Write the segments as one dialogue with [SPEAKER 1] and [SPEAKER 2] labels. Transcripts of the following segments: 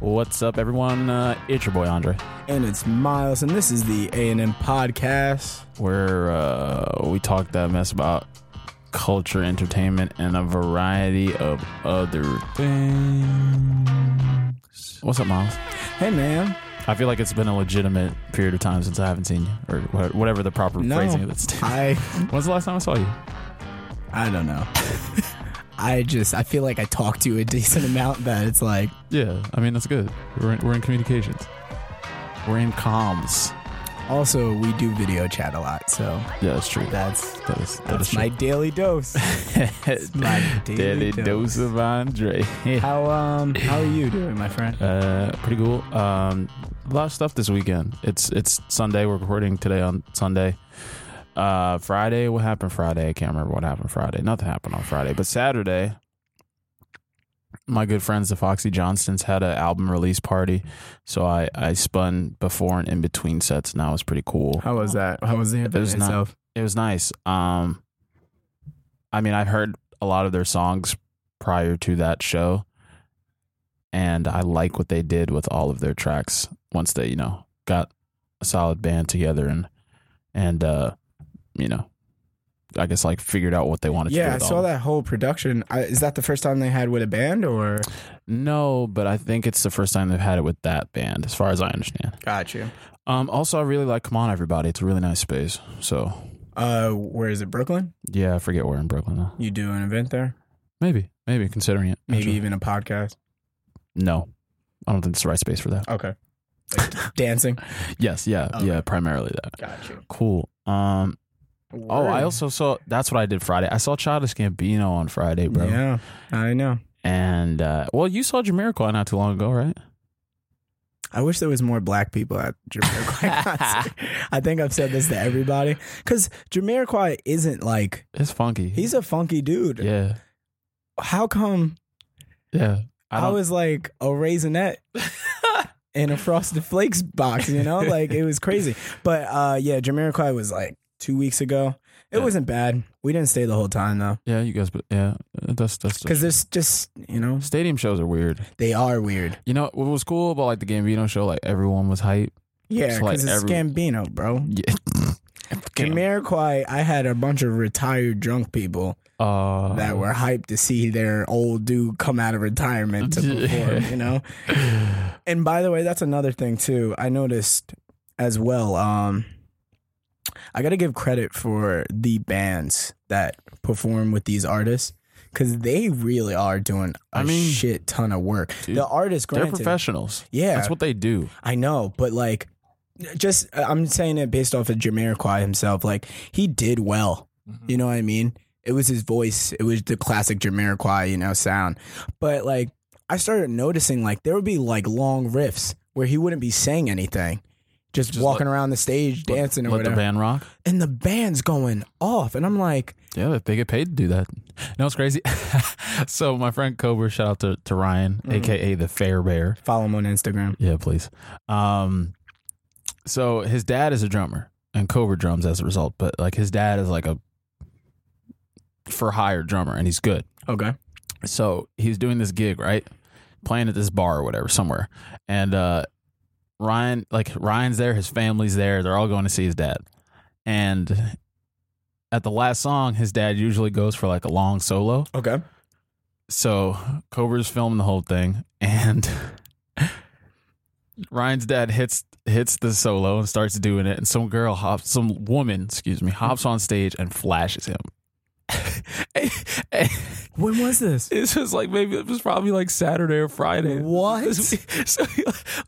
[SPEAKER 1] What's up, everyone? Uh, it's your boy Andre.
[SPEAKER 2] and it's Miles, and this is the A and M podcast.
[SPEAKER 1] Where uh, we talk that mess about culture, entertainment, and a variety of other things. What's up, Miles?
[SPEAKER 2] Hey, man,
[SPEAKER 1] I feel like it's been a legitimate period of time since I haven't seen you, or wha- whatever the proper
[SPEAKER 2] No.
[SPEAKER 1] phrasing of that's.
[SPEAKER 2] I
[SPEAKER 1] When's the last time I saw you?
[SPEAKER 2] I don't know. I just I feel like I talk to you a decent amount that it's like
[SPEAKER 1] Yeah, I mean that's good. We're in, we're in communications. We're in comms.
[SPEAKER 2] also we do video chat a lot, so
[SPEAKER 1] Yeah, that's true.
[SPEAKER 2] that's
[SPEAKER 1] that is that
[SPEAKER 2] that's
[SPEAKER 1] is
[SPEAKER 2] my daily dose.
[SPEAKER 1] true.
[SPEAKER 2] It's my daily,
[SPEAKER 1] daily dose of Andre.
[SPEAKER 2] How um how are you doing, my friend?
[SPEAKER 1] Uh, pretty cool. Um, a lot of stuff this weekend. It's it's Sunday. We're recording today on Sunday. Uh, Friday. What happened Friday? I can't remember what happened Friday. Nothing happened on Friday, but Saturday. My good friends, the Foxy Johnstons, had an album release party, so I I spun before and in between sets, and that was pretty cool.
[SPEAKER 2] How was that? How was the event
[SPEAKER 1] There's not-
[SPEAKER 2] itself?
[SPEAKER 1] It was nice. Um, I mean, I've heard a lot of their songs prior to that show, and I like what they did with all of their tracks once they, you know, got a solid band together and and uh, you know, I guess like figured out what they wanted to do.
[SPEAKER 2] yeah, I
[SPEAKER 1] with
[SPEAKER 2] saw
[SPEAKER 1] all-
[SPEAKER 2] that whole production. I, is that the first time they had with a band or?
[SPEAKER 1] No, but I think it's the first time they've had it with that band, as far as I understand.
[SPEAKER 2] Got you.
[SPEAKER 1] Um, also, I really like "Come On Everybody." It's a really nice space. So
[SPEAKER 2] Uh, where is it? Brooklyn?
[SPEAKER 1] yeah, I forget where in Brooklyn though.
[SPEAKER 2] You do an event there?
[SPEAKER 1] Maybe, maybe considering it.
[SPEAKER 2] Maybe
[SPEAKER 1] actually.
[SPEAKER 2] even a podcast?
[SPEAKER 1] No, I don't think it's the right space for that.
[SPEAKER 2] Okay. Dancing.
[SPEAKER 1] Yes, yeah,
[SPEAKER 2] Okay.
[SPEAKER 1] yeah, primarily that.
[SPEAKER 2] Got you.
[SPEAKER 1] Cool. Um. Oh, I also saw. That's what I did Friday. I saw Childish Gambino on Friday, bro.
[SPEAKER 2] Yeah, I know.
[SPEAKER 1] And uh, well, you saw Jamiroquai not too long ago, right?
[SPEAKER 2] I wish there was more black people at Jamiroquai concert. I think I've said this to everybody because Jamiroquai isn't like
[SPEAKER 1] It's funky.
[SPEAKER 2] he's a funky dude.
[SPEAKER 1] yeah,
[SPEAKER 2] How come
[SPEAKER 1] yeah. I
[SPEAKER 2] I,
[SPEAKER 1] don't.
[SPEAKER 2] was like a raisinette in a Frosted Flakes box? You know, like it was crazy. But uh, yeah, Jamiroquai was like two weeks ago. It
[SPEAKER 1] Yeah.
[SPEAKER 2] wasn't bad. We didn't stay the whole time though,
[SPEAKER 1] yeah, you guys. But yeah, that's that's.
[SPEAKER 2] because there's just you know
[SPEAKER 1] stadium shows are weird.
[SPEAKER 2] they are weird.
[SPEAKER 1] You know what was cool about like the Gambino show? Like everyone was hype.
[SPEAKER 2] Yeah,
[SPEAKER 1] It's
[SPEAKER 2] because
[SPEAKER 1] like
[SPEAKER 2] it's
[SPEAKER 1] every-
[SPEAKER 2] Gambino, bro.
[SPEAKER 1] Yeah.
[SPEAKER 2] Jamiroquai, I had a bunch of retired drunk people
[SPEAKER 1] Uh,
[SPEAKER 2] that were hyped to see their old dude come out of retirement to
[SPEAKER 1] Yeah.
[SPEAKER 2] perform, you know? And by the way, that's another thing too. I noticed as well, um I gotta give credit for the bands that perform with these artists. Cause they really are doing a
[SPEAKER 1] I mean-
[SPEAKER 2] shit ton of work.
[SPEAKER 1] Dude,
[SPEAKER 2] the artists,
[SPEAKER 1] They're
[SPEAKER 2] granted,
[SPEAKER 1] professionals.
[SPEAKER 2] yeah,
[SPEAKER 1] That's what they do.
[SPEAKER 2] I know, but like, just uh, I'm saying it based off of Jamiroquai himself. Like, he did well. You know what I mean? It was his voice. It was the classic Jamiroquai, you know, sound. But like, I started noticing like there would be like long riffs where he wouldn't be saying anything, just,
[SPEAKER 1] Just
[SPEAKER 2] walking around the stage dancing
[SPEAKER 1] Let,
[SPEAKER 2] or
[SPEAKER 1] let the
[SPEAKER 2] whatever,
[SPEAKER 1] band rock.
[SPEAKER 2] and the band's going off, and I'm like,
[SPEAKER 1] Yeah, they- they get paid to do that. No, it's crazy. so my friend Cobra, shout out to, to Ryan, aka the Fair Bear.
[SPEAKER 2] follow him on Instagram.
[SPEAKER 1] Yeah, please. Um, so his dad is a drummer, and Cobra drums as a result. But like his dad is like a for hire drummer, and he's good.
[SPEAKER 2] Okay,
[SPEAKER 1] So he's doing this gig, right? Playing at this bar or whatever, somewhere. And uh Ryan like Ryan's there, his family's there, they're all going to see his dad. And at the last song, his dad usually goes for like a long solo.
[SPEAKER 2] okay.
[SPEAKER 1] So Cobra's filming the whole thing and Ryan's dad hits hits the solo and starts doing it and some girl hops some woman, excuse me, hops on stage and flashes him.
[SPEAKER 2] When was this?
[SPEAKER 1] This was like maybe it was probably like Saturday or Friday.
[SPEAKER 2] What?
[SPEAKER 1] This- so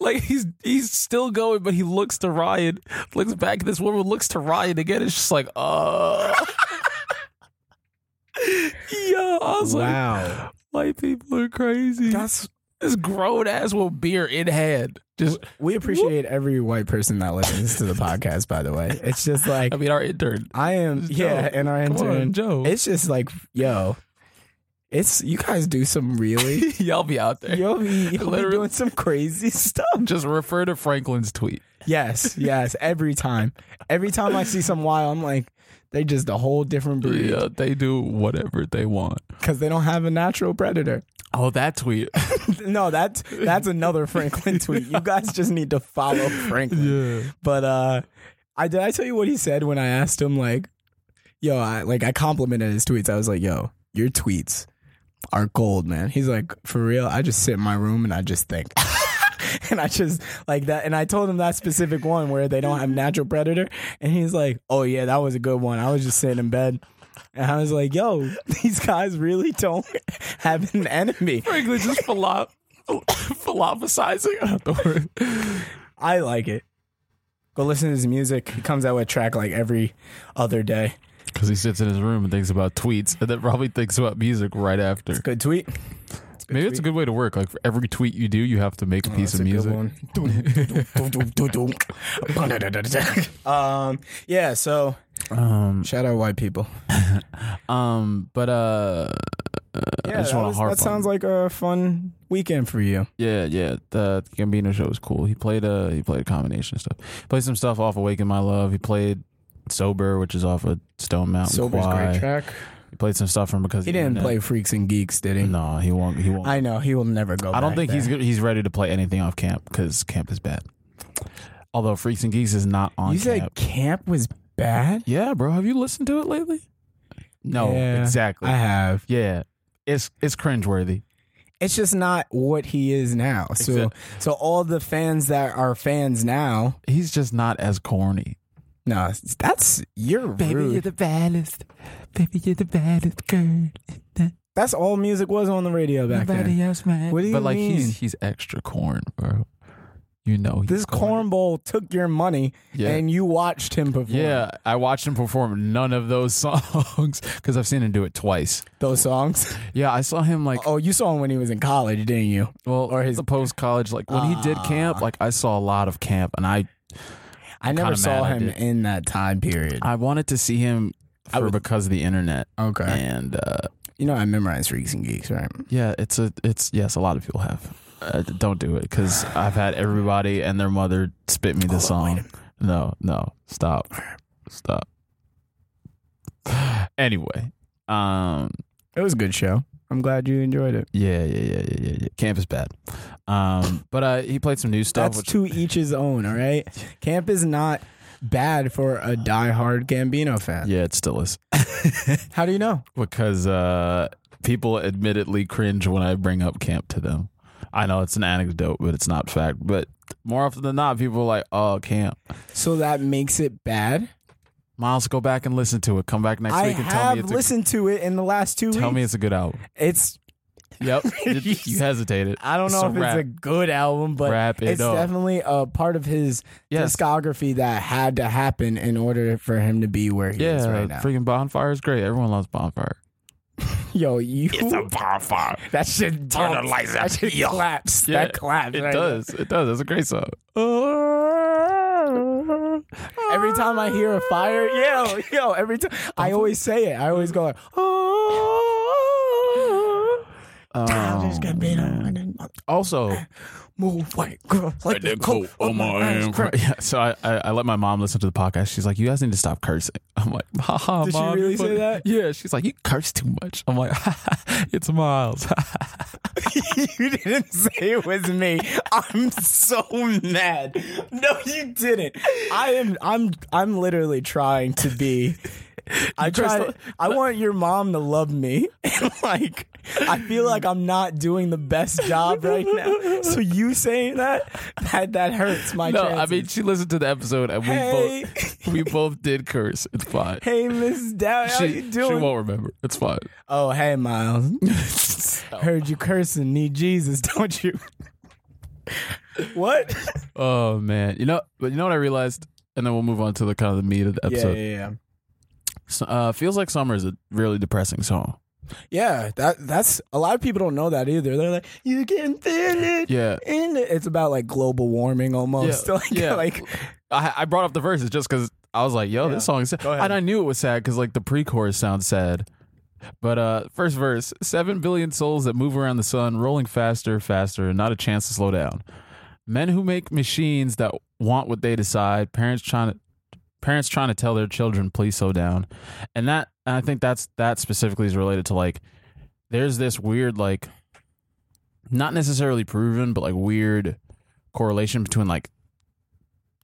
[SPEAKER 1] like he's he's still going, but he looks to Ryan, looks back at this woman, looks to Ryan again. It's just like, uh Yo, I was
[SPEAKER 2] Wow,
[SPEAKER 1] like, white people are crazy.
[SPEAKER 2] that's
[SPEAKER 1] this grown ass with beer in hand. Just
[SPEAKER 2] We appreciate every white person that listens to the podcast, by the way. It's just like,
[SPEAKER 1] I mean our intern.
[SPEAKER 2] I am,
[SPEAKER 1] Joe,
[SPEAKER 2] yeah, and our
[SPEAKER 1] Come on,
[SPEAKER 2] intern.
[SPEAKER 1] Joe.
[SPEAKER 2] It's just like, yo, it's, you guys do some really,
[SPEAKER 1] Y'all be out there.
[SPEAKER 2] yo, you're
[SPEAKER 1] Literally.
[SPEAKER 2] doing some crazy stuff.
[SPEAKER 1] Just refer to Franklin's tweet.
[SPEAKER 2] Yes, yes, every time. Every time I see some wild, I'm like, they just a whole different breed
[SPEAKER 1] Yeah, they do whatever they want.
[SPEAKER 2] because they don't have a natural predator.
[SPEAKER 1] Oh, that tweet.
[SPEAKER 2] no, that's that's another Franklin tweet. You guys just need to follow Franklin. But uh, I did I tell you what he said when I asked him like, yo, I like I complimented his tweets. I was like, yo, your tweets are gold, man. He's like, for real. I just sit in my room and I just think. And I just like that, and I told him that specific one where they don't have natural predator, and he's like, "Oh yeah, that was a good one." I was just sitting in bed, and I was like, "Yo, these guys really don't have an enemy."
[SPEAKER 1] Frankly, just philop- philosophizing. I don't know the word.
[SPEAKER 2] I like it. Go listen to his music. He comes out with a track like every other day.
[SPEAKER 1] Because he sits in his room and thinks about tweets, and then probably thinks about music right after.
[SPEAKER 2] Good tweet.
[SPEAKER 1] Maybe it's a good way to work. Like for every tweet you do, you have to make a
[SPEAKER 2] Oh,
[SPEAKER 1] piece of music.
[SPEAKER 2] um, yeah, so
[SPEAKER 1] Um,
[SPEAKER 2] shout out white people.
[SPEAKER 1] um, but uh,
[SPEAKER 2] Yeah,
[SPEAKER 1] just
[SPEAKER 2] that,
[SPEAKER 1] wanna
[SPEAKER 2] was-
[SPEAKER 1] harp
[SPEAKER 2] that sounds
[SPEAKER 1] on-
[SPEAKER 2] like a fun weekend for you.
[SPEAKER 1] yeah, yeah, the Gambino show was cool. He played uh he played a combination of stuff. Played some stuff off Awaken My Love. He played Sober, which is off of Stone Mountain. Quai.
[SPEAKER 2] track.
[SPEAKER 1] He played some stuff from because
[SPEAKER 2] He
[SPEAKER 1] of the
[SPEAKER 2] didn't play
[SPEAKER 1] Internet.
[SPEAKER 2] Freaks and Geeks, did he?
[SPEAKER 1] uh, No, he won't. He won't.
[SPEAKER 2] I know he will never go.
[SPEAKER 1] I don't
[SPEAKER 2] back
[SPEAKER 1] think
[SPEAKER 2] there.
[SPEAKER 1] he's good. he's ready to play anything off camp because camp is bad. Although Freaks and Geeks is not on
[SPEAKER 2] You
[SPEAKER 1] camp.
[SPEAKER 2] said camp was bad.
[SPEAKER 1] yeah, bro. Have you listened to it lately? No,
[SPEAKER 2] Yeah,
[SPEAKER 1] exactly.
[SPEAKER 2] I have.
[SPEAKER 1] yeah, it's it's cringeworthy.
[SPEAKER 2] it's just not what he is now. So
[SPEAKER 1] Exact-
[SPEAKER 2] so all the fans that are fans now,
[SPEAKER 1] He's just not as corny.
[SPEAKER 2] no, that's you're rude.
[SPEAKER 1] the baddest. Baby, you're the baddest girl.
[SPEAKER 2] that's all music was on the radio back then.
[SPEAKER 1] else, man.
[SPEAKER 2] What do you
[SPEAKER 1] but like
[SPEAKER 2] mean?
[SPEAKER 1] he's he's extra corn, bro. You know he's
[SPEAKER 2] This
[SPEAKER 1] corny.
[SPEAKER 2] cornball took your money
[SPEAKER 1] Yeah.
[SPEAKER 2] and you watched him perform
[SPEAKER 1] Yeah, I watched him perform none of those songs because I've seen him do it twice.
[SPEAKER 2] those songs.
[SPEAKER 1] Yeah, I saw him like
[SPEAKER 2] Oh, you saw him when he was in college, didn't you?
[SPEAKER 1] Well,
[SPEAKER 2] Or
[SPEAKER 1] or
[SPEAKER 2] his-
[SPEAKER 1] his post college, like when he
[SPEAKER 2] Ah.
[SPEAKER 1] did camp, like I saw a lot of camp, and I
[SPEAKER 2] I never
[SPEAKER 1] kinda
[SPEAKER 2] saw
[SPEAKER 1] mad I
[SPEAKER 2] him
[SPEAKER 1] did.
[SPEAKER 2] in that time period.
[SPEAKER 1] I wanted to see him
[SPEAKER 2] I
[SPEAKER 1] for
[SPEAKER 2] would-
[SPEAKER 1] because of the internet,
[SPEAKER 2] Okay.
[SPEAKER 1] and uh,
[SPEAKER 2] You know I memorized Freaks and Geeks, right?
[SPEAKER 1] yeah, it's a it's yes, a lot of people have. Uh, don't do it because I've had everybody and their mother spit me the song. No, no, stop, stop. Anyway, um,
[SPEAKER 2] It was a good show. I'm glad you enjoyed it.
[SPEAKER 1] yeah, yeah, yeah, yeah, yeah, yeah. Camp is bad, um, but uh, he played some new stuff.
[SPEAKER 2] That's
[SPEAKER 1] which,
[SPEAKER 2] to each his own, all right? Camp is not bad for a diehard Gambino fan.
[SPEAKER 1] yeah, it still is.
[SPEAKER 2] How do you know?
[SPEAKER 1] because uh, people admittedly cringe when I bring up camp to them. I know it's an anecdote, but it's not fact. But more often than not, people are like, "Oh, camp."
[SPEAKER 2] So that makes it bad.
[SPEAKER 1] Miles, go back and listen to it. Come back next
[SPEAKER 2] I
[SPEAKER 1] week and tell me
[SPEAKER 2] have
[SPEAKER 1] it's
[SPEAKER 2] listened to it in the last two
[SPEAKER 1] a, tell
[SPEAKER 2] weeks.
[SPEAKER 1] me it's a good album.
[SPEAKER 2] it's
[SPEAKER 1] Yep, you, you hesitated.
[SPEAKER 2] I don't know if
[SPEAKER 1] rap.
[SPEAKER 2] it's a good album, but
[SPEAKER 1] Wrap it
[SPEAKER 2] it's
[SPEAKER 1] up.
[SPEAKER 2] definitely a part of his
[SPEAKER 1] Yes.
[SPEAKER 2] discography that had to happen in order for him to be where he
[SPEAKER 1] yeah.
[SPEAKER 2] is right now.
[SPEAKER 1] freaking bonfire is great. Everyone loves bonfire.
[SPEAKER 2] Yo, you
[SPEAKER 1] bonfire.
[SPEAKER 2] that shit
[SPEAKER 1] Turn the
[SPEAKER 2] bumps.
[SPEAKER 1] lights
[SPEAKER 2] That
[SPEAKER 1] up.
[SPEAKER 2] shit
[SPEAKER 1] Yeah.
[SPEAKER 2] claps.
[SPEAKER 1] Yeah,
[SPEAKER 2] that claps.
[SPEAKER 1] It
[SPEAKER 2] right
[SPEAKER 1] does. It does. It's a great song.
[SPEAKER 2] now. Every time I hear a fire, yo, yo, every time I always say it. I always go like, oh. Childish Gambino.
[SPEAKER 1] Um, Also,
[SPEAKER 2] Move white girl like the coat on my ass crack.
[SPEAKER 1] Yeah, so I, I, I let my mom listen to the podcast. She's like, "You guys need to stop cursing." I'm like, "Haha,
[SPEAKER 2] Did she
[SPEAKER 1] mom." you
[SPEAKER 2] really say
[SPEAKER 1] put-"
[SPEAKER 2] that?
[SPEAKER 1] Yeah. She's like, "You curse too much." I'm like, "It's Miles."
[SPEAKER 2] you didn't say it was me. I'm so mad. No, you didn't. I am. I'm. I'm literally trying to be. I try.
[SPEAKER 1] Crystal- uh,
[SPEAKER 2] I want your mom to love me. And like, I feel like I'm not doing the best job right now. So you saying that that that hurts my.
[SPEAKER 1] no,
[SPEAKER 2] chances.
[SPEAKER 1] I mean, she listened to the episode, and
[SPEAKER 2] Hey.
[SPEAKER 1] we both we both did curse. It's fine.
[SPEAKER 2] Hey, Miss Dow, how
[SPEAKER 1] she,
[SPEAKER 2] you
[SPEAKER 1] she
[SPEAKER 2] doing?
[SPEAKER 1] won't remember. It's fine.
[SPEAKER 2] Oh, hey, Miles. Heard you cursing. Need Jesus, don't you? what?
[SPEAKER 1] Oh man, you know, but you know what I realized, and then we'll move on to the kind of the meat of the
[SPEAKER 2] Yeah, yeah,
[SPEAKER 1] episode.
[SPEAKER 2] yeah.
[SPEAKER 1] So, uh, feels like summer is a really depressing song.
[SPEAKER 2] Yeah, that that's a lot of people don't know that either. They're like, you can feel it.
[SPEAKER 1] Yeah.
[SPEAKER 2] in it. it's about like global warming almost.
[SPEAKER 1] Yeah,
[SPEAKER 2] like,
[SPEAKER 1] yeah.
[SPEAKER 2] like
[SPEAKER 1] I, I brought up the verses just because I was like, "Yo, this song is," sad.
[SPEAKER 2] ahead.
[SPEAKER 1] and I knew it was sad because like the pre-chorus sounds sad. But uh, first verse: seven billion souls that move around the sun, rolling faster, faster, and not a chance to slow down. Men who make machines that want what they decide. Parents trying to parents trying to tell their children, "Please slow down," and that and I think that's that specifically is related to like there's this weird like not necessarily proven, but like weird correlation between like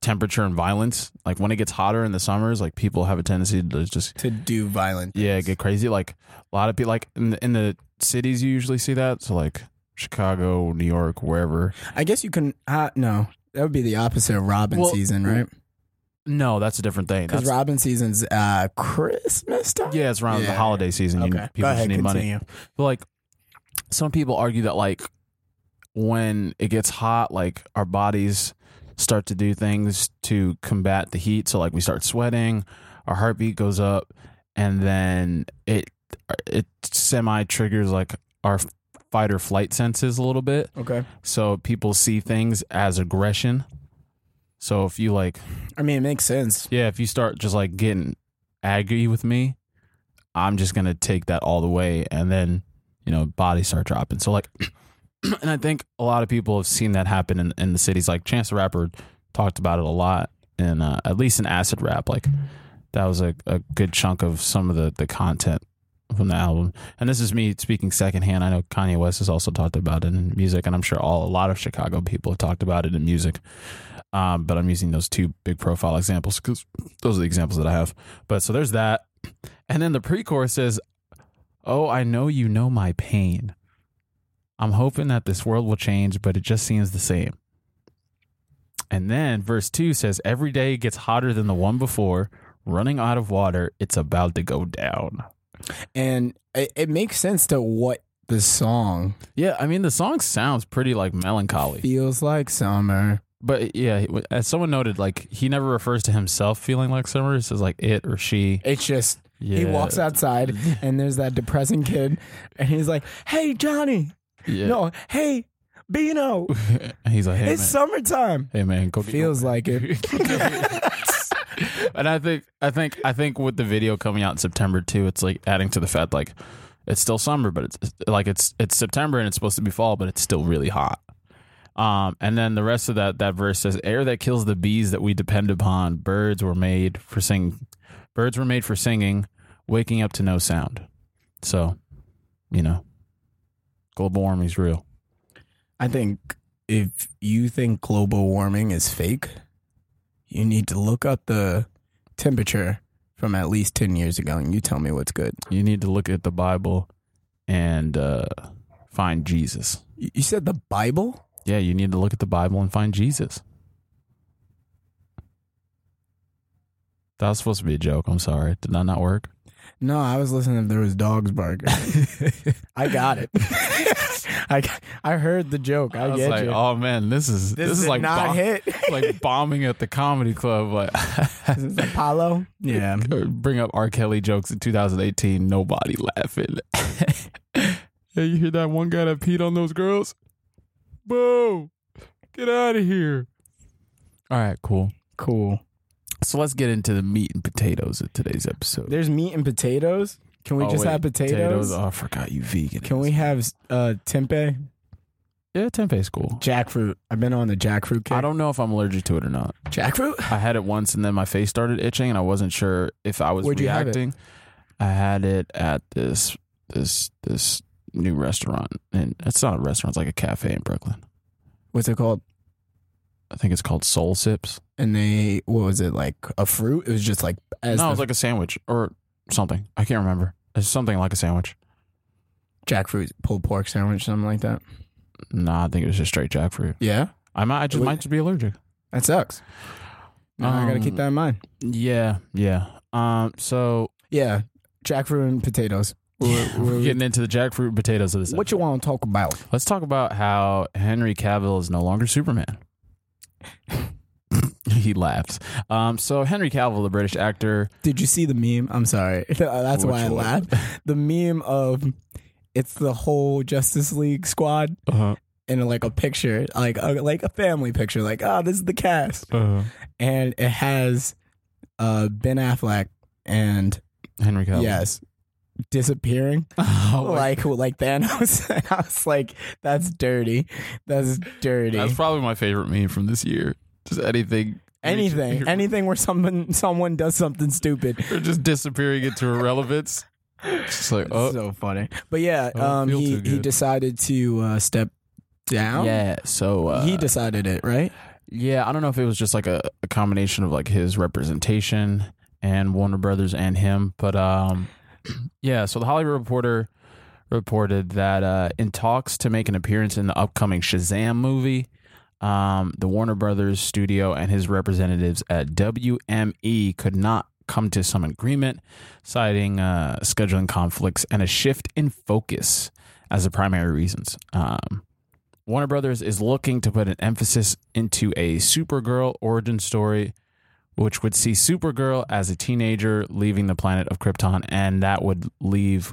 [SPEAKER 1] temperature and violence. Like when it gets hotter in the summers, like people have a tendency to just
[SPEAKER 2] to do violent.
[SPEAKER 1] yeah
[SPEAKER 2] things.
[SPEAKER 1] get crazy. Like a lot of people like in the, in the cities, you usually see that. So like Chicago, New York, wherever.
[SPEAKER 2] I guess you can. Uh, no, that would be the opposite of Robin
[SPEAKER 1] Well-
[SPEAKER 2] season, right?
[SPEAKER 1] No, that's a different thing.
[SPEAKER 2] Because
[SPEAKER 1] That's,
[SPEAKER 2] Robin season's uh, Christmas time.
[SPEAKER 1] yeah, it's around
[SPEAKER 2] Yeah.
[SPEAKER 1] the holiday season. You,
[SPEAKER 2] Okay.
[SPEAKER 1] people just need money.
[SPEAKER 2] continue.
[SPEAKER 1] But like some people argue that like when it gets hot, like our bodies start to do things to combat the heat. So like we start sweating, our heartbeat goes up, and then it it semi triggers like our fight or flight senses a little bit.
[SPEAKER 2] Okay.
[SPEAKER 1] So people see things as aggression. So if you like
[SPEAKER 2] I mean, it makes sense.
[SPEAKER 1] yeah, if you start just like getting angry with me, I'm just gonna take that all the way, and then you know bodies start dropping. So like, and I think a lot of people have seen that happen in, in the cities. Like Chance the Rapper talked about it a lot, and uh, at least in acid rap, like that was a, a good chunk of some of the the content from the album. And this is me speaking secondhand. I know Kanye West has also talked about it in music, and I'm sure all a lot of Chicago people have talked about it in music. Um, but I'm using those two big profile examples 'cause those are the examples that I have. But so there's that. And then the pre chorus says, Oh, I know you know my pain. I'm hoping that this world will change, but it just seems the same. And then verse two says, Every day gets hotter than the one before, running out of water. It's about to go down.
[SPEAKER 2] And it, it makes sense to what the song
[SPEAKER 1] Yeah, I mean, the song sounds pretty like melancholy.
[SPEAKER 2] feels like summer.
[SPEAKER 1] But yeah, as someone noted, like he never refers to himself feeling like summer. It says like it or she.
[SPEAKER 2] It's just
[SPEAKER 1] Yeah.
[SPEAKER 2] he walks outside and there's that depressing kid and he's like, Hey Johnny.
[SPEAKER 1] Yeah.
[SPEAKER 2] No, hey Bino.
[SPEAKER 1] He's like, hey,
[SPEAKER 2] it's
[SPEAKER 1] man.
[SPEAKER 2] summertime.
[SPEAKER 1] Hey man, go get
[SPEAKER 2] Feels like it.
[SPEAKER 1] and I think I think I think with the video coming out in September too, it's like adding to the fact like it's still summer, but it's it's- like it's it's September and it's supposed to be fall, but it's still really hot. Um, and then the rest of that that verse says, "Air that kills the bees that we depend upon. Birds were made for sing. Birds were made for singing, waking up to no sound." So, you know, global warming's real.
[SPEAKER 2] I think if you think global warming is fake, you need to look up the temperature from at least 10 years ago and you tell me what's good.
[SPEAKER 1] You need to look at the Bible and uh, find Jesus.
[SPEAKER 2] You you said the Bible?
[SPEAKER 1] Yeah, you need to look at the Bible and find Jesus. That was supposed to be a joke. I'm sorry. Did that not work?
[SPEAKER 2] No, I was listening if there was dogs barking. I got it. I, got- I heard the joke. I,
[SPEAKER 1] was
[SPEAKER 2] get
[SPEAKER 1] like,
[SPEAKER 2] you.
[SPEAKER 1] oh man, this is this, is
[SPEAKER 2] did
[SPEAKER 1] like
[SPEAKER 2] not
[SPEAKER 1] bom-
[SPEAKER 2] hit.
[SPEAKER 1] like bombing at the comedy club. Like,
[SPEAKER 2] Is this Apollo? Yeah.
[SPEAKER 1] bring up R. Kelly jokes in 2018. Nobody laughing. hey, you hear that one guy that peed on those girls? Boo! Get out of here. All right, cool.
[SPEAKER 2] Cool.
[SPEAKER 1] So let's get into the meat and potatoes of today's episode.
[SPEAKER 2] There's meat and potatoes. Can we
[SPEAKER 1] Oh,
[SPEAKER 2] just
[SPEAKER 1] wait,
[SPEAKER 2] have potatoes?
[SPEAKER 1] Oh, I forgot you vegan.
[SPEAKER 2] Can we have uh, tempeh?
[SPEAKER 1] Yeah, tempeh's cool.
[SPEAKER 2] Jackfruit. I've been on the jackfruit kick.
[SPEAKER 1] I don't know if I'm allergic to it or not.
[SPEAKER 2] jackfruit?
[SPEAKER 1] I had it once and then my face started itching and I wasn't sure if I was
[SPEAKER 2] Where'd you have it?
[SPEAKER 1] reacting. I had it at this this this new restaurant and it's not a restaurant, it's like a cafe in Brooklyn.
[SPEAKER 2] What's it called?
[SPEAKER 1] I think it's called Soul Sips.
[SPEAKER 2] and they what was it like a fruit? It was just like as
[SPEAKER 1] no,
[SPEAKER 2] the
[SPEAKER 1] it's like a sandwich or something. I can't remember. It's something like a sandwich.
[SPEAKER 2] jackfruit pulled pork sandwich, something like that.
[SPEAKER 1] No, I think it was just straight jackfruit.
[SPEAKER 2] Yeah,
[SPEAKER 1] I might I just
[SPEAKER 2] Wait.
[SPEAKER 1] might just be allergic.
[SPEAKER 2] that sucks. No, I gotta keep
[SPEAKER 1] Um,
[SPEAKER 2] that in mind.
[SPEAKER 1] Yeah, yeah. Um so
[SPEAKER 2] Yeah, jackfruit and potatoes. We're-
[SPEAKER 1] we're
[SPEAKER 2] we're-
[SPEAKER 1] getting into the jackfruit and potatoes of this.
[SPEAKER 2] what you want to talk about?
[SPEAKER 1] Let's talk about how Henry Cavill is no longer Superman. he laughs. Um, so Henry Cavill, the British actor,
[SPEAKER 2] Did you see the meme? I'm sorry, that's why I
[SPEAKER 1] Which one?
[SPEAKER 2] laughed. The meme of it's the whole Justice League squad
[SPEAKER 1] uh-huh,
[SPEAKER 2] in like a picture, like a, like a family picture, like oh this is the cast,
[SPEAKER 1] Uh,
[SPEAKER 2] and it has uh Ben Affleck and
[SPEAKER 1] Henry Cavill.
[SPEAKER 2] yes disappearing
[SPEAKER 1] Oh, my-
[SPEAKER 2] like like Thanos. and I was like, that's dirty. That's dirty.
[SPEAKER 1] that's probably my favorite meme from this year. Just anything,
[SPEAKER 2] anything, anything where someone someone does something stupid.
[SPEAKER 1] or just disappearing into irrelevance. Just like, oh,
[SPEAKER 2] so funny. But yeah,
[SPEAKER 1] I don't
[SPEAKER 2] um,
[SPEAKER 1] feel
[SPEAKER 2] he
[SPEAKER 1] too
[SPEAKER 2] he
[SPEAKER 1] good.
[SPEAKER 2] decided to uh, step down.
[SPEAKER 1] Yeah. So uh,
[SPEAKER 2] he decided it, right?
[SPEAKER 1] Yeah, I don't know if it was just like a, a combination of like his representation and Warner Brothers and him, but um, yeah. So the Hollywood Reporter reported that uh, in talks to make an appearance in the upcoming Shazam movie, um, the Warner Brothers studio and his representatives at WME could not come to some agreement, citing uh, scheduling conflicts and a shift in focus as the primary reasons. Um, Warner Brothers is looking to put an emphasis into a Supergirl origin story, which would see Supergirl as a teenager leaving the planet of Krypton, and that would leave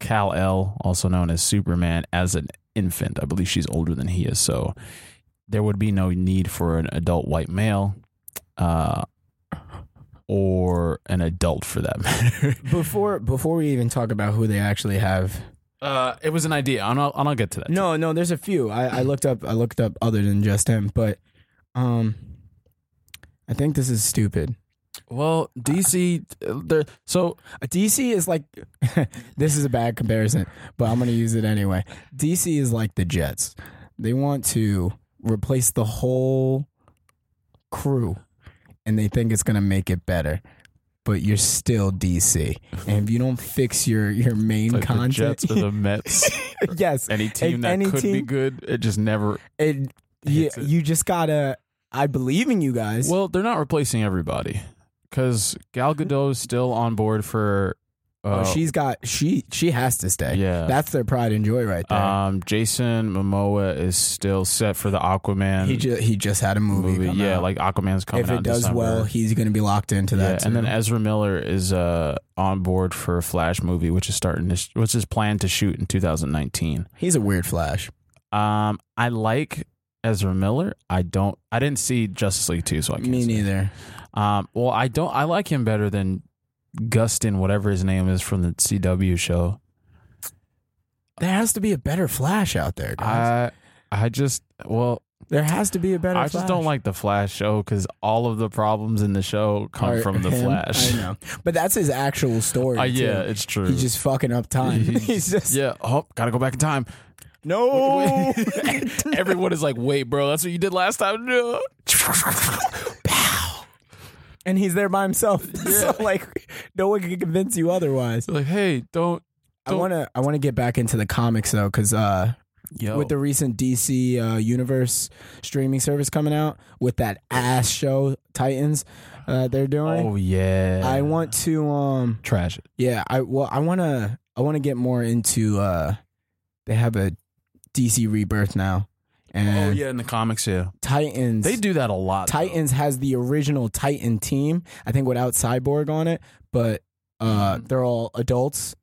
[SPEAKER 1] Cal El, also known as Superman, as an infant. I believe she's older than he is, so there would be no need for an adult white male, uh, or an adult for that matter.
[SPEAKER 2] Before before we even talk about who they actually have.
[SPEAKER 1] Uh, it was an idea, and I'll, and I'll get to that.
[SPEAKER 2] No, no, there's a few. I, I looked up I looked up other than just him, but um I think this is stupid.
[SPEAKER 1] Well, DC, uh, there. So
[SPEAKER 2] DC Uh, is like this is a bad comparison, but I'm going to use it anyway. DC is like the Jets. They want to replace the whole crew and they think it's going to make it better. But you're still DC. And if you don't fix your your main
[SPEAKER 1] like the
[SPEAKER 2] content,
[SPEAKER 1] Jets or the Mets,
[SPEAKER 2] yes,
[SPEAKER 1] any team that
[SPEAKER 2] any
[SPEAKER 1] could be
[SPEAKER 2] team-
[SPEAKER 1] good, it just never.
[SPEAKER 2] it, you,
[SPEAKER 1] It's a-
[SPEAKER 2] you just got to I believe in you guys.
[SPEAKER 1] Well, they're not replacing everybody because Gal Gadot's still on board for. Uh,
[SPEAKER 2] oh, she's got she she has to stay.
[SPEAKER 1] yeah.
[SPEAKER 2] That's their pride and joy right there.
[SPEAKER 1] um, Jason Momoa is still set for the Aquaman
[SPEAKER 2] he just he just had a movie.
[SPEAKER 1] movie.
[SPEAKER 2] come
[SPEAKER 1] Yeah,
[SPEAKER 2] out.
[SPEAKER 1] like Aquaman's coming
[SPEAKER 2] if
[SPEAKER 1] out.
[SPEAKER 2] it
[SPEAKER 1] in
[SPEAKER 2] does
[SPEAKER 1] December.
[SPEAKER 2] well, he's going to be locked into
[SPEAKER 1] Yeah,
[SPEAKER 2] that.
[SPEAKER 1] and then
[SPEAKER 2] too.
[SPEAKER 1] Ezra Miller is uh, on board for a Flash movie, which is starting to, sh- which is planned to shoot in 2019.
[SPEAKER 2] he's a weird Flash.
[SPEAKER 1] Um, I like Ezra Miller. I don't. I didn't see Justice League two, so I can't.
[SPEAKER 2] Me
[SPEAKER 1] say.
[SPEAKER 2] neither.
[SPEAKER 1] Um, well, I don't. I like him better than Gustin, whatever his name is from the CW show.
[SPEAKER 2] There has to be a better Flash out there, guys.
[SPEAKER 1] I, I just well,
[SPEAKER 2] there has to be a better.
[SPEAKER 1] I just don't
[SPEAKER 2] Flash.
[SPEAKER 1] like the Flash show because all of the problems in the show come
[SPEAKER 2] Or
[SPEAKER 1] from the
[SPEAKER 2] him.
[SPEAKER 1] Flash.
[SPEAKER 2] I know, but that's his actual story.
[SPEAKER 1] Uh, yeah,
[SPEAKER 2] too.
[SPEAKER 1] it's true.
[SPEAKER 2] he's just fucking up time.
[SPEAKER 1] He's-
[SPEAKER 2] he's just
[SPEAKER 1] yeah, oh, gotta go back in time.
[SPEAKER 2] no.
[SPEAKER 1] Everyone is like, "Wait, bro, that's what you did last time." No.
[SPEAKER 2] and he's there by himself. so like, no one can convince you otherwise.
[SPEAKER 1] like, hey, don't.
[SPEAKER 2] I
[SPEAKER 1] Don't-
[SPEAKER 2] want to. I want to get back into the comics though, because uh,
[SPEAKER 1] Yo,
[SPEAKER 2] with the recent DC uh, Universe streaming service coming out with that ass show Titans uh, they're doing.
[SPEAKER 1] oh yeah,
[SPEAKER 2] I want to um
[SPEAKER 1] trash it.
[SPEAKER 2] yeah, I well I want to I want to get more into uh they have a DC Rebirth now.
[SPEAKER 1] Oh
[SPEAKER 2] And
[SPEAKER 1] yeah, in the comics, yeah,
[SPEAKER 2] Titans
[SPEAKER 1] they do that a lot. though.
[SPEAKER 2] Titans has the original Titan team, I think without Cyborg on it, but uh
[SPEAKER 1] Mm-hmm.
[SPEAKER 2] they're all adults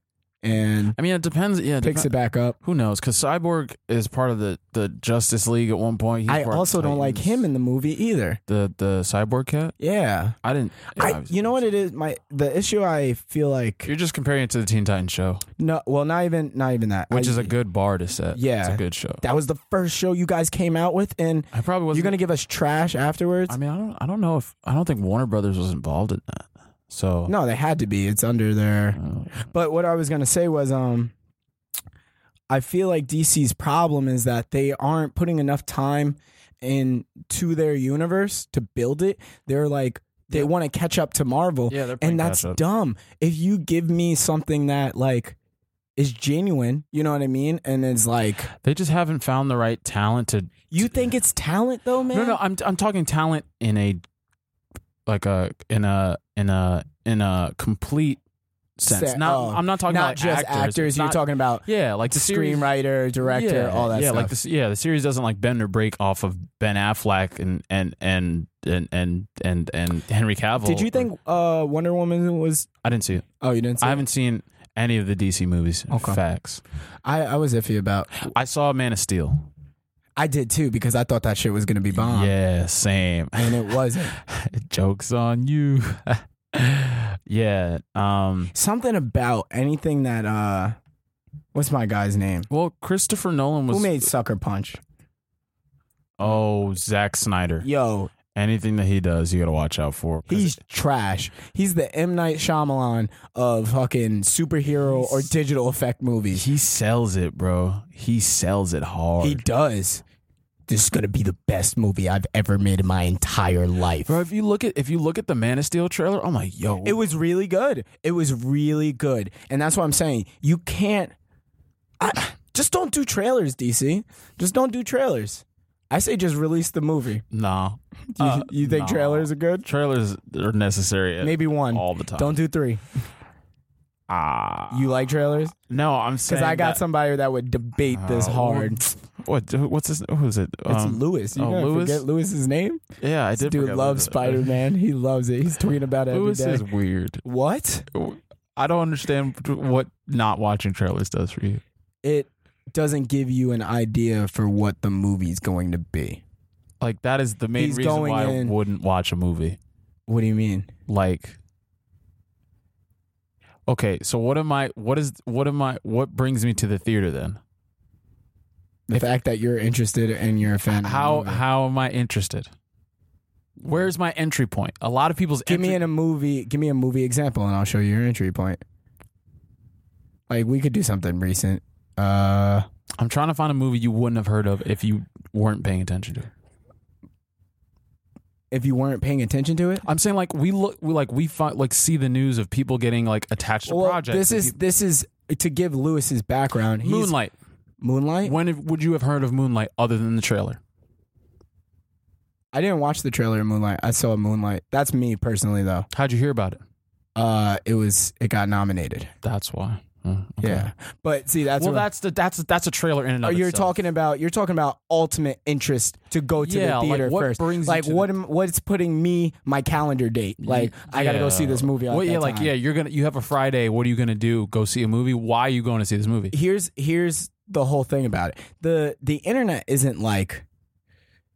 [SPEAKER 2] and
[SPEAKER 1] I mean, it depends. Yeah, it
[SPEAKER 2] picks
[SPEAKER 1] depen-
[SPEAKER 2] it back up.
[SPEAKER 1] Who knows? Because Cyborg is part of the, the Justice League at one point. He's
[SPEAKER 2] I
[SPEAKER 1] part of
[SPEAKER 2] also don't like
[SPEAKER 1] Titans.
[SPEAKER 2] him in the movie either.
[SPEAKER 1] the the Cyborg cat.
[SPEAKER 2] Yeah.
[SPEAKER 1] I didn't.
[SPEAKER 2] I, you know what it is my the issue I feel like
[SPEAKER 1] You're just comparing it to the Teen Titans show,
[SPEAKER 2] no well not even not even that.
[SPEAKER 1] which
[SPEAKER 2] I-
[SPEAKER 1] is a good bar to set.
[SPEAKER 2] Yeah.
[SPEAKER 1] it's a good show.
[SPEAKER 2] that was the first show you guys came out with and
[SPEAKER 1] I probably wasn't.
[SPEAKER 2] You're gonna give us trash afterwards?
[SPEAKER 1] I mean, I don't. I don't know if I don't think Warner Brothers was involved in that. So
[SPEAKER 2] no, they had to be. It's under there.
[SPEAKER 1] uh,
[SPEAKER 2] But what I was gonna say was, um, I feel like DC's problem is that they aren't putting enough time into their universe to build it. They're like they
[SPEAKER 1] Yeah.
[SPEAKER 2] want to catch up to Marvel,
[SPEAKER 1] yeah, they're playing
[SPEAKER 2] and that's
[SPEAKER 1] catch up.
[SPEAKER 2] dumb. If you give me something that like is genuine, you know what I mean, and it's like
[SPEAKER 1] They just haven't found the right talent to.
[SPEAKER 2] you think it's talent though, man.
[SPEAKER 1] No, no. I'm I'm talking talent in a like a in a in a in a complete sense.
[SPEAKER 2] Sa-
[SPEAKER 1] Not
[SPEAKER 2] oh,
[SPEAKER 1] I'm not talking
[SPEAKER 2] not
[SPEAKER 1] about
[SPEAKER 2] just
[SPEAKER 1] actors. It's
[SPEAKER 2] You're
[SPEAKER 1] not-
[SPEAKER 2] talking about
[SPEAKER 1] Yeah, like the series-
[SPEAKER 2] screenwriter, director,
[SPEAKER 1] yeah,
[SPEAKER 2] all that
[SPEAKER 1] yeah,
[SPEAKER 2] stuff.
[SPEAKER 1] like this. Yeah, the series doesn't like bend or break off of Ben Affleck and and and and and and, and Henry Cavill.
[SPEAKER 2] Did you think uh, Wonder Woman was?
[SPEAKER 1] I didn't see it.
[SPEAKER 2] Oh, you didn't. See
[SPEAKER 1] I
[SPEAKER 2] it?
[SPEAKER 1] haven't seen any of the DC movies.
[SPEAKER 2] Okay.
[SPEAKER 1] Facts.
[SPEAKER 2] I I was iffy about.
[SPEAKER 1] I saw Man of Steel.
[SPEAKER 2] I did too because I thought that shit was gonna be bomb.
[SPEAKER 1] Yeah, same.
[SPEAKER 2] And it wasn't.
[SPEAKER 1] Jokes on you. yeah. Um.
[SPEAKER 2] Something about anything that uh, what's my guy's name?
[SPEAKER 1] Well, Christopher Nolan was.
[SPEAKER 2] Who made Sucker Punch?
[SPEAKER 1] oh, Zack Snyder.
[SPEAKER 2] Yo,
[SPEAKER 1] Anything that he does, you got to watch out for. 'cause
[SPEAKER 2] He's trash. He's the M Night Shyamalan of fucking superhero or digital effect movies.
[SPEAKER 1] he sells it, bro. He sells it hard.
[SPEAKER 2] He does. This is gonna be the best movie I've ever made in my entire life.
[SPEAKER 1] bro, if you look at if you look at the Man of Steel trailer, I'm like, yo,
[SPEAKER 2] It was really good. It was really good, and that's what I'm saying. You can't. I, just don't do trailers, DC. Just don't do trailers. I say just release the movie.
[SPEAKER 1] nah.
[SPEAKER 2] You,
[SPEAKER 1] Uh,
[SPEAKER 2] you think
[SPEAKER 1] nah.
[SPEAKER 2] trailers are good?
[SPEAKER 1] Trailers are necessary. at-
[SPEAKER 2] Maybe one.
[SPEAKER 1] all the time.
[SPEAKER 2] Don't do three.
[SPEAKER 1] ah.
[SPEAKER 2] You like trailers?
[SPEAKER 1] no, I'm saying
[SPEAKER 2] Because I got
[SPEAKER 1] that-
[SPEAKER 2] somebody that would debate this
[SPEAKER 1] Oh,
[SPEAKER 2] hard. It's
[SPEAKER 1] What? What's his? Who is it? Um,
[SPEAKER 2] Lewis. You
[SPEAKER 1] oh,
[SPEAKER 2] gonna
[SPEAKER 1] Lewis?
[SPEAKER 2] forget Lewis's name?
[SPEAKER 1] yeah, I did.
[SPEAKER 2] Dude
[SPEAKER 1] forget
[SPEAKER 2] loves
[SPEAKER 1] about it.
[SPEAKER 2] Spider Man. He loves it. He's tweeting about it every
[SPEAKER 1] Lewis
[SPEAKER 2] day.
[SPEAKER 1] is weird.
[SPEAKER 2] What?
[SPEAKER 1] I don't understand what not watching trailers does for you.
[SPEAKER 2] It doesn't give you an idea for what the movie's going to be.
[SPEAKER 1] Like that is the main
[SPEAKER 2] He's
[SPEAKER 1] reason
[SPEAKER 2] going
[SPEAKER 1] why I
[SPEAKER 2] in-
[SPEAKER 1] wouldn't watch a movie.
[SPEAKER 2] What do you mean?
[SPEAKER 1] Like, okay, so what am I? What is? What am I? What brings me to the theater then?
[SPEAKER 2] The fact that you're interested and you're a fan. of the
[SPEAKER 1] How
[SPEAKER 2] movie.
[SPEAKER 1] how am I interested? Where's my entry point? A lot of people's
[SPEAKER 2] give me
[SPEAKER 1] entry-
[SPEAKER 2] in a movie. Give me a movie example, and I'll show you your entry point. Like we could do something recent. Uh,
[SPEAKER 1] I'm trying to find a movie you wouldn't have heard of if you weren't paying attention to. it.
[SPEAKER 2] if you weren't paying attention to it.
[SPEAKER 1] I'm saying like we look we like we find, like see the news of people getting like attached to
[SPEAKER 2] Well,
[SPEAKER 1] projects.
[SPEAKER 2] this
[SPEAKER 1] and
[SPEAKER 2] is
[SPEAKER 1] people-
[SPEAKER 2] this is to give Lewis's background. He's,
[SPEAKER 1] Moonlight.
[SPEAKER 2] Moonlight.
[SPEAKER 1] When have- would you have heard of Moonlight other than the trailer?
[SPEAKER 2] I didn't watch the trailer of Moonlight. I saw Moonlight. That's me personally, though.
[SPEAKER 1] How'd you hear about it?
[SPEAKER 2] Uh, it was it got nominated.
[SPEAKER 1] That's why. Mm, okay.
[SPEAKER 2] Yeah, but see, that's
[SPEAKER 1] well,
[SPEAKER 2] what-
[SPEAKER 1] that's the that's that's a trailer in and
[SPEAKER 2] Oh,
[SPEAKER 1] of
[SPEAKER 2] you're
[SPEAKER 1] itself.
[SPEAKER 2] talking about you're talking about ultimate interest to go to
[SPEAKER 1] Yeah,
[SPEAKER 2] the
[SPEAKER 1] like,
[SPEAKER 2] theater
[SPEAKER 1] what
[SPEAKER 2] first.
[SPEAKER 1] brings you
[SPEAKER 2] like
[SPEAKER 1] to
[SPEAKER 2] what am, what's putting me my calendar date? Like I gotta go see this movie. at
[SPEAKER 1] Well,
[SPEAKER 2] that
[SPEAKER 1] yeah, like
[SPEAKER 2] time.
[SPEAKER 1] yeah, you're gonna you have a Friday. What are you gonna do? Go see a movie? Why are you going to see this movie?
[SPEAKER 2] Here's here's the whole thing about it. the The internet isn't like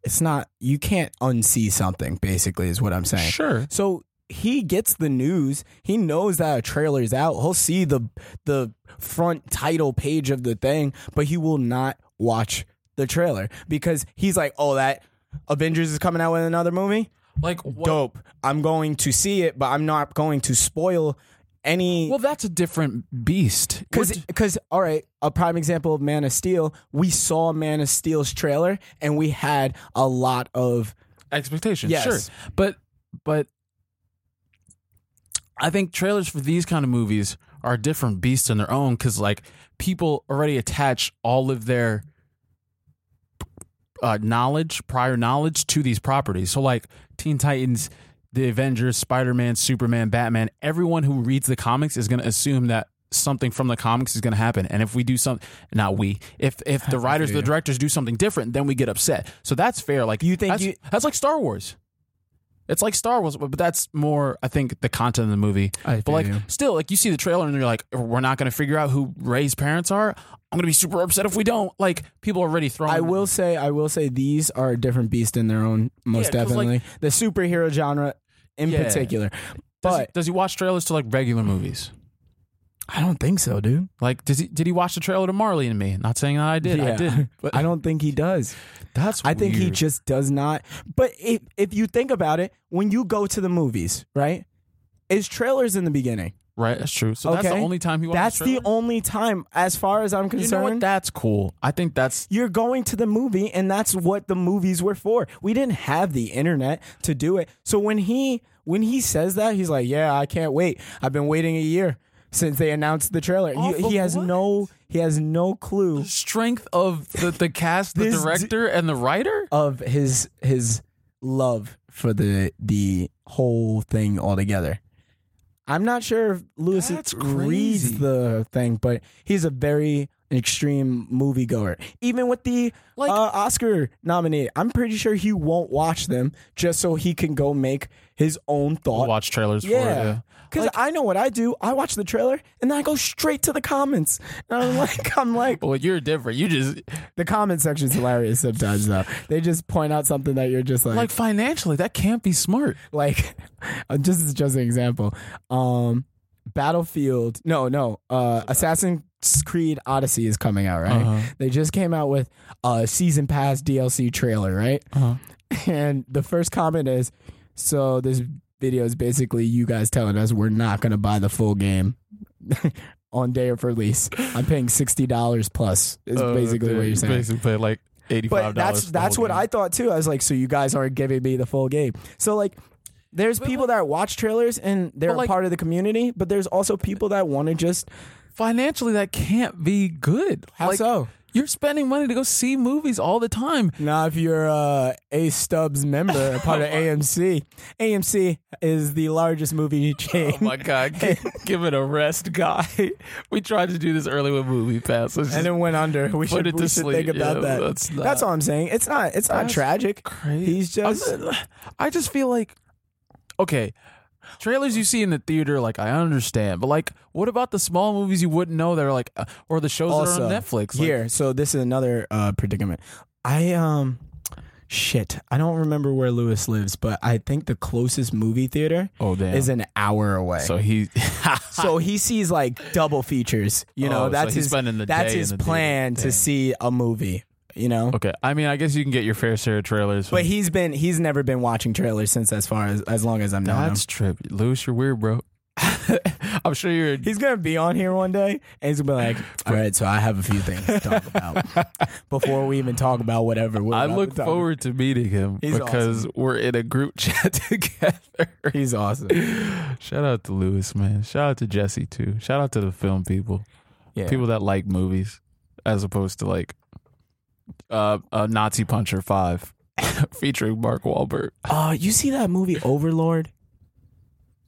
[SPEAKER 2] it's not. You can't unsee something. Basically, is what I'm saying.
[SPEAKER 1] Sure.
[SPEAKER 2] So he gets the news. He knows that a trailer's out. He'll see the the front title page of the thing, but he will not watch the trailer because he's like, "Oh, that Avengers is coming out with another movie.
[SPEAKER 1] Like what?
[SPEAKER 2] Dope. I'm going to see it, but I'm not going to spoil any
[SPEAKER 1] Well, that's a different beast.
[SPEAKER 2] because, because, all right, a prime example of Man of Steel, we saw Man of Steel's trailer and we had a lot of
[SPEAKER 1] expectations.
[SPEAKER 2] Yes.
[SPEAKER 1] Sure. But but I think trailers for these kind of movies are a different beast on their own cuz like people already attach all of their uh, knowledge, prior knowledge to these properties. So like Teen Titans, The Avengers, Spider-Man, Superman, Batman, everyone who reads the comics is going to assume that something from the comics is going to happen. And if we do something, not we, if if the writers, the directors do something different, then we get upset. So that's fair. Like
[SPEAKER 2] You think
[SPEAKER 1] that's,
[SPEAKER 2] you-
[SPEAKER 1] that's like Star Wars. It's like Star Wars, but but that's more, I think, the content of the movie.
[SPEAKER 2] I
[SPEAKER 1] but
[SPEAKER 2] feel
[SPEAKER 1] like,
[SPEAKER 2] you.
[SPEAKER 1] still, like you see the trailer and you're like, we're not going to figure out who Ray's parents are. I'm going to be super upset if we don't. Like, people are already throwing.
[SPEAKER 2] I will say, I will say, these are a different beast in their own, most
[SPEAKER 1] Um, Yeah, 'cause, like-
[SPEAKER 2] definitely. the superhero genre in
[SPEAKER 1] Yeah.
[SPEAKER 2] particular,
[SPEAKER 1] Does he-
[SPEAKER 2] but
[SPEAKER 1] does he watch trailers to like regular movies?
[SPEAKER 2] I don't think so, dude.
[SPEAKER 1] Like, does he did he watch the trailer to Marley and Me? Not saying that I did. I did. But
[SPEAKER 2] I don't think he does.
[SPEAKER 1] that's.
[SPEAKER 2] I think he
[SPEAKER 1] weird.
[SPEAKER 2] just does not. But if if you think about it, when you go to the movies, right? It's trailers in the beginning.
[SPEAKER 1] right. That's true. So that's the
[SPEAKER 2] Okay.
[SPEAKER 1] only time he. watches
[SPEAKER 2] That's the
[SPEAKER 1] trailers?
[SPEAKER 2] only time, as far as I'm
[SPEAKER 1] You know
[SPEAKER 2] concerned.
[SPEAKER 1] what? That's cool. I think that's.
[SPEAKER 2] you're going to the movie and that's what the movies were for we didn't have the internet to do it so when he when he says that he's like yeah i can't wait i've been waiting a year since they announced the trailer
[SPEAKER 1] Off
[SPEAKER 2] he,
[SPEAKER 1] of
[SPEAKER 2] he has
[SPEAKER 1] what?
[SPEAKER 2] no he has no clue
[SPEAKER 1] Strength of the, the cast, the
[SPEAKER 2] This d-
[SPEAKER 1] director, and the writer.
[SPEAKER 2] of his his love for the the whole thing altogether i'm not sure if lewis
[SPEAKER 1] That's crazy.
[SPEAKER 2] reads the thing but he's a very extreme moviegoer even with the
[SPEAKER 1] Like-
[SPEAKER 2] uh, Oscar nominated. I'm pretty sure he won't watch them just so he can go make his own thought.
[SPEAKER 1] Watch trailers for it.
[SPEAKER 2] yeah. Because I know what I do. I watch the trailer and then I go straight to the comments. And I'm like, I'm like,
[SPEAKER 1] Well, you're different. You just
[SPEAKER 2] the comment section's hilarious sometimes though. They just point out something that you're just like,
[SPEAKER 1] like financially that can't be smart.
[SPEAKER 2] like, uh, just this is just an example. Um, Battlefield, no, no, uh, Assassin's Creed Odyssey
[SPEAKER 1] Uh-huh. Uh-huh.
[SPEAKER 2] is coming out, right? They just came out with a season pass DLC trailer, right? and the first comment is, "So this video is basically you guys telling us we're not gonna buy the full game on day of release. I'm paying sixty dollars plus. Is
[SPEAKER 1] Oh,
[SPEAKER 2] basically
[SPEAKER 1] dude,
[SPEAKER 2] what you're
[SPEAKER 1] you
[SPEAKER 2] saying."
[SPEAKER 1] Basically, pay like eighty-five
[SPEAKER 2] But
[SPEAKER 1] dollars.
[SPEAKER 2] that's that's what I thought too. I was like, so you guys aren't giving me the full game. So like, there's people that watch trailers and they're
[SPEAKER 1] But, like-
[SPEAKER 2] a part of the community, but there's also people that want to just
[SPEAKER 1] financially that can't be good.
[SPEAKER 2] How so?
[SPEAKER 1] You're spending money to go see movies all the time.
[SPEAKER 2] Now, if you're a A Stubbs member, a part of AMC, AMC is the largest movie chain.
[SPEAKER 1] Oh my god, gi- give it a rest, guy. We tried to do this early with Movie Pass. Let's
[SPEAKER 2] and
[SPEAKER 1] just-
[SPEAKER 2] it went under. We
[SPEAKER 1] Put
[SPEAKER 2] should,
[SPEAKER 1] it to
[SPEAKER 2] we should
[SPEAKER 1] sleep.
[SPEAKER 2] think about
[SPEAKER 1] Yeah,
[SPEAKER 2] that.
[SPEAKER 1] that's not-
[SPEAKER 2] all I'm saying. It's not. It's not
[SPEAKER 1] That's
[SPEAKER 2] tragic.
[SPEAKER 1] crazy.
[SPEAKER 2] He's just.
[SPEAKER 1] I'm- I just feel like okay. Trailers you see in the theater, like I understand, but like, what about the small movies you wouldn't know that are like, uh, or the shows
[SPEAKER 2] also
[SPEAKER 1] that are on Netflix? Like,
[SPEAKER 2] here. So this is another uh, predicament. I um, shit. I don't remember where Lewis lives, but I think the closest movie theater
[SPEAKER 1] oh damn!
[SPEAKER 2] is an hour away. So,
[SPEAKER 1] so he,
[SPEAKER 2] he sees like double features. You know,
[SPEAKER 1] Oh, so
[SPEAKER 2] that's
[SPEAKER 1] he's
[SPEAKER 2] his
[SPEAKER 1] spending the
[SPEAKER 2] that's
[SPEAKER 1] day
[SPEAKER 2] his
[SPEAKER 1] in the
[SPEAKER 2] plan
[SPEAKER 1] theater.
[SPEAKER 2] to
[SPEAKER 1] Dang.
[SPEAKER 2] see a movie. You know,
[SPEAKER 1] okay. I mean, I guess you can get your fair share of trailers,
[SPEAKER 2] but he's been he's never been watching trailers since as far as as long as I'm known him.
[SPEAKER 1] That's trip. Lewis, you're weird, bro. I'm sure you're.
[SPEAKER 2] He's gonna be on here one day, and he's gonna be like, "All right, so I have a few things to talk about before we even talk about whatever." We're
[SPEAKER 1] I
[SPEAKER 2] about
[SPEAKER 1] look
[SPEAKER 2] to talk
[SPEAKER 1] forward to meeting him
[SPEAKER 2] He's
[SPEAKER 1] because we're in a group chat together.
[SPEAKER 2] about." He's awesome.
[SPEAKER 1] Shout out to Lewis, man. Shout out to Jesse too. Shout out to the film people,
[SPEAKER 2] Yeah.
[SPEAKER 1] people that like movies, as opposed to like uh, a Nazi Puncher Five featuring Mark Wahlberg.
[SPEAKER 2] Uh, you see that movie Overlord?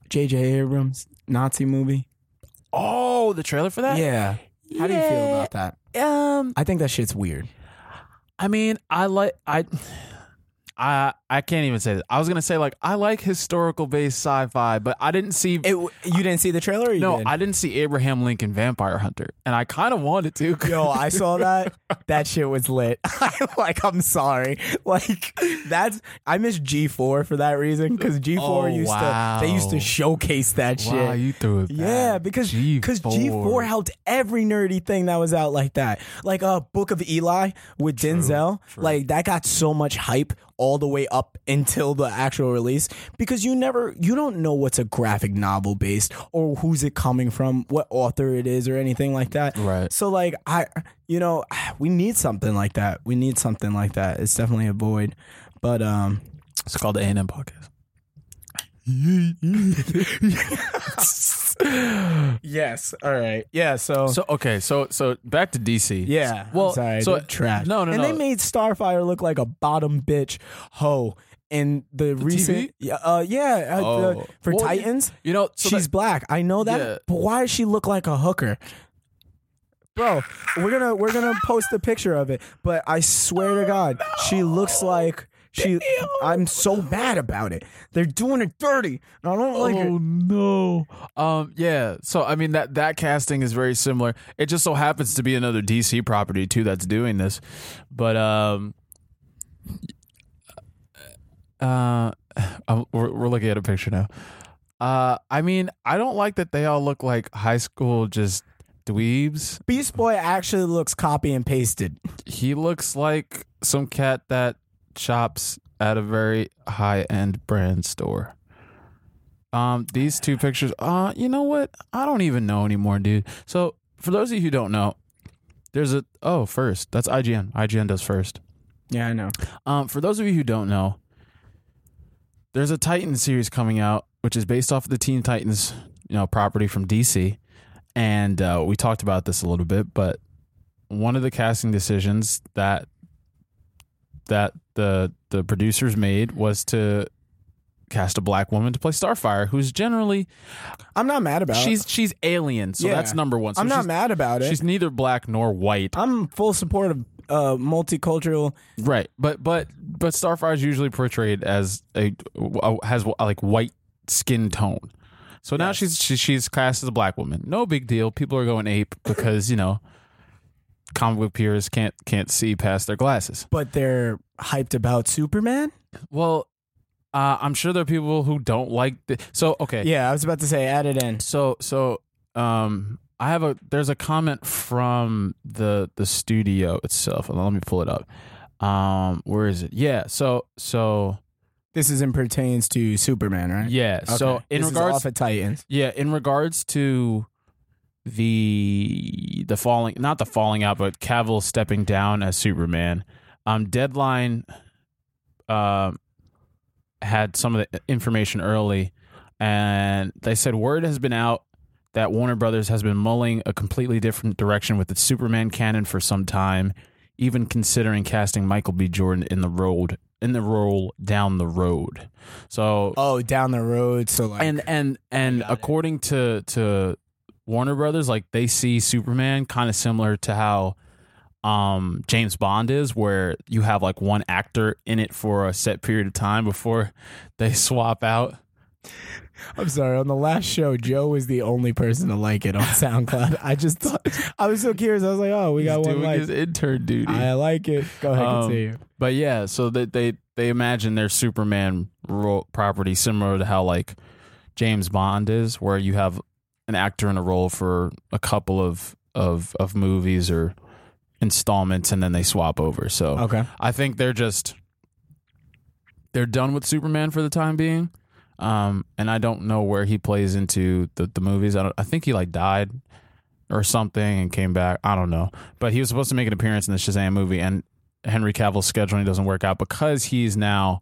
[SPEAKER 2] J.J. Abrams Nazi movie.
[SPEAKER 1] Oh, the trailer for that?
[SPEAKER 2] Yeah. How do you feel about that?
[SPEAKER 1] Yeah. Um,
[SPEAKER 2] I think that shit's weird.
[SPEAKER 1] I mean, I like I. I I can't even say that. I was gonna say like I like historical based sci-fi, but I didn't see
[SPEAKER 2] It, you didn't see the trailer? Or you
[SPEAKER 1] No,
[SPEAKER 2] did?
[SPEAKER 1] I didn't see Abraham Lincoln Vampire Hunter, and I kind of wanted to.
[SPEAKER 2] Yo, I saw that. That shit was lit. like, I'm sorry. Like, that's I miss G4 for that reason because G4
[SPEAKER 1] Oh,
[SPEAKER 2] used to they used
[SPEAKER 1] wow.
[SPEAKER 2] to showcase that shit.
[SPEAKER 1] wow, you threw it.
[SPEAKER 2] Yeah,
[SPEAKER 1] back.
[SPEAKER 2] because because G four helped every nerdy thing that was out like that, like a uh, Book of Eli with Denzel, like that got so much hype all the way up until the actual release because you never you don't know what's a graphic novel based or who's it coming from, what author it is or anything like that.
[SPEAKER 1] Right.
[SPEAKER 2] So like I, you know, we need something like that. We need something like that. It's definitely a void, but um.
[SPEAKER 1] It's called the A and M podcast.
[SPEAKER 2] Yes. All right. Yeah. So.
[SPEAKER 1] So okay, so so back to DC.
[SPEAKER 2] Yeah.
[SPEAKER 1] Well,
[SPEAKER 2] I'm sorry,
[SPEAKER 1] so
[SPEAKER 2] they're trash.
[SPEAKER 1] No, no,
[SPEAKER 2] and
[SPEAKER 1] no.
[SPEAKER 2] they made Starfire look like a bottom bitch hoe in the, recent.
[SPEAKER 1] TV?
[SPEAKER 2] Yeah, uh, yeah. uh, the-
[SPEAKER 1] Oh.
[SPEAKER 2] for
[SPEAKER 1] Well, you-
[SPEAKER 2] Titans,
[SPEAKER 1] you know, so
[SPEAKER 2] she's black. I know that,
[SPEAKER 1] Yeah.
[SPEAKER 2] but why does she look like a hooker? Bro, we're gonna we're gonna post a picture of it, but I swear to God, she looks like she. I'm so mad about it. They're doing her dirty, and I don't
[SPEAKER 1] that-
[SPEAKER 2] like it.
[SPEAKER 1] oh no. Um. Yeah. So I mean that that casting is very similar. It just so happens to be another DC property too that's doing this, but um. Uh, I'm, we're, we're looking at a picture now. Uh, I mean, I don't like that they all look like high school just dweebs.
[SPEAKER 2] Beast Boy actually looks copy and pasted.
[SPEAKER 1] He looks like some cat that shops at a very high end brand store. Um, these two pictures. Uh, you know what? I don't even know anymore, dude. So for those of you who don't know, there's a oh first. That's IGN. IGN does first.
[SPEAKER 2] Yeah, I know.
[SPEAKER 1] Um, for those of you who don't know, there's a Titan series coming out, which is based off of the Teen Titans, you know, property from DC, and uh, we talked about this a little bit, but one of the casting decisions that that the the producers made was to cast a black woman to play Starfire, who's generally
[SPEAKER 2] I'm not mad about it.
[SPEAKER 1] she's she's alien, so
[SPEAKER 2] Uh, Yeah.
[SPEAKER 1] that's number one. So
[SPEAKER 2] I'm not
[SPEAKER 1] she's-
[SPEAKER 2] mad about it.
[SPEAKER 1] She's neither black nor white.
[SPEAKER 2] I'm full support of uh, multicultural.
[SPEAKER 1] Right, but but but Starfire is usually portrayed as a has like white skin tone. So now she's she, she's cast as a black woman. No big deal. People are going ape because you know comic book peers can't can't see past their glasses.
[SPEAKER 2] But they're hyped about Superman.
[SPEAKER 1] Well, uh, I'm sure there are people who don't like. The, so okay,
[SPEAKER 2] Yeah, I was about to say add it in.
[SPEAKER 1] So so um I have a there's a comment from the the studio itself. Let me pull it up. Um, where is it? Yeah. So so
[SPEAKER 2] This is in pertains to Superman, right?
[SPEAKER 1] yeah. So
[SPEAKER 2] Okay.
[SPEAKER 1] in
[SPEAKER 2] This is
[SPEAKER 1] regards
[SPEAKER 2] off of Titans,
[SPEAKER 1] Yeah, in regards to the the falling not the falling out, but Cavill stepping down as Superman, um deadline um had some of the information early and they said word has been out that Warner Brothers has been mulling a completely different direction with its Superman canon for some time, even considering casting Michael B. Jordan in the road in the role down the road. So
[SPEAKER 2] oh, down the road. So like,
[SPEAKER 1] and and and
[SPEAKER 2] got it.
[SPEAKER 1] according to to Warner Brothers, like they see Superman kind of similar to how um James Bond is, where you have like one actor in it for a set period of time before they swap out.
[SPEAKER 2] I'm sorry. On the last show, Joe was the only person to like it on SoundCloud. I just thought I was so curious. I was like, oh, we got
[SPEAKER 1] He's
[SPEAKER 2] one
[SPEAKER 1] doing
[SPEAKER 2] like.
[SPEAKER 1] his intern duty.
[SPEAKER 2] I like it. Go ahead,
[SPEAKER 1] Um,
[SPEAKER 2] continue.
[SPEAKER 1] But yeah, so that they they imagine their Superman role property similar to how like James Bond is, where you have an actor in a role for a couple of of of movies or installments, and then they swap over. So
[SPEAKER 2] Okay.
[SPEAKER 1] I think they're just they're done with Superman for the time being. Um, and I don't know where he plays into the, the movies. I don't, I think he like died or something and came back. I don't know. But he was supposed to make an appearance in the Shazam movie and Henry Cavill's scheduling doesn't work out because he's now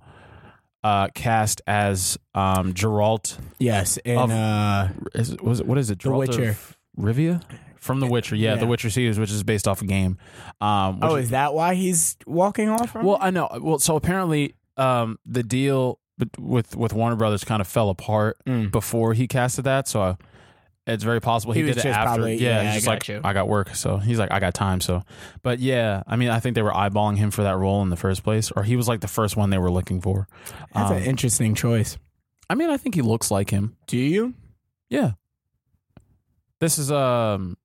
[SPEAKER 1] uh, cast as um, Geralt.
[SPEAKER 2] Yes, and
[SPEAKER 1] Of-
[SPEAKER 2] uh,
[SPEAKER 1] Is, it- was it, what is it?
[SPEAKER 2] The
[SPEAKER 1] Geralt
[SPEAKER 2] Witcher.
[SPEAKER 1] of Rivia from The Witcher. Yeah, The
[SPEAKER 2] Yeah.
[SPEAKER 1] Witcher series, which is based off a game. Um, which
[SPEAKER 2] oh, is that why he's walking off? From
[SPEAKER 1] Well, I know. Well, so apparently, um, the deal bet- with with Warner Brothers kind of fell apart
[SPEAKER 2] Mm.
[SPEAKER 1] before he casted that. So I, it's very possible he,
[SPEAKER 2] He was
[SPEAKER 1] did it
[SPEAKER 2] just
[SPEAKER 1] after.
[SPEAKER 2] probably- yeah,
[SPEAKER 1] yeah, he's
[SPEAKER 2] I
[SPEAKER 1] just
[SPEAKER 2] got
[SPEAKER 1] like
[SPEAKER 2] you.
[SPEAKER 1] I got work, so he's like I got time. So, but yeah, I mean, I think they were eyeballing him for that role in the first place, or he was like the first one they were looking for.
[SPEAKER 2] that's
[SPEAKER 1] Um,
[SPEAKER 2] an interesting choice.
[SPEAKER 1] I mean, I think he looks like him.
[SPEAKER 2] Do you?
[SPEAKER 1] Yeah. This is um,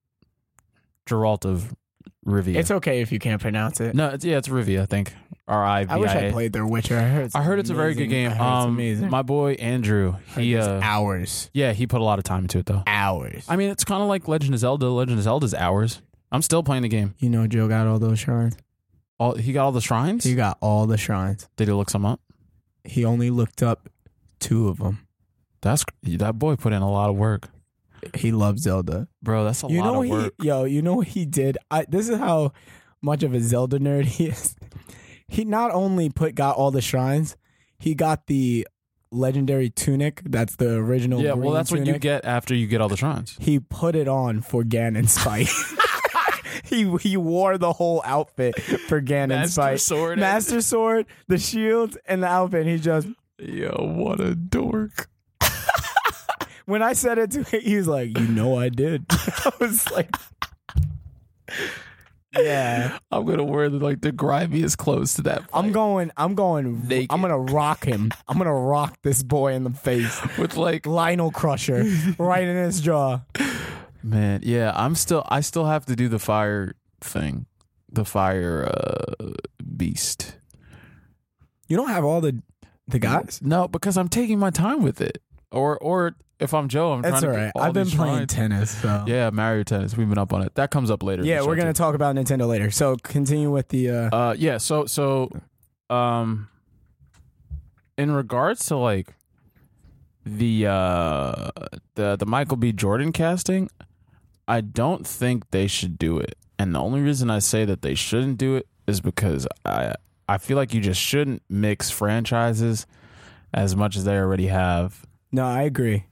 [SPEAKER 1] Geralt of Rivia.
[SPEAKER 2] It's okay if you can't pronounce it.
[SPEAKER 1] no, it's, yeah, it's Rivia, I think. R I V I A.
[SPEAKER 2] I wish I played their Witcher. I heard. It's
[SPEAKER 1] I heard it's a very good
[SPEAKER 2] amazing.
[SPEAKER 1] game.
[SPEAKER 2] I heard
[SPEAKER 1] um,
[SPEAKER 2] it's amazing.
[SPEAKER 1] my boy Andrew,
[SPEAKER 2] I heard
[SPEAKER 1] he
[SPEAKER 2] it's
[SPEAKER 1] uh,
[SPEAKER 2] hours,
[SPEAKER 1] yeah, he put a lot of time into it though.
[SPEAKER 2] hours.
[SPEAKER 1] I mean, it's kind of like Legend of Zelda. Legend of Zelda's hours. I'm still playing the game.
[SPEAKER 2] you know, Joe got all those shrines.
[SPEAKER 1] All he got all the shrines.
[SPEAKER 2] He got all the shrines.
[SPEAKER 1] Did he look some up?
[SPEAKER 2] He only looked up two of them.
[SPEAKER 1] That's that boy put in a lot of work,
[SPEAKER 2] He loves Zelda.
[SPEAKER 1] bro. That's a
[SPEAKER 2] you
[SPEAKER 1] lot
[SPEAKER 2] know
[SPEAKER 1] of
[SPEAKER 2] what
[SPEAKER 1] work.
[SPEAKER 2] he, yo, you know what he did? I, this is how much of a Zelda nerd he is. He not only put got all the shrines, he got the legendary tunic. That's the original.
[SPEAKER 1] yeah, well,
[SPEAKER 2] green
[SPEAKER 1] that's what you
[SPEAKER 2] tunic.
[SPEAKER 1] get after you get all the shrines.
[SPEAKER 2] He put it on for Ganon's fight. he he wore the whole outfit for Ganon's fight.
[SPEAKER 1] sword.
[SPEAKER 2] Master sword, the shield, and the outfit. He just
[SPEAKER 1] Yo, what a dork.
[SPEAKER 2] when I said it to him, he was like, "You know, I did." I was like, "Yeah."
[SPEAKER 1] I'm gonna wear the, like the grimiest clothes to that.
[SPEAKER 2] I'm going. I'm going.
[SPEAKER 1] Naked.
[SPEAKER 2] I'm gonna rock him. I'm gonna rock this boy in the face.
[SPEAKER 1] with like
[SPEAKER 2] Lionel Crusher, right in his jaw.
[SPEAKER 1] Man, yeah, I'm still I still have to do the fire thing. The fire uh beast.
[SPEAKER 2] You don't have all the the guys.
[SPEAKER 1] No, because I'm taking my time with it. Or or if I'm Joe, I'm
[SPEAKER 2] That's all
[SPEAKER 1] trying to
[SPEAKER 2] right.
[SPEAKER 1] get all
[SPEAKER 2] I've been
[SPEAKER 1] these
[SPEAKER 2] playing
[SPEAKER 1] shrines.
[SPEAKER 2] tennis. So
[SPEAKER 1] Yeah, Mario tennis. We've been up on it. That comes up later. in
[SPEAKER 2] yeah,
[SPEAKER 1] the
[SPEAKER 2] we're
[SPEAKER 1] show,
[SPEAKER 2] gonna talk about Nintendo later. So continue with the. Uh,
[SPEAKER 1] too. uh yeah, so so um in regards to like the uh the the Michael B. Jordan casting, I don't think they should do it. And the only reason I say that they shouldn't do it is because I I feel like you just shouldn't mix franchises as much as they already have.
[SPEAKER 2] no, I agree.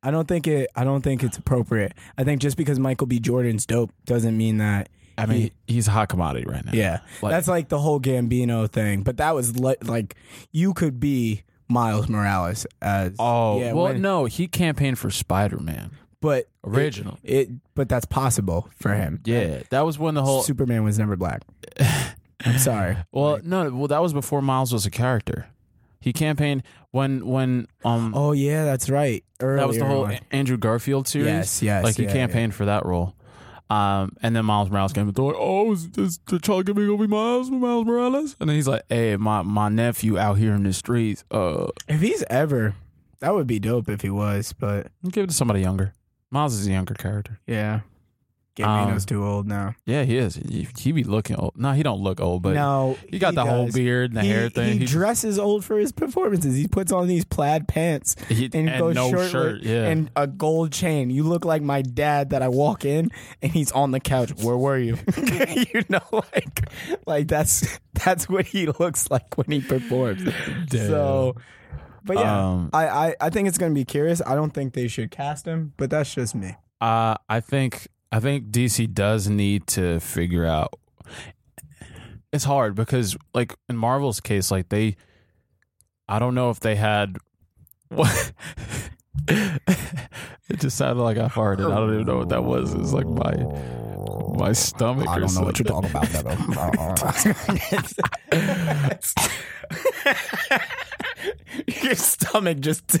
[SPEAKER 2] I don't think it. I don't think it's appropriate. I think just because Michael B. Jordan's dope doesn't mean that.
[SPEAKER 1] I mean, he's a hot commodity right now.
[SPEAKER 2] Yeah,
[SPEAKER 1] Like-
[SPEAKER 2] that's like the whole Gambino thing. But that was li- like you could be Miles Morales as
[SPEAKER 1] Oh,
[SPEAKER 2] yeah,
[SPEAKER 1] well,
[SPEAKER 2] when-
[SPEAKER 1] no, he campaigned for Spider Man
[SPEAKER 2] but
[SPEAKER 1] original.
[SPEAKER 2] it, but that's possible for him.
[SPEAKER 1] yeah, that was when the whole.
[SPEAKER 2] Superman was never black. I'm sorry.
[SPEAKER 1] Well, no, well, that was before Miles was a character. He campaigned when when um
[SPEAKER 2] Oh yeah, that's right.
[SPEAKER 1] that was the
[SPEAKER 2] Earlier
[SPEAKER 1] whole
[SPEAKER 2] on.
[SPEAKER 1] A- Andrew Garfield series.
[SPEAKER 2] Yes, yes,
[SPEAKER 1] Like he
[SPEAKER 2] yeah,
[SPEAKER 1] campaigned for that role. Um, and then Miles Morales came and they're like, "Oh, is this the child gonna be Miles Miles Morales?" And then he's like, "Hey, my my nephew out here in the streets. Uh,
[SPEAKER 2] If he's ever, that would be dope if he was. But
[SPEAKER 1] give it to somebody younger. Miles is a younger character.
[SPEAKER 2] yeah, Gambino's
[SPEAKER 1] Um,
[SPEAKER 2] too old now.
[SPEAKER 1] Yeah, he is. He, he be looking old. No, he don't look old, but
[SPEAKER 2] no,
[SPEAKER 1] he got the whole
[SPEAKER 2] does.
[SPEAKER 1] beard and the
[SPEAKER 2] he,
[SPEAKER 1] hair thing.
[SPEAKER 2] He,
[SPEAKER 1] He-
[SPEAKER 2] dresses old for his performances. He puts on these plaid pants
[SPEAKER 1] he-
[SPEAKER 2] and, goes
[SPEAKER 1] no
[SPEAKER 2] shirtless
[SPEAKER 1] shirt. Yeah,
[SPEAKER 2] and a gold chain. You look like my dad that I walk in and he's on the couch. Where were you? you know, like like that's that's what he looks like when he performs. So but yeah.
[SPEAKER 1] um,
[SPEAKER 2] I, I, I think it's gonna be curious. I don't think they should cast him, but that's just me.
[SPEAKER 1] uh, I think I think DC does need to figure out. It's hard because, like in Marvel's case, like they, I don't know if they had what. it just sounded like I farted. I don't even know what that was. It's like my my stomach. or something.
[SPEAKER 2] talking about. Uh-uh. Your stomach just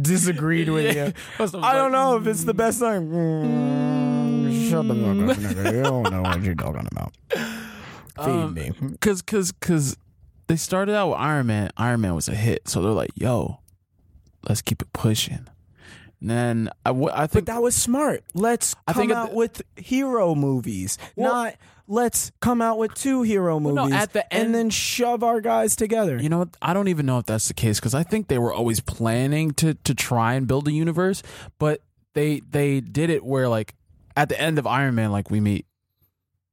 [SPEAKER 2] disagreed with you.
[SPEAKER 1] Must have
[SPEAKER 2] I don't
[SPEAKER 1] like-
[SPEAKER 2] know if it's the best song. Shut the fuck up, nigga. You don't know what you're talking about. Feed
[SPEAKER 1] Um,
[SPEAKER 2] me.
[SPEAKER 1] Cause, cause, cause they started out with Iron Man. Iron Man was a hit, so they're like, "Yo, let's keep it pushing." And then I, w- I
[SPEAKER 2] But
[SPEAKER 1] think
[SPEAKER 2] that was smart. Let's
[SPEAKER 1] I
[SPEAKER 2] come
[SPEAKER 1] think at
[SPEAKER 2] out
[SPEAKER 1] the-
[SPEAKER 2] with hero movies,
[SPEAKER 1] Well-
[SPEAKER 2] not let's come out with two hero movies
[SPEAKER 1] no, at the
[SPEAKER 2] and
[SPEAKER 1] end-
[SPEAKER 2] then shove our guys together.
[SPEAKER 1] you know what? I don't even know if that's the case because I think they were always planning to to try and build a universe, but they they did it where like at the end of Iron Man, like we meet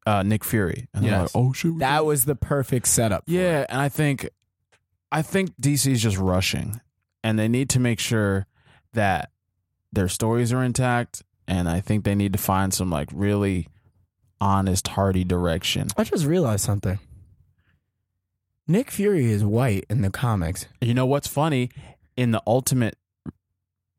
[SPEAKER 1] uh, Nick Fury, and they're
[SPEAKER 2] Yes.
[SPEAKER 1] like, "Oh shit, we
[SPEAKER 2] that was the perfect setup.
[SPEAKER 1] Yeah, and I think I think DC is just rushing and they need to make sure that their stories are intact and I think they need to find some like really honest hearty direction.
[SPEAKER 2] I just realized something. Nick Fury is white in the comics.
[SPEAKER 1] You know what's funny in the ultimate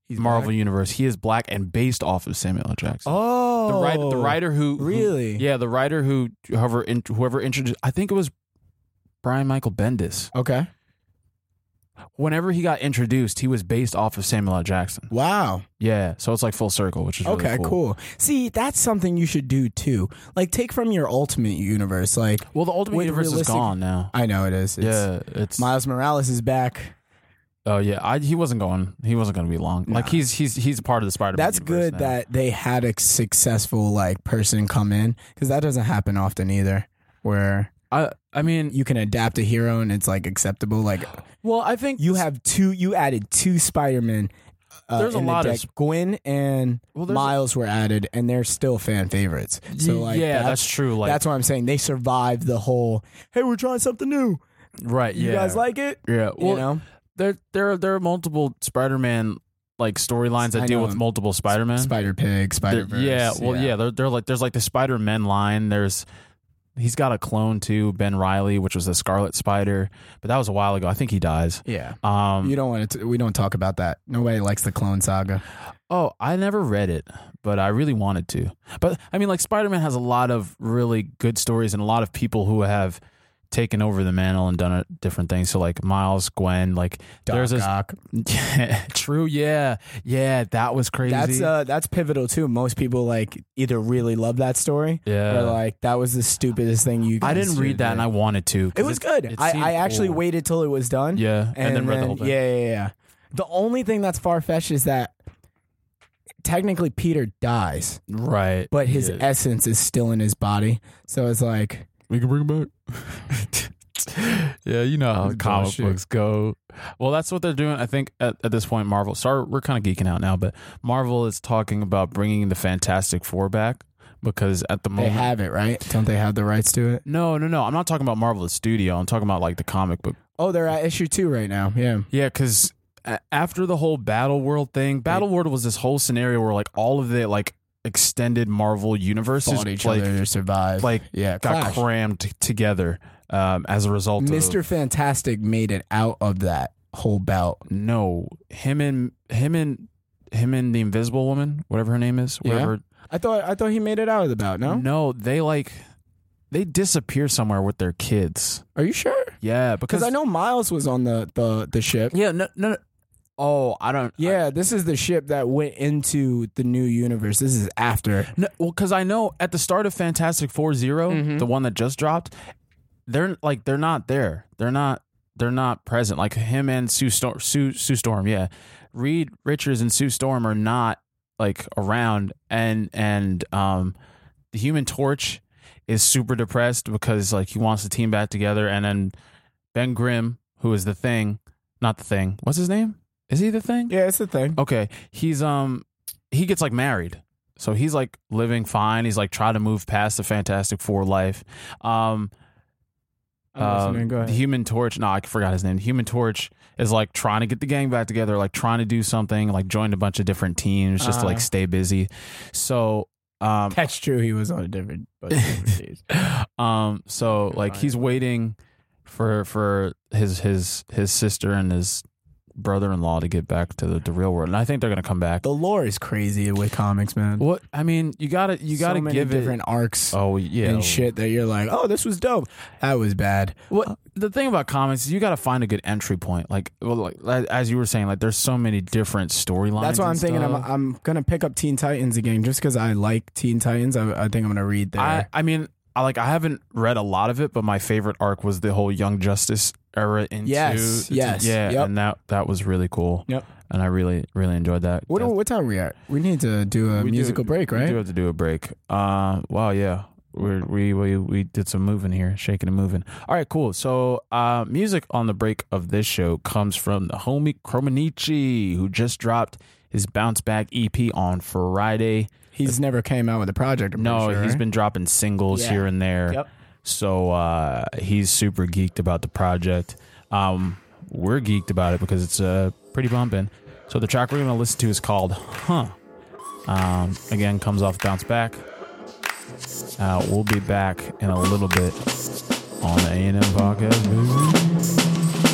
[SPEAKER 2] He's
[SPEAKER 1] Marvel
[SPEAKER 2] black.
[SPEAKER 1] universe, he is black and based off of Samuel L. Jackson.
[SPEAKER 2] Oh,
[SPEAKER 1] the writer the writer who who-
[SPEAKER 2] Really?
[SPEAKER 1] yeah, the writer who whoever in, whoever introduced I think it was Brian Michael Bendis.
[SPEAKER 2] Okay.
[SPEAKER 1] Whenever he got introduced, he was based off of Samuel L. Jackson.
[SPEAKER 2] Wow.
[SPEAKER 1] Yeah, so it's like full circle, which is really
[SPEAKER 2] okay. Cool. See, that's something you should do too. Like, take from your Ultimate Universe. Like,
[SPEAKER 1] Well, the Ultimate
[SPEAKER 2] With
[SPEAKER 1] Universe
[SPEAKER 2] realistic-
[SPEAKER 1] is gone now.
[SPEAKER 2] I know it is. It's,
[SPEAKER 1] yeah, it's
[SPEAKER 2] Miles Morales is back.
[SPEAKER 1] oh yeah. I, he wasn't going. He wasn't going to be long. Like he's he's he's a part of the Spider. man
[SPEAKER 2] That's good that they had a successful like person come in because that doesn't happen often either. Where
[SPEAKER 1] I I mean,
[SPEAKER 2] you can adapt a hero and it's like acceptable. Like
[SPEAKER 1] well, I think
[SPEAKER 2] you have two, you added two Spider Men. Uh,
[SPEAKER 1] There's a
[SPEAKER 2] in the
[SPEAKER 1] lot of
[SPEAKER 2] deck.
[SPEAKER 1] sp-
[SPEAKER 2] Gwen and
[SPEAKER 1] Well, there's a-
[SPEAKER 2] Miles were added, and they're still fan favorites. So like,
[SPEAKER 1] yeah, that's,
[SPEAKER 2] that's
[SPEAKER 1] true. Like
[SPEAKER 2] that's what I'm saying. They survived the whole. Hey, we're trying something new.
[SPEAKER 1] right.
[SPEAKER 2] You
[SPEAKER 1] yeah,
[SPEAKER 2] guys like it?
[SPEAKER 1] yeah. Well,
[SPEAKER 2] you know,
[SPEAKER 1] there there are, there are multiple Spider Man like storylines that
[SPEAKER 2] I
[SPEAKER 1] deal
[SPEAKER 2] know.
[SPEAKER 1] with multiple Spider Man.
[SPEAKER 2] Spider Pig, Spider Verse.
[SPEAKER 1] Yeah. Well, yeah. They're, they're like there's like the Spider Man line. There's he's got a clone too, Ben Riley, which was the Scarlet Spider, but that was a while ago. I think he dies.
[SPEAKER 2] yeah.
[SPEAKER 1] Um,
[SPEAKER 2] You don't want to. We don't talk about that. Nobody likes the Clone Saga.
[SPEAKER 1] Oh, I never read it, but I really wanted to. But I mean, like Spider Man has a lot of really good stories and a lot of people who have taken over the mantle and done it, different things. So like Miles, Gwen, like
[SPEAKER 2] Doc
[SPEAKER 1] there's this
[SPEAKER 2] Ock.
[SPEAKER 1] true, yeah, yeah, that was crazy.
[SPEAKER 2] That's uh, that's pivotal too. Most people like either really love that story,
[SPEAKER 1] yeah.
[SPEAKER 2] or like that was the stupidest thing you. Guys
[SPEAKER 1] I didn't read that, and I wanted to. 'cause
[SPEAKER 2] It was good.
[SPEAKER 1] it seemed
[SPEAKER 2] I, I actually
[SPEAKER 1] cool.
[SPEAKER 2] waited till it was done.
[SPEAKER 1] yeah, and, then read the whole thing.
[SPEAKER 2] Yeah, yeah, yeah. The only thing that's far fetched is that technically Peter dies,
[SPEAKER 1] right.
[SPEAKER 2] but his
[SPEAKER 1] Yeah.
[SPEAKER 2] essence is still in his body. So it's like,
[SPEAKER 1] We can bring him back. yeah, you know how
[SPEAKER 2] That's
[SPEAKER 1] comic
[SPEAKER 2] bullshit.
[SPEAKER 1] books go. Well, that's what they're doing. I think at, at this point, Marvel. Sorry, we're kind of geeking out now, but Marvel is talking about bringing the Fantastic Four back because at the
[SPEAKER 2] they
[SPEAKER 1] moment,
[SPEAKER 2] have it, right? Don't they have the rights to it?
[SPEAKER 1] no, no, no. I'm not talking about Marvel the studio. I'm talking about like the comic book.
[SPEAKER 2] Oh, they're at issue two right now. Yeah.
[SPEAKER 1] Yeah, because after the whole Battle World thing, Battle World was this whole scenario where like all of the like extended Marvel universes
[SPEAKER 2] Fought each
[SPEAKER 1] like
[SPEAKER 2] other to survive.
[SPEAKER 1] like,
[SPEAKER 2] yeah,
[SPEAKER 1] got
[SPEAKER 2] clash.
[SPEAKER 1] crammed t- together um, as a result of
[SPEAKER 2] Mr. Fantastic made it out of that whole bout.
[SPEAKER 1] No, him and him and him and the Invisible Woman, whatever her name is,
[SPEAKER 2] Yeah?
[SPEAKER 1] whatever.
[SPEAKER 2] I thought I thought he made it out of the bout. No,
[SPEAKER 1] no, they like they disappear somewhere with their kids.
[SPEAKER 2] are you sure?
[SPEAKER 1] Yeah,
[SPEAKER 2] Because
[SPEAKER 1] because
[SPEAKER 2] I know Miles was on the the the ship.
[SPEAKER 1] Yeah, no, no. no. Oh, I don't. I-
[SPEAKER 2] Yeah, this is the ship that went into the new universe. This is after.
[SPEAKER 1] no, well, because I know at the start of Fantastic Four 0 the one that just dropped, they're like they're not there. They're not. They're not present. Like him and Sue Storm. Sue, Sue Storm. Yeah, Reed Richards and Sue Storm are not like around, and and um, the Human Torch is super depressed because like he wants the team back together, and then Ben Grimm, who is the Thing, not the Thing, what's his name? Is he the Thing?
[SPEAKER 2] Yeah, it's the thing.
[SPEAKER 1] Okay, he's um he gets like married. So he's like living fine. He's like trying to move past the Fantastic Four life. Um
[SPEAKER 2] I'm
[SPEAKER 1] um,
[SPEAKER 2] listening. Go
[SPEAKER 1] the
[SPEAKER 2] ahead.
[SPEAKER 1] Human Torch, no, I forgot his name. The Human Torch is like trying to get the gang back together, like trying to do something, like joined a bunch of different teams just to like
[SPEAKER 2] Uh-huh.
[SPEAKER 1] stay busy. So um
[SPEAKER 2] That's true. He was on a different. but different days.
[SPEAKER 1] um so
[SPEAKER 2] Good
[SPEAKER 1] like
[SPEAKER 2] line.
[SPEAKER 1] he's waiting for for his his his sister and his brother-in-law to get back to the, the real world. And I think they're going to come back.
[SPEAKER 2] the lore is crazy with comics, man.
[SPEAKER 1] What I mean, you got to you got to
[SPEAKER 2] so many
[SPEAKER 1] give it
[SPEAKER 2] different arcs
[SPEAKER 1] Oh yeah,
[SPEAKER 2] and shit Uh, that you're like, oh, this was dope. That was bad.
[SPEAKER 1] Well, the thing about comics is you got to find a good entry point. Like, well, like li- as you were saying, like there's so many different storylines.
[SPEAKER 2] That's why I'm
[SPEAKER 1] and
[SPEAKER 2] thinking I'm
[SPEAKER 1] stuff.
[SPEAKER 2] I'm gonna pick up Teen Titans again just because I like Teen Titans. I, I think I'm gonna read there.
[SPEAKER 1] I, I mean, I like I haven't read a lot of it, but my favorite arc was the whole Young Justice era into
[SPEAKER 2] Yes,
[SPEAKER 1] into-
[SPEAKER 2] yes,
[SPEAKER 1] yeah,
[SPEAKER 2] yep.
[SPEAKER 1] and that that was really cool.
[SPEAKER 2] Yep.
[SPEAKER 1] and I really really enjoyed that.
[SPEAKER 2] what,
[SPEAKER 1] That's-
[SPEAKER 2] what time are we at? We need to do a
[SPEAKER 1] We do-
[SPEAKER 2] musical break,
[SPEAKER 1] we do
[SPEAKER 2] right?
[SPEAKER 1] have to do a break. Uh, wow, yeah. We're, we we we did some moving here, shaking and moving. All right, cool. So, uh, music on the break of this show comes from the homie Cromanichi, who just dropped his bounce back EP on Friday.
[SPEAKER 2] He's never came out with a project. I'm
[SPEAKER 1] No,
[SPEAKER 2] pretty sure,
[SPEAKER 1] he's
[SPEAKER 2] right?
[SPEAKER 1] been dropping singles
[SPEAKER 2] Yeah.
[SPEAKER 1] here and there.
[SPEAKER 2] Yep.
[SPEAKER 1] So uh, he's super geeked about the project. Um, we're geeked about it because it's uh, pretty bumping. So the track we're going to listen to is called Huh. Um, again, comes off Bounce Back. Uh, we'll be back in a little bit on the A&M podcast. baby.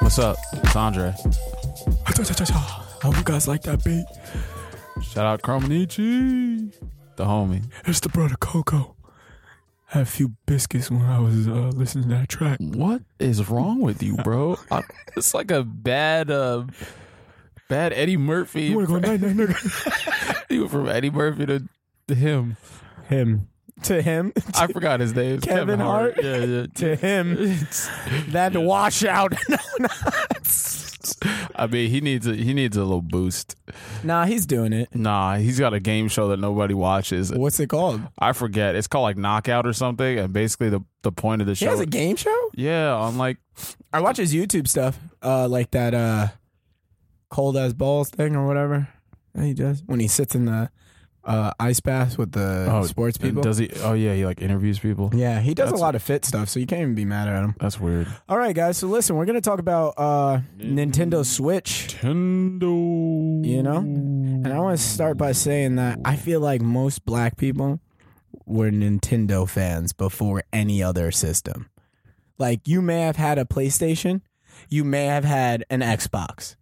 [SPEAKER 1] What's up? It's Andre.
[SPEAKER 2] I hope you guys like that beat.
[SPEAKER 1] Shout out Cromanichi, the homie.
[SPEAKER 2] It's the brother Coco. Had a few biscuits when I was uh, listening to that track.
[SPEAKER 1] What is wrong with you, bro? I, it's like a bad, uh, bad Eddie Murphy.
[SPEAKER 2] night night, nigga?
[SPEAKER 1] You went from Eddie Murphy to, to him.
[SPEAKER 2] Him to him
[SPEAKER 1] I forgot his name. It's
[SPEAKER 2] Kevin Hart?
[SPEAKER 1] Yeah, yeah.
[SPEAKER 2] to him
[SPEAKER 1] It's-
[SPEAKER 2] that washout. no, no.
[SPEAKER 1] I mean, he needs a, he needs a little boost.
[SPEAKER 2] Nah, he's doing it.
[SPEAKER 1] Nah, he's got a game show that nobody watches.
[SPEAKER 2] What's it called?
[SPEAKER 1] I forget. It's called like Knockout or something. And basically, the the point of the
[SPEAKER 2] He
[SPEAKER 1] show.
[SPEAKER 2] has a game show.
[SPEAKER 1] yeah, on like
[SPEAKER 2] I watch his YouTube stuff, uh, like that uh, cold as balls thing or whatever that he does when he sits in the uh, ice bath with the
[SPEAKER 1] Oh,
[SPEAKER 2] sports people.
[SPEAKER 1] Does he? Oh yeah, he like interviews people.
[SPEAKER 2] yeah, he does a
[SPEAKER 1] That's-
[SPEAKER 2] lot of fit stuff, so you can't even be mad at him.
[SPEAKER 1] That's weird.
[SPEAKER 2] All right, guys. So listen, we're gonna talk about uh, Nintendo Switch,
[SPEAKER 1] Nintendo.
[SPEAKER 2] You know? and I want to start by saying that I feel like most black people were Nintendo fans before any other system. Like you may have had a PlayStation, you may have had an Xbox,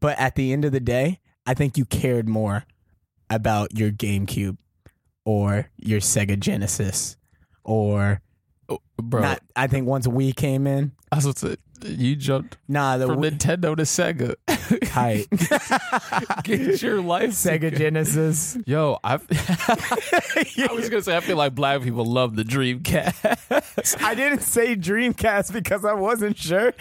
[SPEAKER 2] but at the end of the day, I think you cared more about your GameCube or your Sega Genesis or
[SPEAKER 1] Oh, bro.
[SPEAKER 2] not. I think once we came in,
[SPEAKER 1] that's what's it. You jumped
[SPEAKER 2] nah, the
[SPEAKER 1] from
[SPEAKER 2] Wii-
[SPEAKER 1] Nintendo to Sega.
[SPEAKER 2] tight
[SPEAKER 1] Get your life
[SPEAKER 2] Sega
[SPEAKER 1] together.
[SPEAKER 2] Genesis.
[SPEAKER 1] Yo, I. I was gonna say I feel like black people love the Dreamcast.
[SPEAKER 2] I didn't say Dreamcast because I wasn't sure,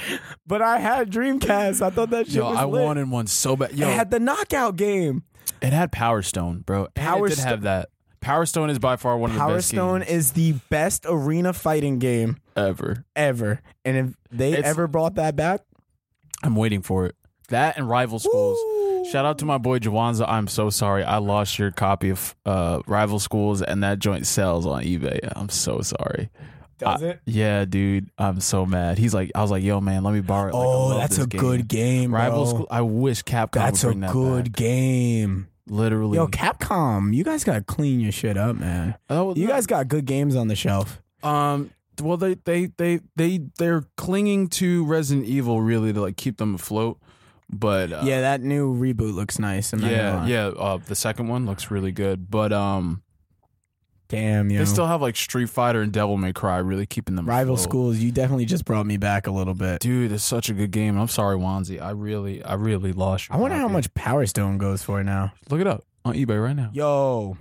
[SPEAKER 2] but I had Dreamcast. I thought that shit
[SPEAKER 1] Yo,
[SPEAKER 2] was
[SPEAKER 1] I
[SPEAKER 2] lit.
[SPEAKER 1] wanted one so bad. Yo,
[SPEAKER 2] It had the knockout game.
[SPEAKER 1] It had Power Stone, bro. And
[SPEAKER 2] Power
[SPEAKER 1] it did
[SPEAKER 2] Sto-
[SPEAKER 1] have that. Power Stone is by far one of the
[SPEAKER 2] Power
[SPEAKER 1] best
[SPEAKER 2] Stone
[SPEAKER 1] games
[SPEAKER 2] is the best arena fighting game
[SPEAKER 1] ever.
[SPEAKER 2] ever, and if they
[SPEAKER 1] It's-
[SPEAKER 2] ever brought that back,
[SPEAKER 1] I'm waiting for it. That and Rival Schools.
[SPEAKER 2] woo.
[SPEAKER 1] Shout out to my boy Jawanza. I'm so sorry. I lost your copy of uh, Rival Schools, and that joint sells on eBay. I'm so sorry.
[SPEAKER 2] Does it?
[SPEAKER 1] Yeah, dude, I'm so mad. He's like, I was like, yo, man, let me borrow it. Like, I
[SPEAKER 2] oh,
[SPEAKER 1] love
[SPEAKER 2] that's
[SPEAKER 1] this
[SPEAKER 2] a good game, bro.
[SPEAKER 1] Rival School. I wish Capcom
[SPEAKER 2] That's
[SPEAKER 1] would
[SPEAKER 2] a
[SPEAKER 1] bring that
[SPEAKER 2] good
[SPEAKER 1] back.
[SPEAKER 2] game.
[SPEAKER 1] Literally.
[SPEAKER 2] Yo, Capcom, you guys gotta clean your shit up, man.
[SPEAKER 1] oh,
[SPEAKER 2] You
[SPEAKER 1] no.
[SPEAKER 2] guys got good games on the shelf.
[SPEAKER 1] Um. Well, they they they they they're clinging to Resident Evil really to like keep them afloat, but uh,
[SPEAKER 2] yeah, that new reboot looks nice. I'm not gonna
[SPEAKER 1] yeah,
[SPEAKER 2] lie.
[SPEAKER 1] yeah. Uh, the second one looks really good, but um,
[SPEAKER 2] Damn, yo.
[SPEAKER 1] they still Oh. have like Street Fighter and Devil May Cry really keeping them
[SPEAKER 2] Rival
[SPEAKER 1] afloat.
[SPEAKER 2] schools, you definitely just brought me back a little bit.
[SPEAKER 1] Dude, it's such a good game. I'm sorry, Wanzi. I really, I really lost. your
[SPEAKER 2] I wonder how
[SPEAKER 1] copy.
[SPEAKER 2] much Power Stone goes for now.
[SPEAKER 1] Look it up on eBay right now.
[SPEAKER 2] Yo,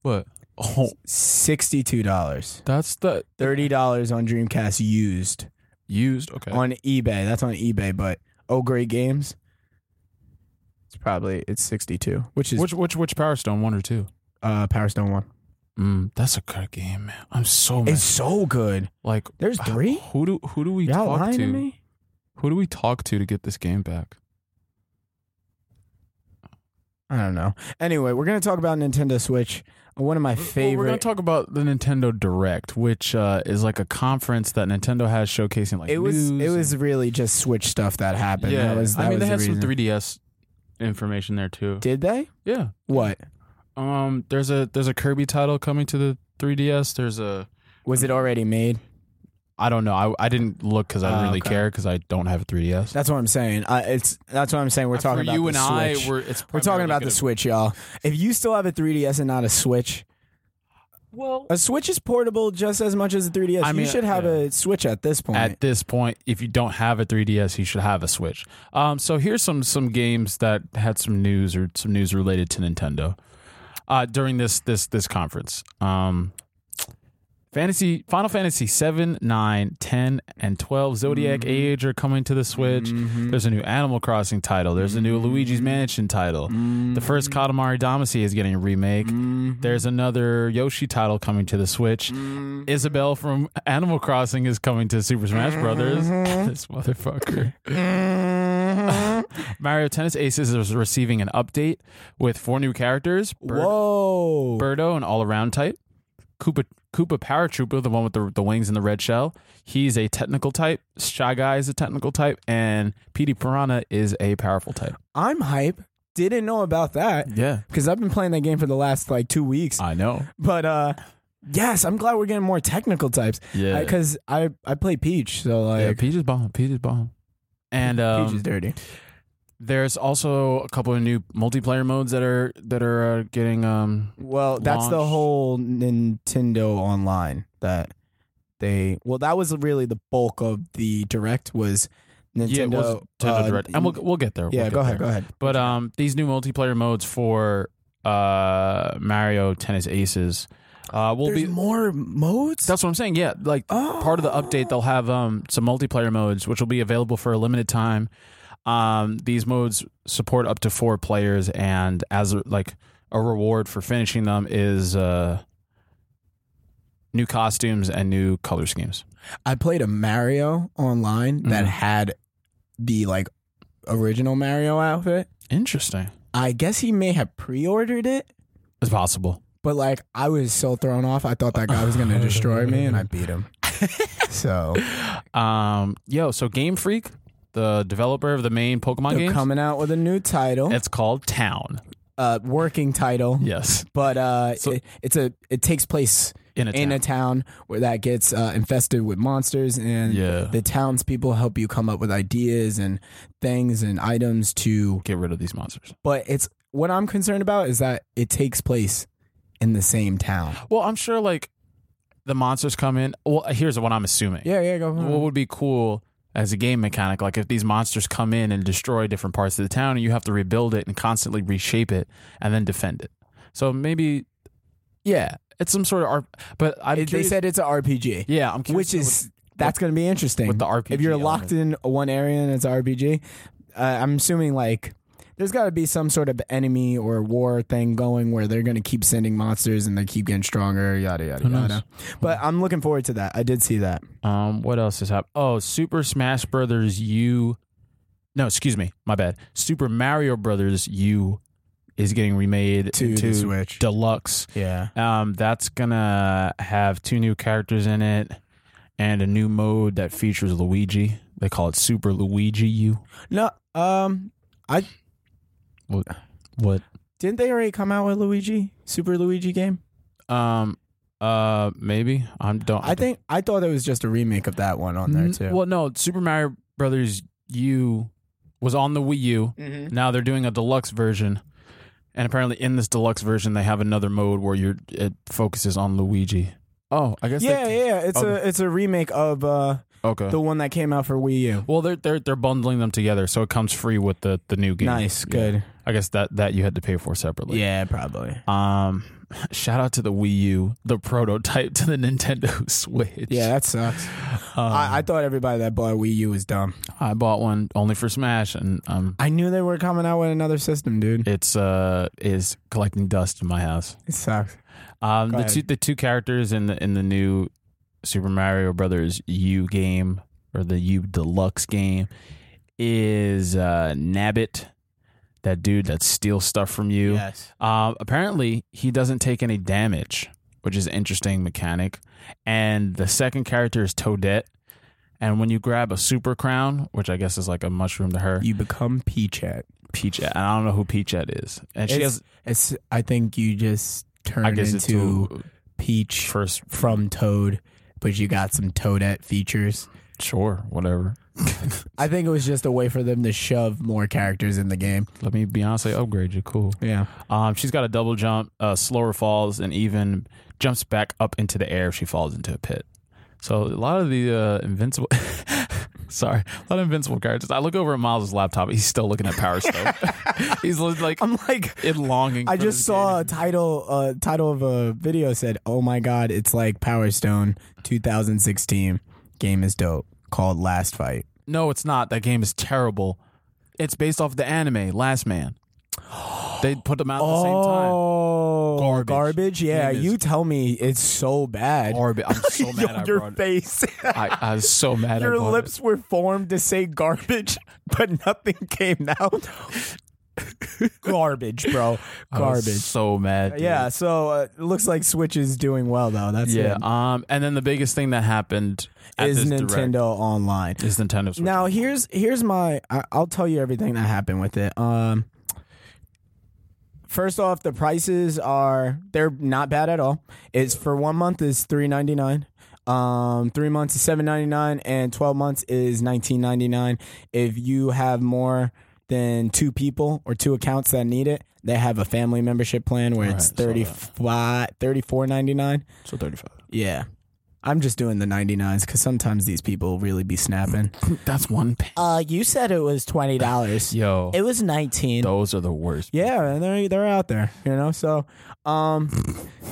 [SPEAKER 1] What? Oh,
[SPEAKER 2] sixty-two dollars,
[SPEAKER 1] that's the
[SPEAKER 2] thirty dollars on Dreamcast used
[SPEAKER 1] used. Okay.
[SPEAKER 2] on eBay. That's on eBay, but oh, great games. It's probably it's sixty-two, which is
[SPEAKER 1] Which which which Power Stone one or two?
[SPEAKER 2] uh, Power Stone one.
[SPEAKER 1] Mm, that's a good game, man. I'm so mad.
[SPEAKER 2] It's so good.
[SPEAKER 1] like
[SPEAKER 2] There's three.
[SPEAKER 1] Who do who do we
[SPEAKER 2] Y'all
[SPEAKER 1] talk
[SPEAKER 2] lying
[SPEAKER 1] to?
[SPEAKER 2] to me?
[SPEAKER 1] Who do we talk to to get this game back?
[SPEAKER 2] I don't know. Anyway, we're gonna talk about Nintendo Switch. One of my
[SPEAKER 1] Well, we're
[SPEAKER 2] favorite.
[SPEAKER 1] gonna talk about the Nintendo Direct, which uh, is like a conference that Nintendo has showcasing like
[SPEAKER 2] it was
[SPEAKER 1] news
[SPEAKER 2] it
[SPEAKER 1] and-
[SPEAKER 2] was really just Switch stuff that happened.
[SPEAKER 1] yeah.
[SPEAKER 2] that was, that
[SPEAKER 1] I mean,
[SPEAKER 2] was
[SPEAKER 1] they
[SPEAKER 2] the
[SPEAKER 1] had some
[SPEAKER 2] reason.
[SPEAKER 1] 3DS information there too.
[SPEAKER 2] Did they?
[SPEAKER 1] yeah.
[SPEAKER 2] What
[SPEAKER 1] Um. There's a there's a Kirby title coming to the 3DS. There's a
[SPEAKER 2] was it already made?
[SPEAKER 1] I don't know. I, I didn't look because I
[SPEAKER 2] Ah,
[SPEAKER 1] really
[SPEAKER 2] okay.
[SPEAKER 1] care because I don't have a 3DS.
[SPEAKER 2] That's what I'm saying. I, it's that's what I'm saying. We're talking
[SPEAKER 1] Uh, For
[SPEAKER 2] about
[SPEAKER 1] you
[SPEAKER 2] the
[SPEAKER 1] and
[SPEAKER 2] Switch.
[SPEAKER 1] I. We're it's
[SPEAKER 2] We're talking about the
[SPEAKER 1] this.
[SPEAKER 2] Switch, y'all. If you still have a 3DS and not a Switch,
[SPEAKER 1] Well,
[SPEAKER 2] a Switch is portable just as much as a 3DS.
[SPEAKER 1] I mean,
[SPEAKER 2] you should have
[SPEAKER 1] yeah.
[SPEAKER 2] a Switch at this point.
[SPEAKER 1] at this point if you don't have a 3ds you should have a switch um, so here's some some games that had some news or some news related to nintendo uh, during this this this conference um, fantasy final fantasy 7 9 10 and 12 zodiac age are coming to the switch there's a new animal crossing title there's a new luigi's mansion title the first katamari damacy is getting a remake there's another Yoshi title coming to the Switch. Isabel from Animal Crossing is coming to Super Smash Brothers. this motherfucker. Mario Tennis Aces is receiving an update with four new characters: Bird,
[SPEAKER 2] Whoa!
[SPEAKER 1] Birdo, an all-around type. Koopa, Koopa Paratrooper, the one with the, the wings and the red shell. He's a technical type. Shy Guy is a technical type, and Petey Piranha is a powerful type.
[SPEAKER 2] I'm hype. Didn't know about that
[SPEAKER 1] Yeah,
[SPEAKER 2] because I've been playing that game for the last like two weeks.
[SPEAKER 1] I know.
[SPEAKER 2] But uh, yes, I'm glad we're getting more technical types.
[SPEAKER 1] Yeah,
[SPEAKER 2] because I I play Peach, so
[SPEAKER 1] yeah
[SPEAKER 2] like
[SPEAKER 1] Peach is bomb. Peach is bomb. And um,
[SPEAKER 2] Peach is dirty.
[SPEAKER 1] There's also a couple of new multiplayer modes that are that are uh, getting um
[SPEAKER 2] Well, that's the
[SPEAKER 1] launch.
[SPEAKER 2] whole Nintendo Online that they. Well, that was really the bulk of the direct was Nintendo.
[SPEAKER 1] yeah, it was Nintendo
[SPEAKER 2] uh,
[SPEAKER 1] Direct, and we'll we'll get there.
[SPEAKER 2] yeah,
[SPEAKER 1] We'll get
[SPEAKER 2] go ahead,
[SPEAKER 1] there.
[SPEAKER 2] go ahead.
[SPEAKER 1] But um, these new multiplayer modes for uh Mario Tennis Aces, uh, will
[SPEAKER 2] There's
[SPEAKER 1] be.
[SPEAKER 2] more modes.
[SPEAKER 1] That's what I'm saying. Yeah, like
[SPEAKER 2] oh.
[SPEAKER 1] part of the update, they'll have um some multiplayer modes which will be available for a limited time. Um, these modes support up to four players, and as a- like a reward for finishing them is uh, new costumes and new color schemes.
[SPEAKER 2] I played a Mario online that
[SPEAKER 1] Mhm.
[SPEAKER 2] had the like original Mario outfit.
[SPEAKER 1] Interesting.
[SPEAKER 2] I guess he may have pre-ordered it,
[SPEAKER 1] It's possible.
[SPEAKER 2] but like I was so thrown off. I thought that guy was going to destroy me, and I beat him. so
[SPEAKER 1] Um, yo, so Game Freak, the developer of the main Pokemon
[SPEAKER 2] they're
[SPEAKER 1] games,
[SPEAKER 2] coming out with a new title,
[SPEAKER 1] it's called Town.
[SPEAKER 2] uh, working title.
[SPEAKER 1] Yes,
[SPEAKER 2] But uh,
[SPEAKER 1] So-
[SPEAKER 2] it, it's a it takes place
[SPEAKER 1] in a
[SPEAKER 2] in a
[SPEAKER 1] town.
[SPEAKER 2] town where that gets uh, infested with monsters, and
[SPEAKER 1] Yeah.
[SPEAKER 2] the townspeople help you come up with ideas and things and items to
[SPEAKER 1] Get rid of these monsters.
[SPEAKER 2] but it's what I'm concerned about is that it takes place in the same town.
[SPEAKER 1] Well, I'm sure like the monsters come in. Well, here's what I'm assuming.
[SPEAKER 2] Yeah, yeah, go.
[SPEAKER 1] What would be cool as a game mechanic, like if these monsters come in and destroy different parts of the town, and you have to rebuild it and constantly reshape it and then defend it. So maybe, yeah, it's some sort of art. But I'm
[SPEAKER 2] It- they
[SPEAKER 1] curious-
[SPEAKER 2] said it's an RPG,
[SPEAKER 1] yeah, I'm curious
[SPEAKER 2] which is that's going to be interesting.
[SPEAKER 1] with the RPG
[SPEAKER 2] if you're locked in one area and it's a RPG, uh, I'm assuming like there's got to be some sort of enemy or war thing going where they're going to keep sending monsters and they keep getting stronger, yada yada
[SPEAKER 1] Who knows?
[SPEAKER 2] yada. But I'm looking forward to that. I did see that.
[SPEAKER 1] Um, what else has happened? Oh, Super Smash Brothers U. No, excuse me, my bad. Super Mario Brothers U is getting remade
[SPEAKER 2] To the
[SPEAKER 1] into
[SPEAKER 2] Switch.
[SPEAKER 1] deluxe.
[SPEAKER 2] Yeah,
[SPEAKER 1] Um, that's gonna have two new characters in it and a new mode that features Luigi. They call it Super Luigi U.
[SPEAKER 2] no, um, I
[SPEAKER 1] What? What?
[SPEAKER 2] didn't they already come out with Luigi Super Luigi game.
[SPEAKER 1] Um. Uh. Maybe I'm don't.
[SPEAKER 2] I think I thought it was just a remake of that one on there
[SPEAKER 1] N-
[SPEAKER 2] too.
[SPEAKER 1] Well, no. Super Mario Brothers U was on the Wii U.
[SPEAKER 2] mm-hmm.
[SPEAKER 1] Now they're doing a deluxe version, and apparently in this deluxe version they have another mode where you're it focuses on Luigi. Oh, I guess.
[SPEAKER 2] Yeah,
[SPEAKER 1] they,
[SPEAKER 2] yeah, it's a
[SPEAKER 1] Okay.
[SPEAKER 2] it's a remake of uh,
[SPEAKER 1] Okay.
[SPEAKER 2] the one that came out for Wii U.
[SPEAKER 1] well, they're they're they're bundling them together, so it comes free with the the new game.
[SPEAKER 2] Nice,
[SPEAKER 1] Yeah.
[SPEAKER 2] good.
[SPEAKER 1] I guess that that you had to pay for separately.
[SPEAKER 2] Yeah, probably.
[SPEAKER 1] Um, shout out to the Wii U, the prototype to the Nintendo Switch.
[SPEAKER 2] Yeah, that sucks.
[SPEAKER 1] Um,
[SPEAKER 2] I, I
[SPEAKER 1] I,
[SPEAKER 2] thought everybody that bought a Wii U was dumb.
[SPEAKER 1] bought one only for Smash, and um,
[SPEAKER 2] I knew they were coming out with another system, dude.
[SPEAKER 1] it's uh is collecting dust in my house.
[SPEAKER 2] It sucks.
[SPEAKER 1] Um,
[SPEAKER 2] Go
[SPEAKER 1] the
[SPEAKER 2] ahead.
[SPEAKER 1] two the two characters in the in the new Super Mario Brothers U game or the U Deluxe game is uh Nabbit, that dude that steals stuff from you.
[SPEAKER 2] Yes.
[SPEAKER 1] Um, apparently, he doesn't take any damage, which is an interesting mechanic. And the second character is Toadette. And when you grab a super crown, which I guess is like a mushroom to her,
[SPEAKER 2] You become Peachette.
[SPEAKER 1] Peach, and I don't know who Peachette is. And she
[SPEAKER 2] It's-
[SPEAKER 1] has,
[SPEAKER 2] It's. I think you just turn
[SPEAKER 1] I guess, it's
[SPEAKER 2] into
[SPEAKER 1] who-
[SPEAKER 2] Peach
[SPEAKER 1] first.
[SPEAKER 2] from Toad, but you got some Toadette features.
[SPEAKER 1] Sure, whatever.
[SPEAKER 2] I think it was just a way for them to shove more characters in the game.
[SPEAKER 1] Let me Beyonce upgrade you. Cool.
[SPEAKER 2] Yeah.
[SPEAKER 1] Um, she's got a double jump, uh, slower falls, and even jumps back up into the air if she falls into a pit. So a lot of the uh, invincible, sorry, a lot of invincible characters. I look over at Miles' laptop; he's still looking at Power Stone. he's li- like,
[SPEAKER 2] I'm like,
[SPEAKER 1] in longing.
[SPEAKER 2] I
[SPEAKER 1] for
[SPEAKER 2] just
[SPEAKER 1] this
[SPEAKER 2] saw
[SPEAKER 1] game.
[SPEAKER 2] a title uh, title of a video said, "Oh my god, it's like Power Stone 2016 game is dope called Last Fight."
[SPEAKER 1] No, it's not. That game is terrible. It's based off the anime Last Man. They put them out at the same time.
[SPEAKER 2] Oh,
[SPEAKER 1] Garbage.
[SPEAKER 2] garbage. Yeah,
[SPEAKER 1] Game is-
[SPEAKER 2] you tell me it's so bad.
[SPEAKER 1] Orbit. I'm so
[SPEAKER 2] Yo,
[SPEAKER 1] mad. I
[SPEAKER 2] your
[SPEAKER 1] brought it.
[SPEAKER 2] face,
[SPEAKER 1] I, I was so mad. I
[SPEAKER 2] your
[SPEAKER 1] brought it.
[SPEAKER 2] lips were formed to say garbage, but nothing came out. garbage, bro.
[SPEAKER 1] I was
[SPEAKER 2] Garbage.
[SPEAKER 1] so mad. dude.
[SPEAKER 2] Yeah, so uh, it looks like Switch is doing well though. That's
[SPEAKER 1] Yeah.
[SPEAKER 2] it.
[SPEAKER 1] Um. And then the biggest thing that happened at
[SPEAKER 2] Is
[SPEAKER 1] this
[SPEAKER 2] Nintendo
[SPEAKER 1] Direct
[SPEAKER 2] Online?
[SPEAKER 1] is Nintendo Switch.
[SPEAKER 2] Now here's here's my I, I'll tell you everything that happened with it. Um First off, the prices are they're not bad at all. It's for 1 month is 3.99. Um 3 months is 7.99 and 12 months is 19.99. If you have more than two people or two accounts that need it, they have a family membership plan where it's
[SPEAKER 1] Right, I saw
[SPEAKER 2] 35
[SPEAKER 1] that.
[SPEAKER 2] 34.99.
[SPEAKER 1] so thirty-five.
[SPEAKER 2] Yeah. I'm just doing the 99s because sometimes these people really be snapping.
[SPEAKER 1] That's one. Pay.
[SPEAKER 3] Uh, you said it was twenty dollars.
[SPEAKER 1] Yo,
[SPEAKER 3] It was nineteen.
[SPEAKER 1] those are the worst.
[SPEAKER 2] Yeah, and they're they're out there, you know. So, um,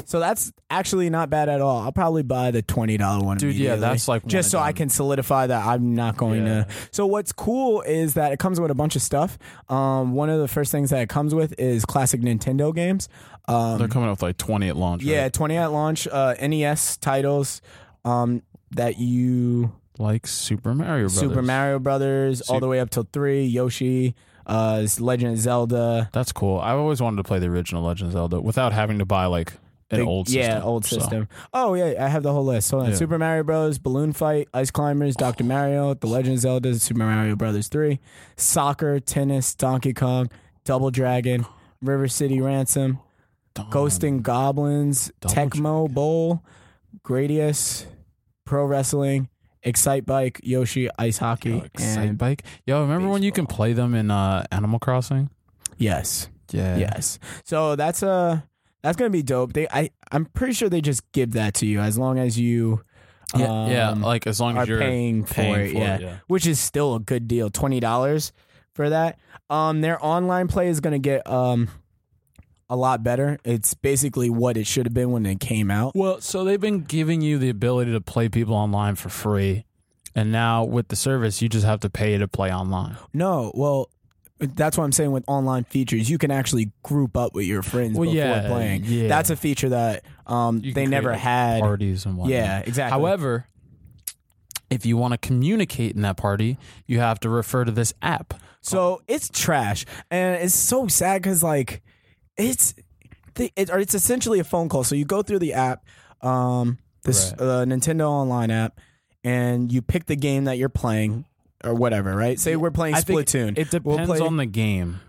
[SPEAKER 2] so that's actually not bad at all. I'll probably buy the twenty dollar one,
[SPEAKER 1] Dude, yeah,
[SPEAKER 2] immediately,
[SPEAKER 1] that's like one
[SPEAKER 2] just
[SPEAKER 1] and
[SPEAKER 2] so I
[SPEAKER 1] done.
[SPEAKER 2] can solidify that I'm not going
[SPEAKER 1] Yeah.
[SPEAKER 2] to. So what's cool is that it comes with a bunch of stuff. Um, one of the first things that it comes with is classic Nintendo games. Um,
[SPEAKER 1] They're coming up with like twenty at launch.
[SPEAKER 2] yeah,
[SPEAKER 1] right?
[SPEAKER 2] twenty at launch, uh, NES titles, um, that you
[SPEAKER 1] like Super Mario Brothers.
[SPEAKER 2] Super Mario Brothers all the way up till three, Yoshi, uh, Legend of Zelda.
[SPEAKER 1] That's cool. I've always wanted to play the original Legend of Zelda without having to buy like an
[SPEAKER 2] Big-
[SPEAKER 1] old
[SPEAKER 2] yeah,
[SPEAKER 1] system.
[SPEAKER 2] old
[SPEAKER 1] So,
[SPEAKER 2] system. Oh yeah, I have the whole list. Hold on.
[SPEAKER 1] Yeah. Oh.
[SPEAKER 2] Super Mario Bros, Balloon Fight, Ice Climbers, Doctor Mario, The Legend of Zelda, Super Mario Brothers Three, Soccer, Tennis, Donkey Kong, Double Dragon, River City Ransom,
[SPEAKER 1] Dawn.
[SPEAKER 2] Ghosting Goblins,
[SPEAKER 1] Double
[SPEAKER 2] Tecmo Bowl, Gradius, Pro Wrestling, Excite Bike, Yoshi, Ice Hockey,
[SPEAKER 1] Yo, Excite
[SPEAKER 2] and
[SPEAKER 1] bike. Yo, remember when you can
[SPEAKER 2] baseball.
[SPEAKER 1] play them in uh, Animal Crossing?
[SPEAKER 2] yes,
[SPEAKER 1] Yeah.
[SPEAKER 2] yes. So that's uh that's gonna be dope. They I I'm pretty sure they just give that to you as long as you.
[SPEAKER 1] Yeah, yeah,
[SPEAKER 2] um,
[SPEAKER 1] like as long
[SPEAKER 2] are
[SPEAKER 1] as you're
[SPEAKER 2] paying for
[SPEAKER 1] paying
[SPEAKER 2] it,
[SPEAKER 1] for
[SPEAKER 2] yeah.
[SPEAKER 1] it, yeah.
[SPEAKER 2] which is still a good deal, twenty dollars for that. Um, their online play is gonna get um a lot better. It's basically what it should have been when it came out.
[SPEAKER 1] Well, so they've been giving you the ability to play people online for free. And now with the service, you just have to pay to play online.
[SPEAKER 2] No, well, that's what I'm saying with online features. You can actually group up with your friends
[SPEAKER 1] Well,
[SPEAKER 2] before
[SPEAKER 1] yeah,
[SPEAKER 2] playing.
[SPEAKER 1] yeah.
[SPEAKER 2] That's a feature that um
[SPEAKER 1] You can
[SPEAKER 2] they
[SPEAKER 1] create,
[SPEAKER 2] never
[SPEAKER 1] like,
[SPEAKER 2] had.
[SPEAKER 1] Parties and whatnot.
[SPEAKER 2] Yeah, exactly.
[SPEAKER 1] However, if you want to communicate in that party, you have to refer to this app.
[SPEAKER 2] So it's trash, and it's so sad because like it's the, it, or it's essentially a phone call. So you go through the app, um, this
[SPEAKER 1] Right.
[SPEAKER 2] uh, Nintendo Online app, and you pick the game that you're playing or whatever. Right? Say we're playing
[SPEAKER 1] I think
[SPEAKER 2] Splatoon.
[SPEAKER 1] It depends
[SPEAKER 2] We'll play-
[SPEAKER 1] on the game.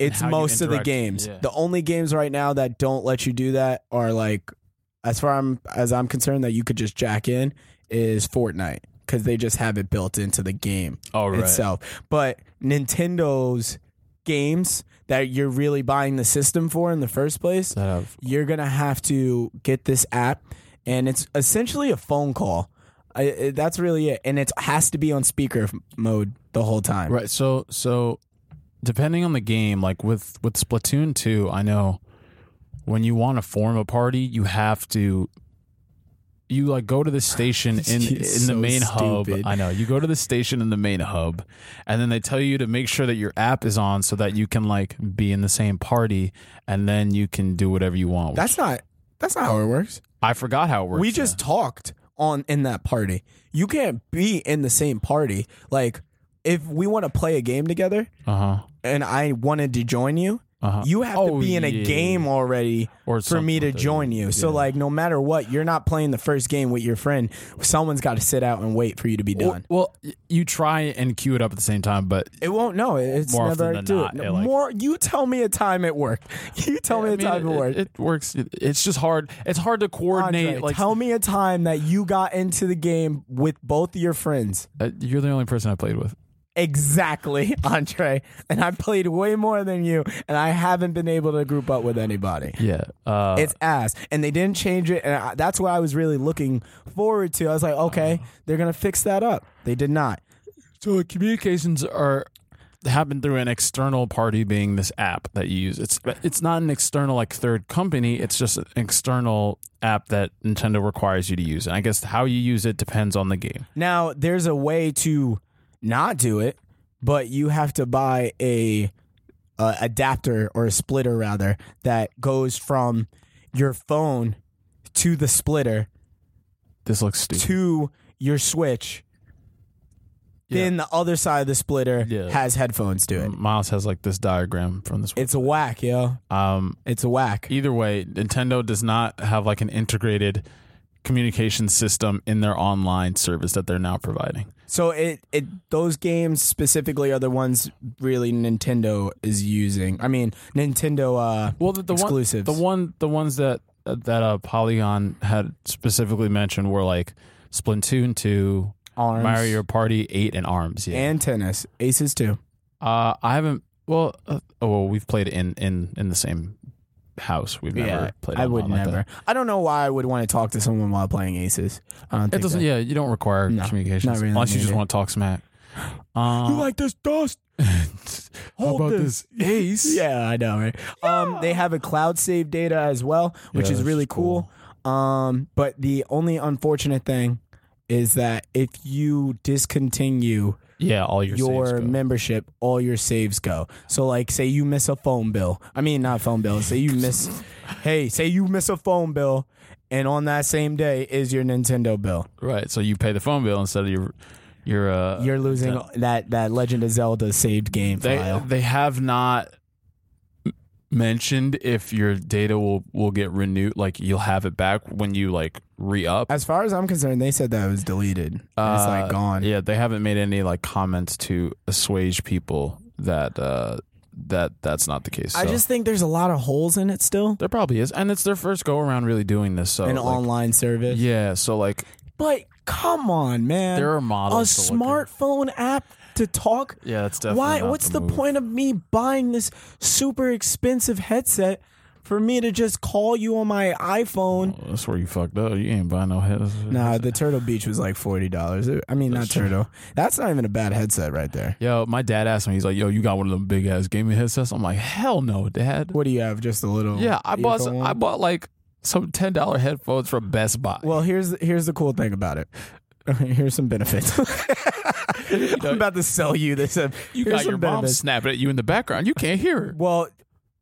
[SPEAKER 2] it's
[SPEAKER 1] how you
[SPEAKER 2] most of the
[SPEAKER 1] interact.
[SPEAKER 2] games.
[SPEAKER 1] Yeah.
[SPEAKER 2] The only games right now that don't let you do that are like, as far I'm, as I'm concerned, that you could just jack in is Fortnite because they just have it built into the game
[SPEAKER 1] Oh,
[SPEAKER 2] itself. But Nintendo's games that you're really buying the system for in the first place,
[SPEAKER 1] That have-
[SPEAKER 2] you're gonna have to get this app, and it's essentially a phone call. I, I- that's really it, and it has to be on speaker f- mode the whole time.
[SPEAKER 1] Right. So so depending on the game, like with with Splatoon 2, I know when you want to form a party, you have to you like go to the station in in
[SPEAKER 2] It's
[SPEAKER 1] the
[SPEAKER 2] so
[SPEAKER 1] main
[SPEAKER 2] stupid.
[SPEAKER 1] hub. I know. You go to the station in the main hub and then they tell you to make sure that your app is on so that you can like be in the same party and then you can do whatever you want.
[SPEAKER 2] That's not. That's not how it works.
[SPEAKER 1] I forgot how it works.
[SPEAKER 2] we just talked on in that party. You can't be in the same party. Like if we want to play a game together,
[SPEAKER 1] uh-huh.
[SPEAKER 2] and I wanted to join you,
[SPEAKER 1] Uh-huh.
[SPEAKER 2] you have to
[SPEAKER 1] Oh,
[SPEAKER 2] be in a
[SPEAKER 1] yeah.
[SPEAKER 2] game already
[SPEAKER 1] Or
[SPEAKER 2] for me
[SPEAKER 1] something
[SPEAKER 2] to
[SPEAKER 1] like that.
[SPEAKER 2] join you. So
[SPEAKER 1] Yeah.
[SPEAKER 2] like no matter what, you're not playing the first game with your friend. Someone's got to sit out and wait for you to be
[SPEAKER 1] Well,
[SPEAKER 2] done.
[SPEAKER 1] well, y- you try and queue it up at the same time, but
[SPEAKER 2] It won't know. It's
[SPEAKER 1] More often
[SPEAKER 2] never
[SPEAKER 1] than
[SPEAKER 2] do
[SPEAKER 1] not,
[SPEAKER 2] it.
[SPEAKER 1] it, like-
[SPEAKER 2] More you tell me a time it worked. You tell me a
[SPEAKER 1] I
[SPEAKER 2] time
[SPEAKER 1] mean,
[SPEAKER 2] it, worked.
[SPEAKER 1] It, it works. It- It's just hard. It's hard to coordinate.
[SPEAKER 2] Andre,
[SPEAKER 1] like
[SPEAKER 2] tell me a time that you got into the game with both of your friends.
[SPEAKER 1] Uh, you're the only person I played with.
[SPEAKER 2] Exactly, Andre. And I played way more than you, and I haven't been able to group up with anybody.
[SPEAKER 1] Yeah. Uh,
[SPEAKER 2] It's ass, and they didn't change it, and I, that's what I was really looking forward to. I was like,
[SPEAKER 1] Uh-huh.
[SPEAKER 2] okay, they're gonna fix that up. They did not.
[SPEAKER 1] so communications are happen through an external party being this app that you use. It's it's not an external like third company. It's just an external app that Nintendo requires you to use. And I guess how you use it depends on the game.
[SPEAKER 2] Now there's a way to not do it, but you have to buy a, a adapter or a splitter rather that goes from your phone to the splitter
[SPEAKER 1] This looks stupid.
[SPEAKER 2] to your Switch. Then the other side of the splitter
[SPEAKER 1] Yeah. Mm.
[SPEAKER 2] has headphones to it.
[SPEAKER 1] Miles has like this diagram from this.
[SPEAKER 2] It's a whack, yo.
[SPEAKER 1] Um,
[SPEAKER 2] It's a whack.
[SPEAKER 1] either way, Nintendo does not have like an integrated communication system in their online service that they're now providing.
[SPEAKER 2] So it it those games specifically are the ones really Nintendo is using. I mean Nintendo. Uh,
[SPEAKER 1] Well, the, the
[SPEAKER 2] Exclusives.
[SPEAKER 1] one, the one, the ones that that uh, Polygon had specifically mentioned were like Splatoon two,
[SPEAKER 2] arms
[SPEAKER 1] Mario Party eight, and Arms. Yeah,
[SPEAKER 2] and tennis aces too.
[SPEAKER 1] uh, I haven't. Well, uh, oh, well, we've played in in in the same house. We've never
[SPEAKER 2] Yeah,
[SPEAKER 1] played.
[SPEAKER 2] I
[SPEAKER 1] online
[SPEAKER 2] would
[SPEAKER 1] like
[SPEAKER 2] never.
[SPEAKER 1] that.
[SPEAKER 2] I don't know why I would want to talk to someone while playing Aces. I don't
[SPEAKER 1] It
[SPEAKER 2] think
[SPEAKER 1] doesn't.
[SPEAKER 2] that-
[SPEAKER 1] Yeah, you don't require
[SPEAKER 2] No,
[SPEAKER 1] communication
[SPEAKER 2] not really
[SPEAKER 1] unless you just
[SPEAKER 2] needed.
[SPEAKER 1] want to talk smack. Um,
[SPEAKER 2] You like this dust?
[SPEAKER 1] how
[SPEAKER 2] Hold
[SPEAKER 1] about
[SPEAKER 2] this.
[SPEAKER 1] this ace?
[SPEAKER 2] Yeah, I know, right? Um, they have a cloud save data as well, which
[SPEAKER 1] Yeah,
[SPEAKER 2] is
[SPEAKER 1] that's
[SPEAKER 2] really
[SPEAKER 1] cool.
[SPEAKER 2] cool. Um, but the only unfortunate thing is that if you discontinue
[SPEAKER 1] yeah. All your saves
[SPEAKER 2] your
[SPEAKER 1] go.
[SPEAKER 2] membership, all your saves go. So, like, say you miss a phone bill. I mean, not phone bill. Say you miss. hey, say you miss a phone bill, and on that same day is your Nintendo bill.
[SPEAKER 1] right. So you pay the phone bill instead of your your uh,
[SPEAKER 2] You're losing that that Legend of Zelda saved game
[SPEAKER 1] They
[SPEAKER 2] file.
[SPEAKER 1] they have not m- mentioned if your data will will get renewed. Like you'll have it back when you like re up.
[SPEAKER 2] As far as I'm concerned, they said that it was deleted. it's
[SPEAKER 1] Uh,
[SPEAKER 2] like gone.
[SPEAKER 1] Yeah, they haven't made any like comments to assuage people that uh that that's not the case.
[SPEAKER 2] I
[SPEAKER 1] So
[SPEAKER 2] just think there's a lot of holes in it still.
[SPEAKER 1] there probably is, and it's their first go around really doing this. So
[SPEAKER 2] An
[SPEAKER 1] Oh, like,
[SPEAKER 2] online service.
[SPEAKER 1] yeah, so like
[SPEAKER 2] But come on, man.
[SPEAKER 1] there are
[SPEAKER 2] a
[SPEAKER 1] models. to look at.
[SPEAKER 2] smartphone app to talk.
[SPEAKER 1] Yeah, that's definitely.
[SPEAKER 2] Why?
[SPEAKER 1] not
[SPEAKER 2] What's the,
[SPEAKER 1] move.
[SPEAKER 2] point of me buying this super expensive headset for me to just call you on my iPhone?
[SPEAKER 1] Well, that's where you fucked up. You ain't buying no head.
[SPEAKER 2] Nah, the Turtle Beach was like forty dollars. I mean, not Turtle. That's not even a bad headset right there.
[SPEAKER 1] Yo, my dad asked me. He's like, "Yo, you got one of them big ass gaming headsets?" I'm like, "Hell no, dad."
[SPEAKER 2] What do you have? Just a little.
[SPEAKER 1] Yeah, I bought
[SPEAKER 2] earphone
[SPEAKER 1] some,
[SPEAKER 2] one?
[SPEAKER 1] I bought like some ten dollar headphones from Best Buy.
[SPEAKER 2] Well, here's here's the cool thing about it. Here's some benefits. I'm about to sell you this.
[SPEAKER 1] you
[SPEAKER 2] here's
[SPEAKER 1] got
[SPEAKER 2] some
[SPEAKER 1] your mom
[SPEAKER 2] benefits.
[SPEAKER 1] snapping at you in the background. You can't hear her.
[SPEAKER 2] Well,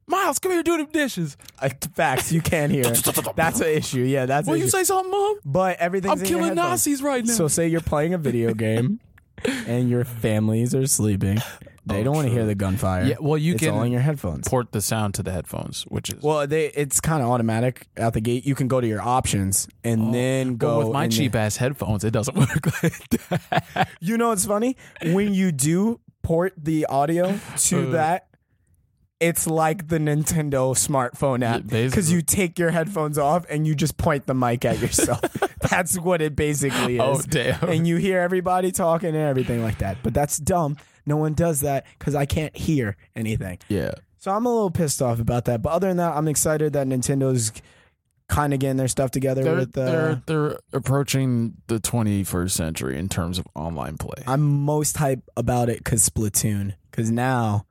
[SPEAKER 1] Miles, come here, do the dishes.
[SPEAKER 2] uh, facts you can't hear. That's an issue. Yeah, that's.
[SPEAKER 1] Will
[SPEAKER 2] an
[SPEAKER 1] you
[SPEAKER 2] issue.
[SPEAKER 1] say something, mom?
[SPEAKER 2] but everything's
[SPEAKER 1] I'm
[SPEAKER 2] in your
[SPEAKER 1] killing
[SPEAKER 2] headphones.
[SPEAKER 1] Nazis right now.
[SPEAKER 2] So say you're playing a video game and your families are sleeping. They
[SPEAKER 1] Oh,
[SPEAKER 2] don't want to
[SPEAKER 1] true.
[SPEAKER 2] hear the gunfire.
[SPEAKER 1] Yeah, well, you
[SPEAKER 2] it's
[SPEAKER 1] can
[SPEAKER 2] all in your headphones.
[SPEAKER 1] port the sound to the headphones, which is
[SPEAKER 2] well, they it's kind of automatic out the gate. You can go to your options and then
[SPEAKER 1] But
[SPEAKER 2] go
[SPEAKER 1] Oh, with my
[SPEAKER 2] and
[SPEAKER 1] cheap ass headphones. It doesn't work like that.
[SPEAKER 2] then- you know, it's funny when you do port the audio to
[SPEAKER 1] Uh.
[SPEAKER 2] that. It's like the Nintendo smartphone app because
[SPEAKER 1] basically.
[SPEAKER 2] you take your headphones off and you just point the mic at yourself. That's what it basically is.
[SPEAKER 1] Oh damn!
[SPEAKER 2] and you hear everybody talking and everything like that. But that's dumb. No one does that because I can't hear anything.
[SPEAKER 1] yeah,
[SPEAKER 2] So I'm a little pissed off about that. But other than that, I'm excited that Nintendo's kind of getting their stuff together
[SPEAKER 1] they're
[SPEAKER 2] with. Uh,
[SPEAKER 1] they're they're approaching the 21st century in terms of online play.
[SPEAKER 2] I'm most hype about it because Splatoon. Because now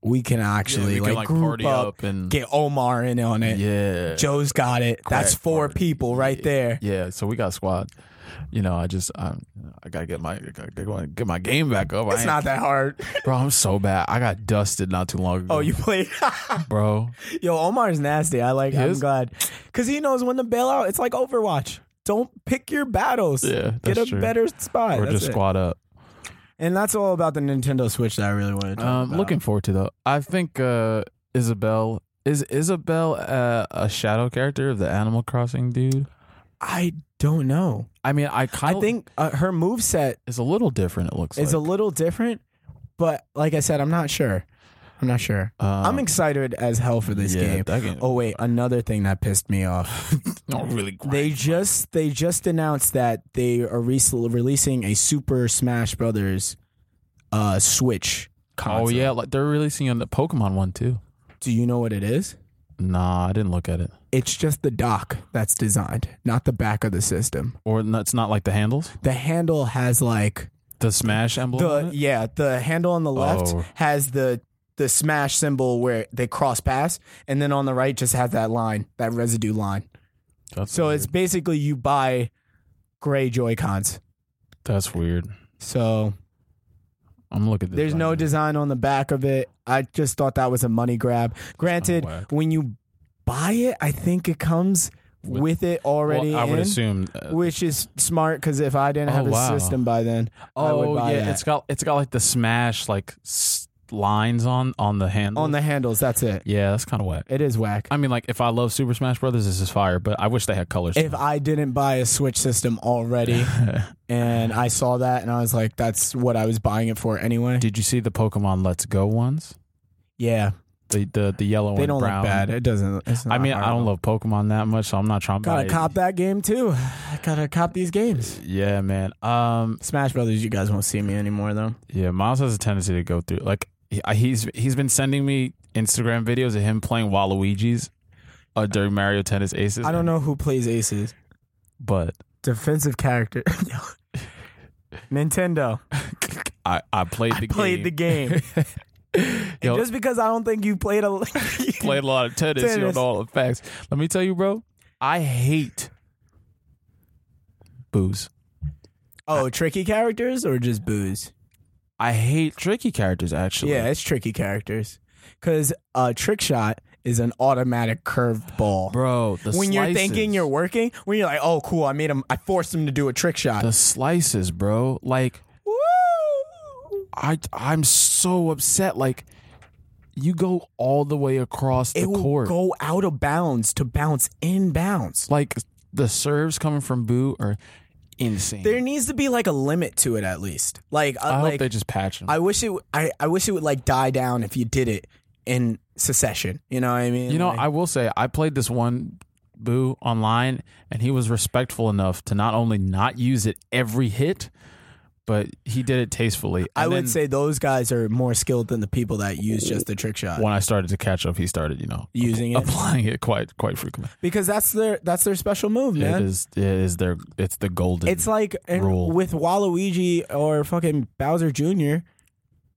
[SPEAKER 2] we can actually
[SPEAKER 1] Yeah, we
[SPEAKER 2] like,
[SPEAKER 1] can,
[SPEAKER 2] group
[SPEAKER 1] party
[SPEAKER 2] up,
[SPEAKER 1] up and
[SPEAKER 2] get Omar in on it.
[SPEAKER 1] yeah,
[SPEAKER 2] Joe's got it. That's four
[SPEAKER 1] party.
[SPEAKER 2] people right there.
[SPEAKER 1] Yeah, so we got squad. You know, I just i I gotta get my I gotta get my, get my game back up. I
[SPEAKER 2] It's
[SPEAKER 1] ain't-
[SPEAKER 2] not that hard.
[SPEAKER 1] bro. I'm so bad. I got dusted not too long ago.
[SPEAKER 2] Oh, you played.
[SPEAKER 1] bro.
[SPEAKER 2] Yo, Omar's nasty. I like.
[SPEAKER 1] His-
[SPEAKER 2] I'm glad because he knows when to bail out. It's like Overwatch. Don't pick your battles.
[SPEAKER 1] Yeah,
[SPEAKER 2] Get
[SPEAKER 1] that's
[SPEAKER 2] a
[SPEAKER 1] true.
[SPEAKER 2] better spot.
[SPEAKER 1] Or
[SPEAKER 2] That's
[SPEAKER 1] just
[SPEAKER 2] it.
[SPEAKER 1] squad up.
[SPEAKER 2] And that's all about the Nintendo Switch that I really wanted to talk
[SPEAKER 1] Um,
[SPEAKER 2] about.
[SPEAKER 1] looking forward to though. I think uh, Isabel is Isabel uh, a shadow character of the Animal Crossing dude.
[SPEAKER 2] I don't know.
[SPEAKER 1] I mean, I
[SPEAKER 2] I
[SPEAKER 1] kind of
[SPEAKER 2] think uh, her moveset
[SPEAKER 1] it's a little different. It looks.
[SPEAKER 2] is a
[SPEAKER 1] like.
[SPEAKER 2] little different, but like I said, I'm not sure. I'm not sure.
[SPEAKER 1] a. Um,
[SPEAKER 2] I'm excited as hell for this
[SPEAKER 1] yeah,
[SPEAKER 2] game.
[SPEAKER 1] That game.
[SPEAKER 2] Oh wait, another thing that pissed me off.
[SPEAKER 1] not really. Great.
[SPEAKER 2] They just they just announced that they are re- releasing a Super Smash Brothers uh Switch.
[SPEAKER 1] oh
[SPEAKER 2] Console.
[SPEAKER 1] yeah, like they're releasing on the Pokemon one too.
[SPEAKER 2] Do you know what it is?
[SPEAKER 1] Nah, I didn't look at it.
[SPEAKER 2] It's just the dock that's designed, not the back of the system.
[SPEAKER 1] Or no, it's not like the handles.
[SPEAKER 2] The handle has like
[SPEAKER 1] The Smash emblem. on
[SPEAKER 2] the
[SPEAKER 1] it?
[SPEAKER 2] yeah, the handle on the left
[SPEAKER 1] Oh.
[SPEAKER 2] has the the smash symbol where they cross pass and then on the right just has that line, that residue line.
[SPEAKER 1] That's
[SPEAKER 2] So
[SPEAKER 1] weird.
[SPEAKER 2] it's basically you buy gray Joy-Cons.
[SPEAKER 1] that's weird.
[SPEAKER 2] So
[SPEAKER 1] I'm looking. At the
[SPEAKER 2] There's no
[SPEAKER 1] design.
[SPEAKER 2] design on the back of it. I just thought that was a money grab. Granted,
[SPEAKER 1] whack.
[SPEAKER 2] when you buy it, I think it comes with,
[SPEAKER 1] With-
[SPEAKER 2] it already
[SPEAKER 1] Well, I would
[SPEAKER 2] in,
[SPEAKER 1] assume. uh,
[SPEAKER 2] which is smart because if I didn't
[SPEAKER 1] Oh,
[SPEAKER 2] have a
[SPEAKER 1] wow.
[SPEAKER 2] system by then, I would
[SPEAKER 1] oh
[SPEAKER 2] buy
[SPEAKER 1] yeah,
[SPEAKER 2] that.
[SPEAKER 1] it's got it's got like the Smash like s- lines on on the handle.
[SPEAKER 2] on the handles, that's it.
[SPEAKER 1] yeah, that's kind of whack.
[SPEAKER 2] It is whack.
[SPEAKER 1] I mean, like if I love Super Smash Brothers, this is fire. But I wish they had colors.
[SPEAKER 2] if I didn't buy a Switch system already and I saw that and I was like, that's what I was buying it for anyway.
[SPEAKER 1] Did you see the Pokemon Let's Go ones?
[SPEAKER 2] Yeah.
[SPEAKER 1] The the the yellow
[SPEAKER 2] They
[SPEAKER 1] and
[SPEAKER 2] don't
[SPEAKER 1] brown.
[SPEAKER 2] look bad. It doesn't. It's
[SPEAKER 1] I
[SPEAKER 2] not
[SPEAKER 1] mean, I don't
[SPEAKER 2] horrible.
[SPEAKER 1] love Pokemon that much, so I'm not trying to
[SPEAKER 2] Gotta
[SPEAKER 1] buy-
[SPEAKER 2] cop that game too. I gotta cop these games.
[SPEAKER 1] Yeah, man. Um,
[SPEAKER 2] Smash Brothers, you guys won't see me anymore though.
[SPEAKER 1] yeah, Miles has a tendency to go through like he- he's he's been sending me Instagram videos of him playing Waluigi's, uh, during Mario Tennis Aces.
[SPEAKER 2] I don't know who plays aces.
[SPEAKER 1] but
[SPEAKER 2] Defensive character. Nintendo.
[SPEAKER 1] I, I played the
[SPEAKER 2] Played the
[SPEAKER 1] game.
[SPEAKER 2] game.
[SPEAKER 1] Yo,
[SPEAKER 2] Just because I don't think you played a
[SPEAKER 1] played a lot of tennis. You don't
[SPEAKER 2] Tennis.
[SPEAKER 1] know all the facts. Let me tell you, bro. I hate booze.
[SPEAKER 2] Oh, tricky characters or just booze?
[SPEAKER 1] I hate tricky characters. Actually,
[SPEAKER 2] Yeah, it's tricky characters. Cause a trick shot is an automatic curved ball.
[SPEAKER 1] bro. The
[SPEAKER 2] when you're thinking
[SPEAKER 1] slices.
[SPEAKER 2] you're working, when you're like, oh cool, I made him I forced him to do a trick shot.
[SPEAKER 1] the slices, bro. Like
[SPEAKER 2] Woo!
[SPEAKER 1] I, I'm so upset. Like you go all the way across the
[SPEAKER 2] It will
[SPEAKER 1] court.
[SPEAKER 2] go out of bounds to bounce in bounds.
[SPEAKER 1] like the serves coming from Boo are insane.
[SPEAKER 2] There needs to be like a limit to it at least. Like, uh,
[SPEAKER 1] I hope
[SPEAKER 2] like
[SPEAKER 1] they just patch them.
[SPEAKER 2] I wish it. w- I, I wish it would like die down if you did it in secession. You know what I mean?
[SPEAKER 1] you know,
[SPEAKER 2] Like,
[SPEAKER 1] I will say I played this one Boo online, and he was respectful enough to not only not use it every hit, but he did it tastefully.
[SPEAKER 2] I
[SPEAKER 1] And
[SPEAKER 2] would
[SPEAKER 1] then
[SPEAKER 2] say those guys are more skilled than the people that use just the trick shot
[SPEAKER 1] when I started to catch up, he started, you know,
[SPEAKER 2] using it
[SPEAKER 1] applying it quite quite frequently.
[SPEAKER 2] because that's their that's their special move, man.
[SPEAKER 1] It is it is their it's the golden.
[SPEAKER 2] It's like and
[SPEAKER 1] Rule.
[SPEAKER 2] with Waluigi or fucking Bowser Jr.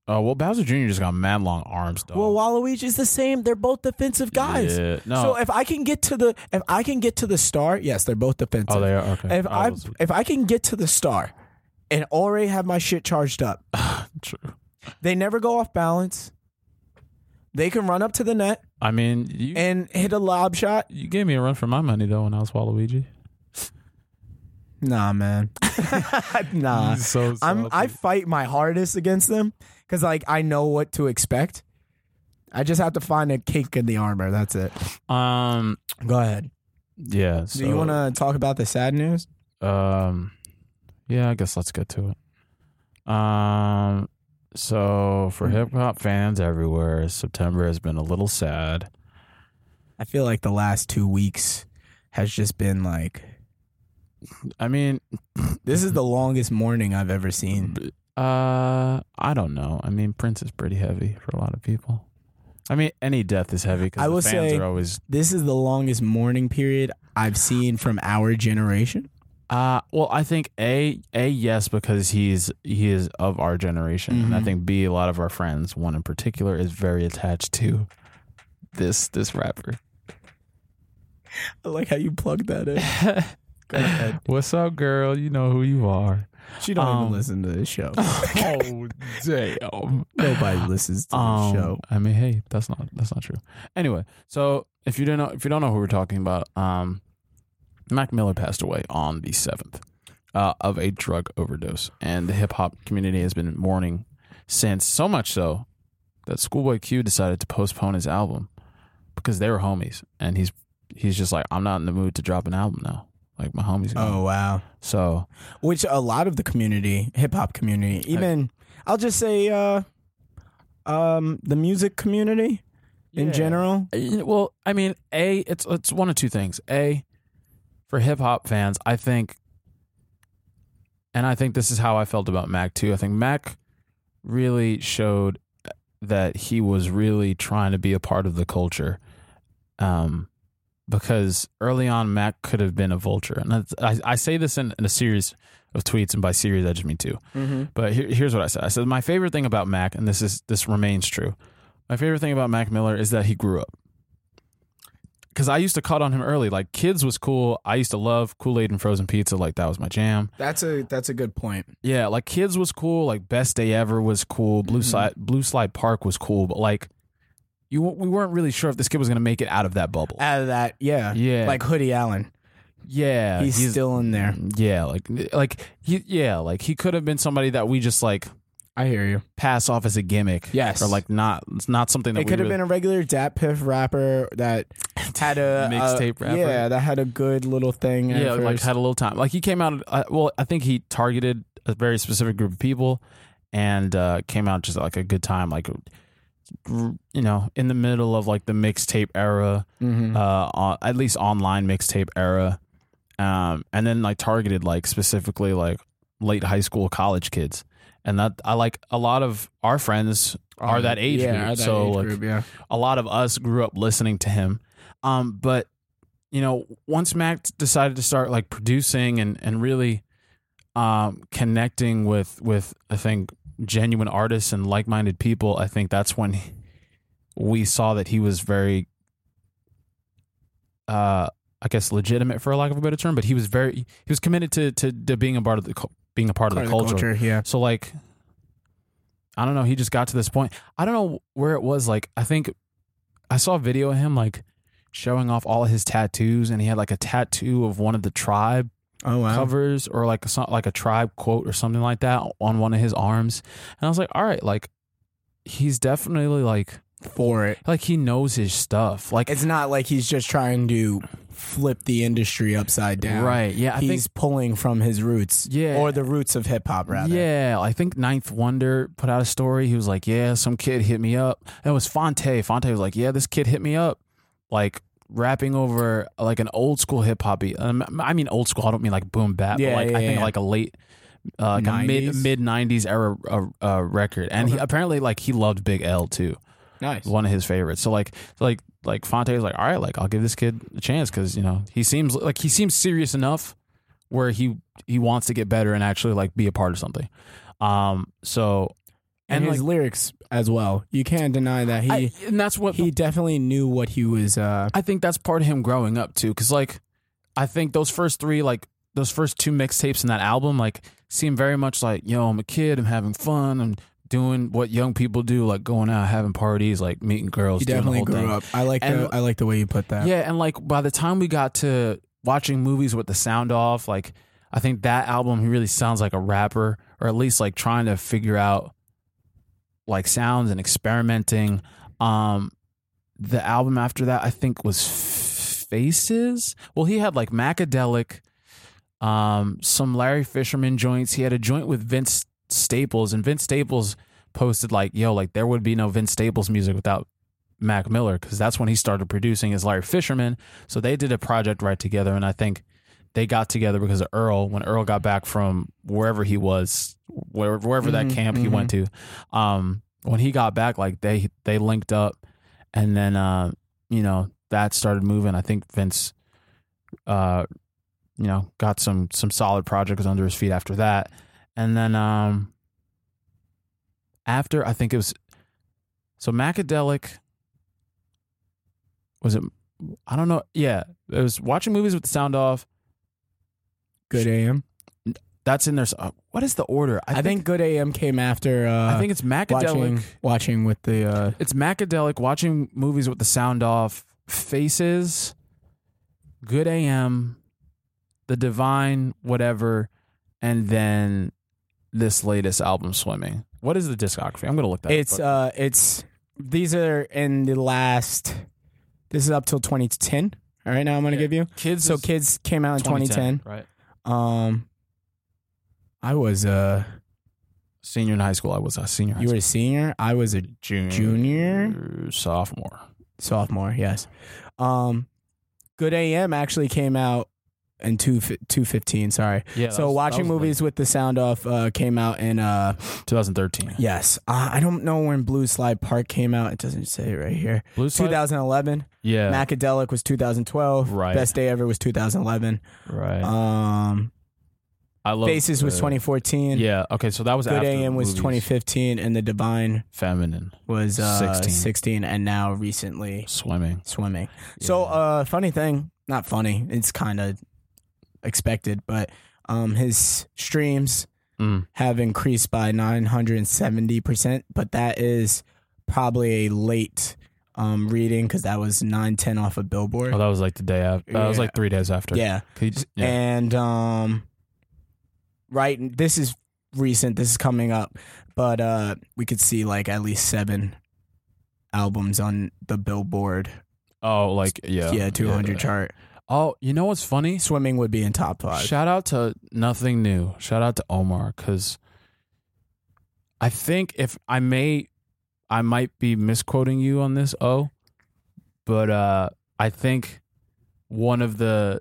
[SPEAKER 1] Oh well, Bowser Jr. just got mad long arms. Though.
[SPEAKER 2] Well, Waluigi's the same. They're both defensive guys.
[SPEAKER 1] Yeah, no.
[SPEAKER 2] So if I can get to the if I can get to the star, yes, they're both defensive.
[SPEAKER 1] oh, they are okay.
[SPEAKER 2] if
[SPEAKER 1] Oh,
[SPEAKER 2] I
[SPEAKER 1] those-
[SPEAKER 2] if I can get to the star and already have my shit charged up,
[SPEAKER 1] true.
[SPEAKER 2] they never go off balance. They can run up to the net
[SPEAKER 1] I mean, you
[SPEAKER 2] and hit a lob shot.
[SPEAKER 1] you gave me a run for my money though when I was Waluigi.
[SPEAKER 2] Nah, man. nah.
[SPEAKER 1] He's so
[SPEAKER 2] I'm I
[SPEAKER 1] salty.
[SPEAKER 2] fight my hardest against them cuz like I know what to expect. I just have to find a kink in the armor. That's it.
[SPEAKER 1] um
[SPEAKER 2] Go ahead.
[SPEAKER 1] yeah. So,
[SPEAKER 2] Do you want to talk about the sad news?
[SPEAKER 1] Um, yeah, I guess let's get to it. Um, so
[SPEAKER 2] Mm.
[SPEAKER 1] for hip hop fans everywhere, September has been a little sad.
[SPEAKER 2] I feel like the last 2 weeks has just been like
[SPEAKER 1] I mean,
[SPEAKER 2] this is the longest morning I've ever seen.
[SPEAKER 1] uh, I don't know. I mean, Prince is pretty heavy for a lot of people. I mean, any death is heavy because
[SPEAKER 2] I will
[SPEAKER 1] the fans
[SPEAKER 2] say-
[SPEAKER 1] are always.
[SPEAKER 2] This is the longest morning period I've seen from our generation.
[SPEAKER 1] Uh, well, I think a a yes because he's he is of our generation, and I
[SPEAKER 2] Mhm.
[SPEAKER 1] think b a lot of our friends, one in particular, is very attached to this this rapper.
[SPEAKER 2] I like how you plugged that in. Go ahead.
[SPEAKER 1] What's up, girl? You know who you are.
[SPEAKER 2] She don't
[SPEAKER 1] Um,
[SPEAKER 2] even listen to this show.
[SPEAKER 1] oh damn.
[SPEAKER 2] Nobody listens to
[SPEAKER 1] Um,
[SPEAKER 2] this show.
[SPEAKER 1] I mean, hey, that's not that's not true. Anyway, so if you don't know if you don't know who we're talking about, um, Mac Miller passed away on the seventh uh, of a drug overdose, and the hip hop community has been mourning since. So much so that Schoolboy Q decided to postpone his album because they were homies, and he's he's just like, I'm not in the mood to drop an album now. Like my homies. gone."
[SPEAKER 2] Oh wow.
[SPEAKER 1] so
[SPEAKER 2] Which a lot of the community, hip hop community, even I'll just say uh um the music community in
[SPEAKER 1] Yeah.
[SPEAKER 2] general.
[SPEAKER 1] Uh, Well, I mean, a it's it's one of two things. A for hip hop fans, I think, and I think this is how I felt about Mac too. I think Mac really showed uh, that he was really trying to be a part of the culture, um, because early on Mac could have been a vulture, and that's, I, I say this in, in a series of tweets, and by series I just mean two. But here, here's what I said. I said my favorite thing about Mac, and this is this remains true. My favorite thing about Mac Miller is that he grew up. Because I used to cut on him early. Like Kids was cool. I used to love Kool Aid and frozen pizza. Like that was my jam.
[SPEAKER 2] That's a that's a good point.
[SPEAKER 1] Yeah, like Kids was cool. Like Best Day Ever was cool. Blue
[SPEAKER 2] Mm-hmm.
[SPEAKER 1] Slide Blue Slide Park was cool. But like, you we weren't really sure if this kid was gonna make it out of that bubble.
[SPEAKER 2] Out of that, yeah.
[SPEAKER 1] Yeah.
[SPEAKER 2] Like Hoodie Allen.
[SPEAKER 1] yeah, Mm-hmm.
[SPEAKER 2] He's, still in there.
[SPEAKER 1] yeah, like like he yeah, like he could have been somebody that we just like
[SPEAKER 2] I hear you.
[SPEAKER 1] pass off as a gimmick.
[SPEAKER 2] Yes.
[SPEAKER 1] or like not it's not something that
[SPEAKER 2] It
[SPEAKER 1] we
[SPEAKER 2] could have
[SPEAKER 1] really-
[SPEAKER 2] been a regular Dat Piff rapper that had a
[SPEAKER 1] Mixtape
[SPEAKER 2] a-
[SPEAKER 1] rapper.
[SPEAKER 2] Yeah, that had a good little thing. at
[SPEAKER 1] yeah, like
[SPEAKER 2] first.
[SPEAKER 1] had a little time. Like he came out. Uh, well, I think he targeted a very specific group of people, and uh, came out just like a good time. Like you know, in the middle of like the mixtape era,
[SPEAKER 2] Mhm.
[SPEAKER 1] uh, on, at least online mixtape era, um, and then like targeted like specifically like late high school college kids, and that I like a lot of our friends are that age
[SPEAKER 2] Um, yeah,
[SPEAKER 1] group.
[SPEAKER 2] are that
[SPEAKER 1] so
[SPEAKER 2] age
[SPEAKER 1] like,
[SPEAKER 2] group, yeah.
[SPEAKER 1] a lot of us grew up listening to him Um, but you know, once Mac decided to start like producing and and really um, connecting with with I think genuine artists and like minded people, I think that's when he- we saw that he was very, uh, I guess legitimate for lack of a better term, but he was very he was committed to to, to being a part of the cul- being a part, of the culture.
[SPEAKER 2] yeah.
[SPEAKER 1] So like I don't know, he just got to this point. I don't know where it was like I think I saw a video of him like showing off all of his tattoos and he had like a tattoo of one of the tribe
[SPEAKER 2] Oh wow.
[SPEAKER 1] covers or like a, so- like a tribe quote or something like that on one of his arms. And I was like, "All right, like he's definitely like
[SPEAKER 2] For it.
[SPEAKER 1] like he knows his stuff." Like
[SPEAKER 2] It's not like he's just trying to flip the industry upside down.
[SPEAKER 1] right. Yeah, I
[SPEAKER 2] he's
[SPEAKER 1] think
[SPEAKER 2] pulling from his roots.
[SPEAKER 1] Yeah.
[SPEAKER 2] Or the roots of hip hop rather.
[SPEAKER 1] Yeah, I think Ninth Wonder put out a story. He was like, "Yeah, some kid hit me up." And it was Fonte. Fonte was like, "Yeah, this kid hit me up," like rapping over like an old school hip hop beat. Um, I mean, old school. I don't mean like boom bap,
[SPEAKER 2] Yeah,
[SPEAKER 1] but like
[SPEAKER 2] yeah,
[SPEAKER 1] I think
[SPEAKER 2] yeah.
[SPEAKER 1] like a late, uh, like a mid
[SPEAKER 2] 90s?
[SPEAKER 1] mid nineties era uh, uh, record. And he, apparently, like he loved Big L too
[SPEAKER 2] Nice.
[SPEAKER 1] one of his favorites. So like like like Fonte is like, all right, like I'll give this kid a chance because you know he seems like he seems serious enough where he he wants to get better and actually like be a part of something. Um, so
[SPEAKER 2] And,
[SPEAKER 1] and
[SPEAKER 2] his
[SPEAKER 1] like
[SPEAKER 2] lyrics as well. You can't deny that he
[SPEAKER 1] I, and that's what
[SPEAKER 2] he definitely knew what he was uh
[SPEAKER 1] I think that's part of him growing up too. Cause like, I think those first three, like those first two mixtapes in that album, like seem very much like, yo, I'm a kid, I'm having fun, I'm doing what young people do, like going out, having parties, like meeting girls.
[SPEAKER 2] he
[SPEAKER 1] doing the
[SPEAKER 2] definitely
[SPEAKER 1] whole
[SPEAKER 2] grew
[SPEAKER 1] thing.
[SPEAKER 2] up. I like
[SPEAKER 1] And-
[SPEAKER 2] the I like the way you put that.
[SPEAKER 1] Yeah, and like by the time we got to watching movies with the sound off, like I think that album he really sounds like a rapper, or at least like trying to figure out like sounds and experimenting. Um the album after that I think was F- Faces. Well, he had like Macadelic, um, some Larry Fisherman joints. He had a joint with Vince Staples, and Vince Staples posted like, "Yo, like there would be no Vince Staples music without Mac Miller because that's when he started producing as Larry Fisherman. So they did a project right together, and I think they got together because of Earl. When Earl got back from wherever he was, wherever, wherever
[SPEAKER 2] Mhm,
[SPEAKER 1] that camp he went to, um, when he got back, like they they linked up, and then uh, you know that started moving. I think Vince, uh, you know, got some some solid projects under his feet after that, and then um, after I think it was so Macadelic was it I don't know. Yeah, it was watching movies with the sound off.
[SPEAKER 2] Good AM.
[SPEAKER 1] That's in there. so- uh, what is the order?
[SPEAKER 2] I, think, Good AM came after uh
[SPEAKER 1] I think it's Macadelic.
[SPEAKER 2] watching watching with the uh
[SPEAKER 1] It's Macadelic watching movies with the sound off. Faces, Good AM, The Divine, whatever, and then this latest album, Swimming. What is the discography? I'm gonna look that. up,
[SPEAKER 2] It's
[SPEAKER 1] but-
[SPEAKER 2] uh it's these are in the last this is up till 2010. All right, now I'm going to
[SPEAKER 1] Yeah.
[SPEAKER 2] give you.
[SPEAKER 1] kids.
[SPEAKER 2] So
[SPEAKER 1] is
[SPEAKER 2] kids came out in 2010.
[SPEAKER 1] right?
[SPEAKER 2] Um I was uh
[SPEAKER 1] Senior in high school. I was a senior. in High
[SPEAKER 2] you were a senior, I was a
[SPEAKER 1] school.
[SPEAKER 2] junior,
[SPEAKER 1] sophomore.
[SPEAKER 2] sophomore, yes. Um Good AM actually came out in 2 215, sorry.
[SPEAKER 1] Yeah.
[SPEAKER 2] so watching movies with the sound off uh came out in uh
[SPEAKER 1] 2013.
[SPEAKER 2] yes. Uh, I don't know when Blue Slide Park came out. It doesn't say it right here.
[SPEAKER 1] Blue Slide-
[SPEAKER 2] 2011.
[SPEAKER 1] Yeah.
[SPEAKER 2] Macadelic was 2012.
[SPEAKER 1] Right.
[SPEAKER 2] Best Day Ever was 2011.
[SPEAKER 1] right.
[SPEAKER 2] Um,
[SPEAKER 1] I love
[SPEAKER 2] Faces was
[SPEAKER 1] uh,
[SPEAKER 2] 2014.
[SPEAKER 1] Yeah. Okay. So that was
[SPEAKER 2] Good
[SPEAKER 1] after
[SPEAKER 2] AM was
[SPEAKER 1] movies.
[SPEAKER 2] 2015, and The Divine
[SPEAKER 1] Feminine
[SPEAKER 2] was uh,
[SPEAKER 1] 16.
[SPEAKER 2] 16. and now recently
[SPEAKER 1] swimming.
[SPEAKER 2] swimming. So,
[SPEAKER 1] Yeah.
[SPEAKER 2] uh, funny thing, not funny. It's kind of expected, but um, his streams
[SPEAKER 1] Mm.
[SPEAKER 2] have increased by 970 percent, but that is probably a late um reading because that was 910 off of Billboard.
[SPEAKER 1] Oh, that was like the day after. That was
[SPEAKER 2] Yeah.
[SPEAKER 1] like three days after.
[SPEAKER 2] yeah.
[SPEAKER 1] Could you- yeah.
[SPEAKER 2] and um right this is recent this is coming up but uh we could see like at least seven albums on the billboard
[SPEAKER 1] oh, like yeah.
[SPEAKER 2] yeah, 200 chart
[SPEAKER 1] Oh, you know what's funny?
[SPEAKER 2] swimming would be in top five
[SPEAKER 1] Shout out to Nothing New. Shout out to Omar because I think if I may, I might be misquoting you on this. Oh, but uh, I think one of the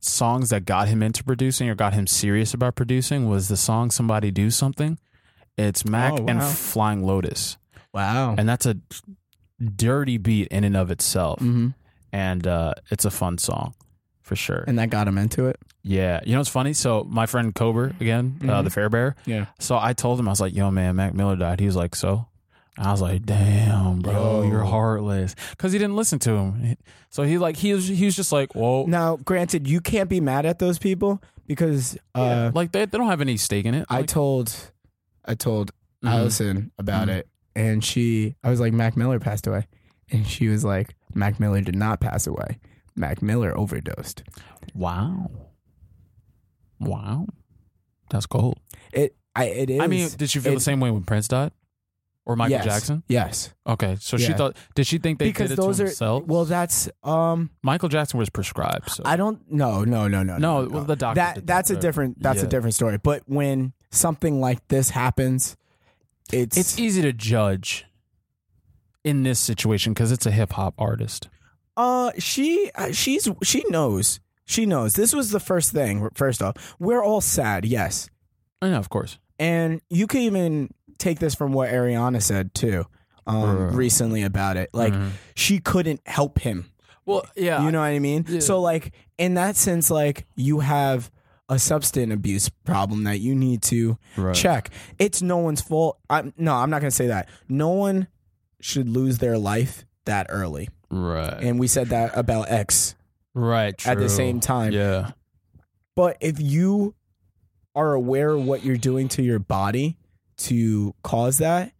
[SPEAKER 1] songs that got him into producing or got him serious about producing was the song "Somebody Do Something." It's Mac
[SPEAKER 2] Oh,
[SPEAKER 1] and
[SPEAKER 2] wow.
[SPEAKER 1] Flying Lotus,
[SPEAKER 2] wow
[SPEAKER 1] and that's a dirty beat in and of itself
[SPEAKER 2] hmm
[SPEAKER 1] and uh, it's a fun song for sure.
[SPEAKER 2] and that got him into it.
[SPEAKER 1] Yeah, you know what's funny? So my friend Kober again, uh,
[SPEAKER 2] Mhm.
[SPEAKER 1] the Fair Bear.
[SPEAKER 2] Yeah.
[SPEAKER 1] So I told him I was like, "Yo, man, Mac Miller died." He was like, "So." I was like, "Damn, bro,
[SPEAKER 2] Yo.
[SPEAKER 1] you're heartless," because he didn't listen to him. So he like he was he was just like, "Whoa."
[SPEAKER 2] Now, granted, you can't be mad at those people because uh,
[SPEAKER 1] like they, they don't have any stake in it.
[SPEAKER 2] I
[SPEAKER 1] Like,
[SPEAKER 2] told, I told
[SPEAKER 1] mhm.
[SPEAKER 2] Allison about
[SPEAKER 1] Mhm.
[SPEAKER 2] it, and she, I was like, Mac Miller passed away, and she was like, Mac Miller did not pass away. Mac Miller overdosed.
[SPEAKER 1] wow, wow, that's cold.
[SPEAKER 2] It, I, it is.
[SPEAKER 1] I mean, did you feel the
[SPEAKER 2] it-
[SPEAKER 1] same way when Prince died, or Michael
[SPEAKER 2] yes,
[SPEAKER 1] Jackson?
[SPEAKER 2] Yes,
[SPEAKER 1] Okay, so she
[SPEAKER 2] Yeah.
[SPEAKER 1] thought did she think they
[SPEAKER 2] because
[SPEAKER 1] did it
[SPEAKER 2] those
[SPEAKER 1] to
[SPEAKER 2] are
[SPEAKER 1] themselves?
[SPEAKER 2] well. That's um.
[SPEAKER 1] Michael Jackson was prescribed. So.
[SPEAKER 2] I don't. No, no, no, no,
[SPEAKER 1] no,
[SPEAKER 2] no.
[SPEAKER 1] well, the doctor.
[SPEAKER 2] that
[SPEAKER 1] did
[SPEAKER 2] that's a
[SPEAKER 1] right?
[SPEAKER 2] different. That's
[SPEAKER 1] Yeah.
[SPEAKER 2] a different story. But when something like this happens, it's
[SPEAKER 1] It's easy to judge in this situation because it's a hip hop artist.
[SPEAKER 2] Uh, she uh, she's she knows. She knows. This was the first thing. First off, we're all sad. Yes,
[SPEAKER 1] I know, Oh, of course.
[SPEAKER 2] and you can even take this from what Ariana said too, um,
[SPEAKER 1] Right.
[SPEAKER 2] recently about it. Like she couldn't help him.
[SPEAKER 1] Well, yeah,
[SPEAKER 2] You know what I mean?
[SPEAKER 1] Yeah.
[SPEAKER 2] So like in that sense, like you have a substance abuse problem that you need to
[SPEAKER 1] Right.
[SPEAKER 2] check. It's no one's fault. I'm no, I'm not gonna say that. No one should lose their life that early.
[SPEAKER 1] right,
[SPEAKER 2] And we said that about X
[SPEAKER 1] right. True.
[SPEAKER 2] at the same time.
[SPEAKER 1] yeah,
[SPEAKER 2] But if you are aware of what you're doing to your body to cause that,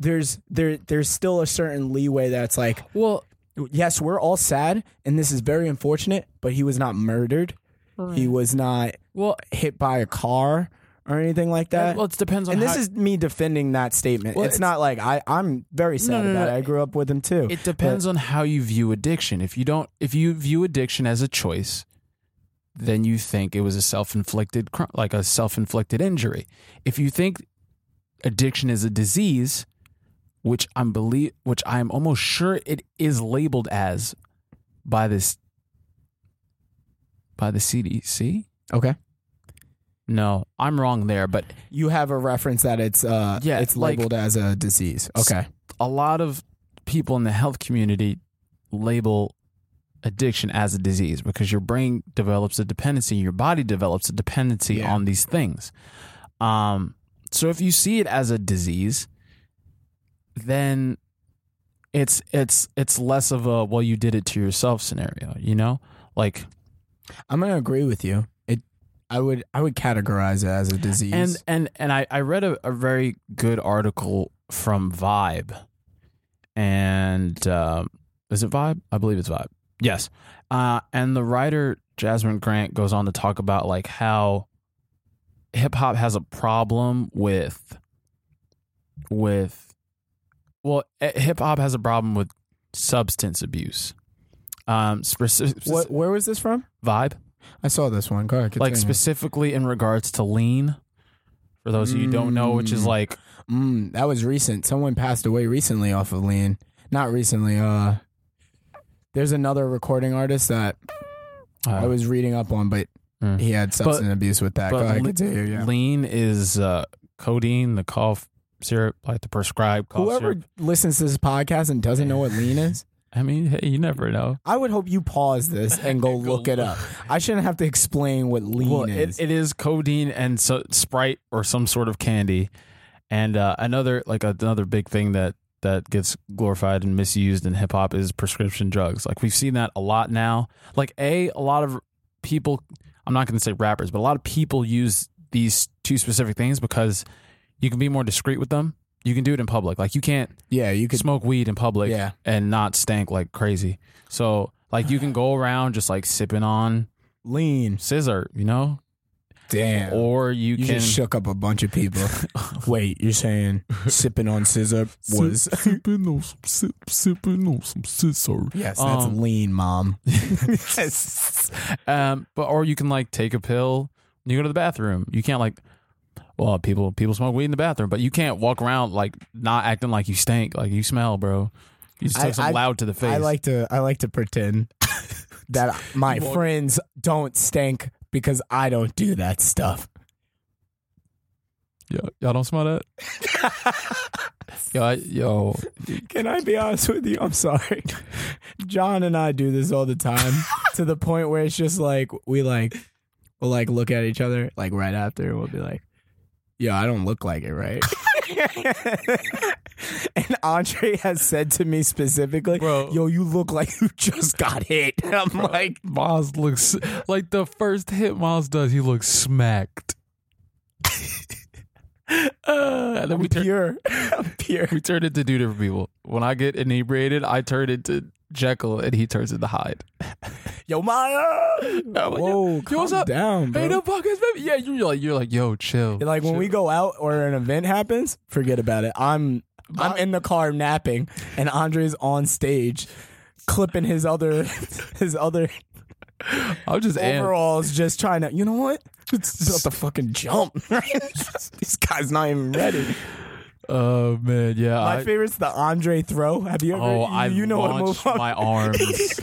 [SPEAKER 2] there's there there's still a certain leeway that's like,
[SPEAKER 1] well,
[SPEAKER 2] yes, we're all sad and this is very unfortunate, but he was not murdered. He was not
[SPEAKER 1] well,
[SPEAKER 2] hit by a car or anything like that.
[SPEAKER 1] well, it depends on
[SPEAKER 2] and this
[SPEAKER 1] how-
[SPEAKER 2] is me defending that statement.
[SPEAKER 1] Well,
[SPEAKER 2] it's,
[SPEAKER 1] it's-
[SPEAKER 2] not like I, I'm very sad
[SPEAKER 1] no,
[SPEAKER 2] about
[SPEAKER 1] no.
[SPEAKER 2] it. I grew up with him too.
[SPEAKER 1] It depends on how you view addiction. If you don't, if you view addiction as a choice, then you think it was a self-inflicted, cr- like a self-inflicted injury. If you think addiction is a disease, which I'm believe, which I'm almost sure it is labeled as by this, by the CDC.
[SPEAKER 2] okay.
[SPEAKER 1] No, I'm wrong there, but
[SPEAKER 2] You have a reference that it's uh
[SPEAKER 1] Yeah,
[SPEAKER 2] it's
[SPEAKER 1] like-
[SPEAKER 2] labeled as a disease. Okay.
[SPEAKER 1] a lot of people in the health community label addiction as a disease because your brain develops a dependency, your body develops a dependency
[SPEAKER 2] Yeah.
[SPEAKER 1] on these things. Um, so if you see it as a disease, then it's it's it's less of a well you did it to yourself scenario, you know? Like
[SPEAKER 2] I'm gonna agree with you. It, I would, I would categorize it as a disease.
[SPEAKER 1] and and and I, I read a, a very good article from Vibe, and um, is it Vibe? I believe it's Vibe. Yes, uh, and the writer Jasmine Grant goes on to talk about like how hip hop has a problem with with well eh, hip hop has a problem with substance abuse. Um, specific
[SPEAKER 2] what, where was this from?
[SPEAKER 1] vibe
[SPEAKER 2] I saw this one. Go ahead.
[SPEAKER 1] like
[SPEAKER 2] continue.
[SPEAKER 1] specifically in regards to lean for those of you who don't know which is
[SPEAKER 2] Mm.
[SPEAKER 1] like
[SPEAKER 2] mm, that was recent. Someone passed away recently off of lean. Not recently. Uh, there's another recording artist that
[SPEAKER 1] uh,
[SPEAKER 2] I was reading up on, but
[SPEAKER 1] Mm.
[SPEAKER 2] he had substance abuse with that. Go
[SPEAKER 1] but
[SPEAKER 2] ahead.
[SPEAKER 1] le-
[SPEAKER 2] continue, yeah.
[SPEAKER 1] lean is uh, codeine the cough syrup like the prescribed cough
[SPEAKER 2] Whoever
[SPEAKER 1] syrup
[SPEAKER 2] listens to this podcast and doesn't know what lean is,
[SPEAKER 1] i mean hey you never know
[SPEAKER 2] I would hope you pause this and go, look it up. I shouldn't have to explain what lean
[SPEAKER 1] well
[SPEAKER 2] is.
[SPEAKER 1] it, it is codeine and so, sprite or some sort of candy and uh, another like another big thing that that gets glorified and misused in hip hop is prescription drugs like we've seen that a lot now like a a lot of people i'm not going to say rappers but a lot of people use these two specific things because you can be more discreet with them you can do it in public like you can't
[SPEAKER 2] yeah, you could.
[SPEAKER 1] smoke weed in public
[SPEAKER 2] Yeah.
[SPEAKER 1] and not stank like crazy so like you can go around just like sipping on
[SPEAKER 2] Lean.
[SPEAKER 1] scissor you know
[SPEAKER 2] Damn.
[SPEAKER 1] or you,
[SPEAKER 2] You
[SPEAKER 1] can
[SPEAKER 2] just shook up a bunch of people. Wait, you're saying sipping on scissor was
[SPEAKER 1] sipping on some sip, sipping on some scissor.
[SPEAKER 2] yes, that's
[SPEAKER 1] Um,
[SPEAKER 2] lean, mom.
[SPEAKER 1] Um, but or you can like take a pill. when You go to the bathroom. You can't like. Well, people people smoke weed in the bathroom, but you can't walk around like not acting like you stink, like you smell, bro. You just
[SPEAKER 2] I-
[SPEAKER 1] took some
[SPEAKER 2] I-
[SPEAKER 1] loud to the face.
[SPEAKER 2] I like to I like to pretend that my
[SPEAKER 1] won't.
[SPEAKER 2] friends don't stink because I don't do that stuff.
[SPEAKER 1] Yo, y'all don't smell that? yo, I, yo,
[SPEAKER 2] Can I be honest with you? I'm sorry. John and I do this all the time to the point where it's just like we like we'll like look at each other like right after we'll be like, "Yo, I don't look like it, right?" and Andre has said to me specifically,
[SPEAKER 1] Bro.
[SPEAKER 2] "Yo, you look like you just got hit." And I'm like,
[SPEAKER 1] Miles looks like the first hit Miles does. He looks smacked. uh, and then we turn,
[SPEAKER 2] "Pure, I'm pure."
[SPEAKER 1] we turn it to two different people. When I get inebriated, I turn into Jekyll, and he turns into Hyde.
[SPEAKER 2] Yo, Maya.
[SPEAKER 1] I'm like,
[SPEAKER 2] Whoa, calm
[SPEAKER 1] what's up?
[SPEAKER 2] down, bro.
[SPEAKER 1] Hey, no podcast, baby. Yeah, you're like, you're like, yo, chill.
[SPEAKER 2] Like when we go out or an event happens, forget about it. I'm I'm in the car napping, and Andre's on stage, clipping his other his other
[SPEAKER 1] I'm just am.
[SPEAKER 2] overalls, just trying to. You know what? It's about to fucking jump. this guy's not even ready.
[SPEAKER 1] Oh man, yeah.
[SPEAKER 2] My
[SPEAKER 1] I,
[SPEAKER 2] favorite's the Andre throw. Have you ever?
[SPEAKER 1] oh,
[SPEAKER 2] you,
[SPEAKER 1] I
[SPEAKER 2] you know what move?
[SPEAKER 1] launched my arms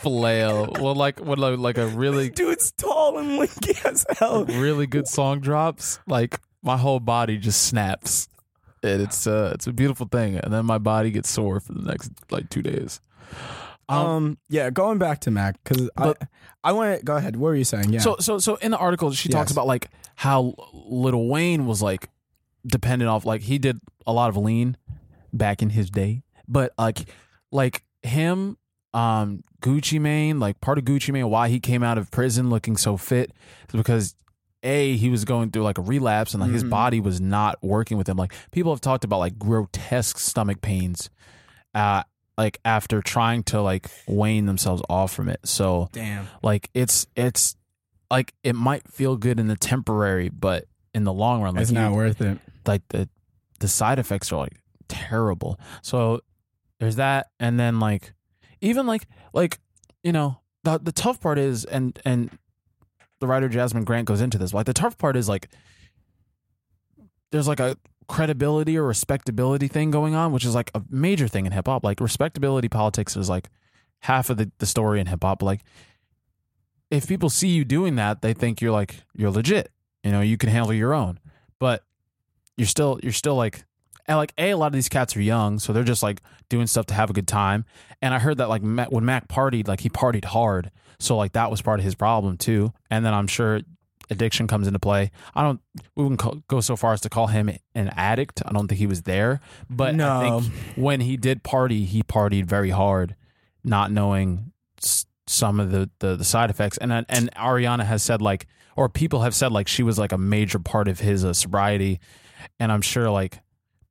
[SPEAKER 1] flail. Well, like when like, like a really
[SPEAKER 2] Dude's tall and lanky as hell.
[SPEAKER 1] really good song drops, like my whole body just snaps. And it's uh it's a beautiful thing. And then my body gets sore for the next like two days. Um,
[SPEAKER 2] Um, yeah, going back to Mac because I
[SPEAKER 1] But-
[SPEAKER 2] I want to go ahead. What were you saying? Yeah.
[SPEAKER 1] So so so in the article she
[SPEAKER 2] Yes.
[SPEAKER 1] talks about like how Little Wayne was like dependent off like he did a lot of lean back in his day, but like like him um Gucci Mane, like part of Gucci Mane why he came out of prison looking so fit is because a he was going through like a relapse and like his
[SPEAKER 2] Mhm.
[SPEAKER 1] body was not working with him. Like people have talked about like grotesque stomach pains uh like after trying to like wane themselves off from it. So
[SPEAKER 2] damn.
[SPEAKER 1] like it's it's like it might feel good in the temporary, but in the long run, like
[SPEAKER 2] It's not worth it.
[SPEAKER 1] like the the side effects are like terrible. So there's that, and then like even like like you know the the tough part is and and the writer Jasmine Grant goes into this like the tough part is like there's like a credibility or respectability thing going on, which is like a major thing in hip hop. Like respectability politics is like half of the, the story in hip hop. Like if people see you doing that, they think you're like you're legit. You know, you can handle your own. But you're still you're still like and like a, a lot of these cats are young, so they're just like doing stuff to have a good time. And I heard that like Mac, when Mac partied, like he partied hard, so like that was part of his problem too. And then I'm sure addiction comes into play. I don't we wouldn't call, go so far as to call him an addict. I don't think he was there, but I
[SPEAKER 2] No.
[SPEAKER 1] think when he did party, he partied very hard, not knowing s- some of the, the the side effects. And I- and Ariana has said like, or people have said like she was like a major part of his uh, sobriety and I'm sure like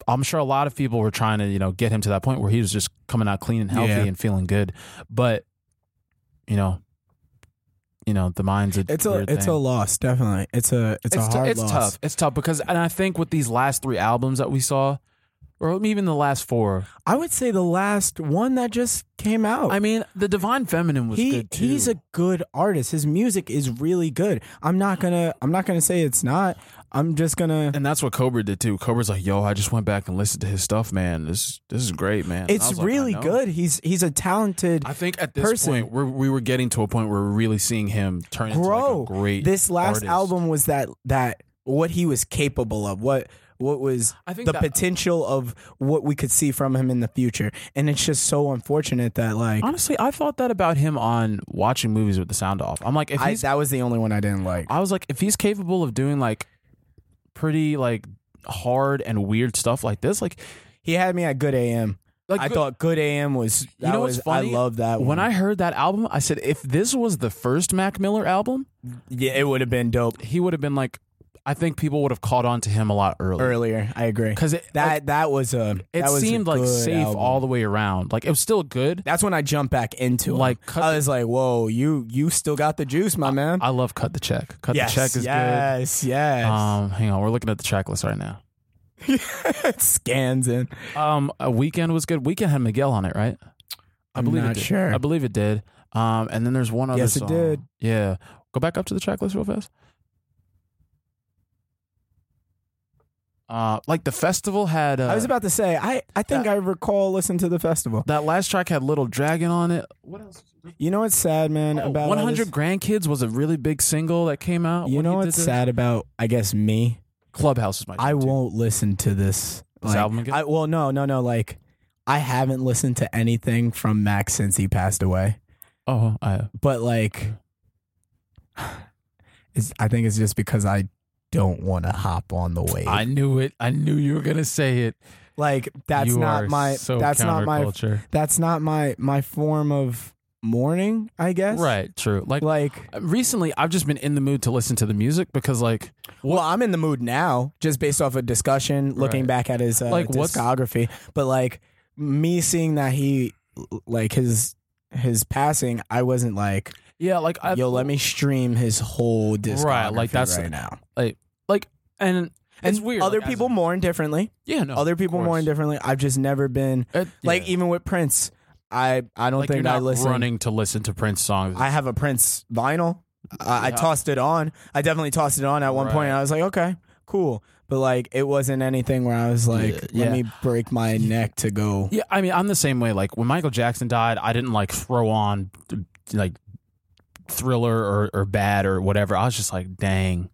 [SPEAKER 1] I'm sure a lot of people were trying to you know get him to that point where he was just coming out clean and healthy
[SPEAKER 2] Yeah.
[SPEAKER 1] and feeling good, but you know, you know the mind's a
[SPEAKER 2] It's a
[SPEAKER 1] weird
[SPEAKER 2] it's
[SPEAKER 1] thing.
[SPEAKER 2] a loss, definitely. It's a it's, a
[SPEAKER 1] tou-
[SPEAKER 2] hard
[SPEAKER 1] it's
[SPEAKER 2] loss.
[SPEAKER 1] tough it's tough because and I think with these last three albums that we saw, or even the last four,
[SPEAKER 2] I would say the last one that just came out.
[SPEAKER 1] I mean the Divine Feminine was
[SPEAKER 2] Oh. he
[SPEAKER 1] good too.
[SPEAKER 2] he's a good artist. His music is really good. I'm not gonna I'm not gonna say it's not. I'm just gonna.
[SPEAKER 1] and that's what Cobra did too. Cobra's like, yo, I just went back and listened to his stuff, man. This this is great, man. And I
[SPEAKER 2] It's
[SPEAKER 1] was like, I
[SPEAKER 2] really
[SPEAKER 1] know.
[SPEAKER 2] good. He's he's a talented.
[SPEAKER 1] I think at this
[SPEAKER 2] person.
[SPEAKER 1] point we're, we were getting to a point where we're really seeing him turn
[SPEAKER 2] grow.
[SPEAKER 1] into like a great.
[SPEAKER 2] this last
[SPEAKER 1] artist.
[SPEAKER 2] album was that that what he was capable of. What what was
[SPEAKER 1] I think
[SPEAKER 2] the
[SPEAKER 1] that-
[SPEAKER 2] potential of what we could see from him in the future. And it's just so unfortunate that like
[SPEAKER 1] Honestly, I thought that about him on watching movies with the sound off. I'm like, if
[SPEAKER 2] I,
[SPEAKER 1] he's,
[SPEAKER 2] that was the only one I didn't like.
[SPEAKER 1] I was like, if he's capable of doing like pretty like hard and weird stuff like this, like,
[SPEAKER 2] He had me at Good AM.
[SPEAKER 1] like
[SPEAKER 2] I
[SPEAKER 1] good-
[SPEAKER 2] thought Good AM was. That
[SPEAKER 1] know what's
[SPEAKER 2] was,
[SPEAKER 1] funny?
[SPEAKER 2] I love that
[SPEAKER 1] when
[SPEAKER 2] one.
[SPEAKER 1] I heard that album, I said, if this was the first Mac Miller album,
[SPEAKER 2] yeah, it would have been dope
[SPEAKER 1] he would have been like, I think people would have caught on to him a lot earlier.
[SPEAKER 2] earlier. I agree.
[SPEAKER 1] Because it,
[SPEAKER 2] that
[SPEAKER 1] like,
[SPEAKER 2] that was a.
[SPEAKER 1] it
[SPEAKER 2] that was a
[SPEAKER 1] seemed like
[SPEAKER 2] good
[SPEAKER 1] safe
[SPEAKER 2] album.
[SPEAKER 1] all the way around. Like it was still good.
[SPEAKER 2] That's when I jumped back into
[SPEAKER 1] Like,
[SPEAKER 2] Him.
[SPEAKER 1] cut
[SPEAKER 2] I was like, "Whoa, you you still got the juice, my man."
[SPEAKER 1] I love Cut the Check. Cut
[SPEAKER 2] yes,
[SPEAKER 1] the Check is good.
[SPEAKER 2] yes, yes.
[SPEAKER 1] Um, hang on, we're looking at the track list right now.
[SPEAKER 2] it scans in.
[SPEAKER 1] Um, a weekend was good. Weekend had Miguel on it, right? I
[SPEAKER 2] I'm
[SPEAKER 1] believe
[SPEAKER 2] not
[SPEAKER 1] it did.
[SPEAKER 2] sure.
[SPEAKER 1] I believe it did. Um, and then there's one other.
[SPEAKER 2] Yes, it
[SPEAKER 1] song.
[SPEAKER 2] did.
[SPEAKER 1] Yeah, go back up to the track list real fast. Uh, like the festival had. Uh,
[SPEAKER 2] I was about to say, I I think I recall listening to the festival.
[SPEAKER 1] that last track had Little Dragon on it. What else?
[SPEAKER 2] You know what's sad, man? about all
[SPEAKER 1] Oh, One hundred
[SPEAKER 2] this?
[SPEAKER 1] Grandkids was a really big single that came out.
[SPEAKER 2] You
[SPEAKER 1] when
[SPEAKER 2] know
[SPEAKER 1] he did
[SPEAKER 2] what's
[SPEAKER 1] this.
[SPEAKER 2] sad about I guess me
[SPEAKER 1] Clubhouse is my.
[SPEAKER 2] I
[SPEAKER 1] jam, too.
[SPEAKER 2] won't listen to this.
[SPEAKER 1] This
[SPEAKER 2] like-
[SPEAKER 1] album again?
[SPEAKER 2] I, well, no, no, no. Like, I haven't listened to anything from Max since he passed away.
[SPEAKER 1] Oh, I,
[SPEAKER 2] But like, it's, I think it's just because I don't want to hop on the wave.
[SPEAKER 1] I knew it. I knew you were gonna say it.
[SPEAKER 2] like, that's
[SPEAKER 1] You
[SPEAKER 2] not
[SPEAKER 1] are
[SPEAKER 2] my.
[SPEAKER 1] So
[SPEAKER 2] that's not my.
[SPEAKER 1] counterculture.
[SPEAKER 2] That's not my my form of mourning. I guess.
[SPEAKER 1] Right. True. Like,
[SPEAKER 2] Like,
[SPEAKER 1] recently, I've just been in the mood to listen to the music because, like,
[SPEAKER 2] well, I'm in the mood now, just based off a discussion, looking
[SPEAKER 1] Right.
[SPEAKER 2] back at his uh,
[SPEAKER 1] Like, what's-
[SPEAKER 2] discography. But like me seeing that he, like his his passing, I wasn't like,
[SPEAKER 1] yeah, like I,
[SPEAKER 2] yo, let me stream his whole discography right,
[SPEAKER 1] like, that's-
[SPEAKER 2] now.
[SPEAKER 1] and it's weird.
[SPEAKER 2] Other
[SPEAKER 1] like, as
[SPEAKER 2] people
[SPEAKER 1] a-
[SPEAKER 2] mourn differently.
[SPEAKER 1] yeah, no,
[SPEAKER 2] Other people
[SPEAKER 1] of course.
[SPEAKER 2] mourn differently. I've just never been
[SPEAKER 1] It-
[SPEAKER 2] like
[SPEAKER 1] yeah.
[SPEAKER 2] even with Prince. I I don't
[SPEAKER 1] like you're
[SPEAKER 2] think
[SPEAKER 1] not
[SPEAKER 2] I listen.
[SPEAKER 1] running to listen to Prince songs.
[SPEAKER 2] I have a Prince vinyl. I, I
[SPEAKER 1] Yeah.
[SPEAKER 2] tossed it on. I definitely tossed it on at one point.
[SPEAKER 1] Right.
[SPEAKER 2] And I was like, okay, cool. But like, it wasn't anything where I was like,
[SPEAKER 1] Yeah,
[SPEAKER 2] let
[SPEAKER 1] yeah.
[SPEAKER 2] me break my neck to go.
[SPEAKER 1] yeah, I mean, I'm the same way. Like when Michael Jackson died, I didn't like throw on like Thriller or or Bad or whatever. I was just like, dang.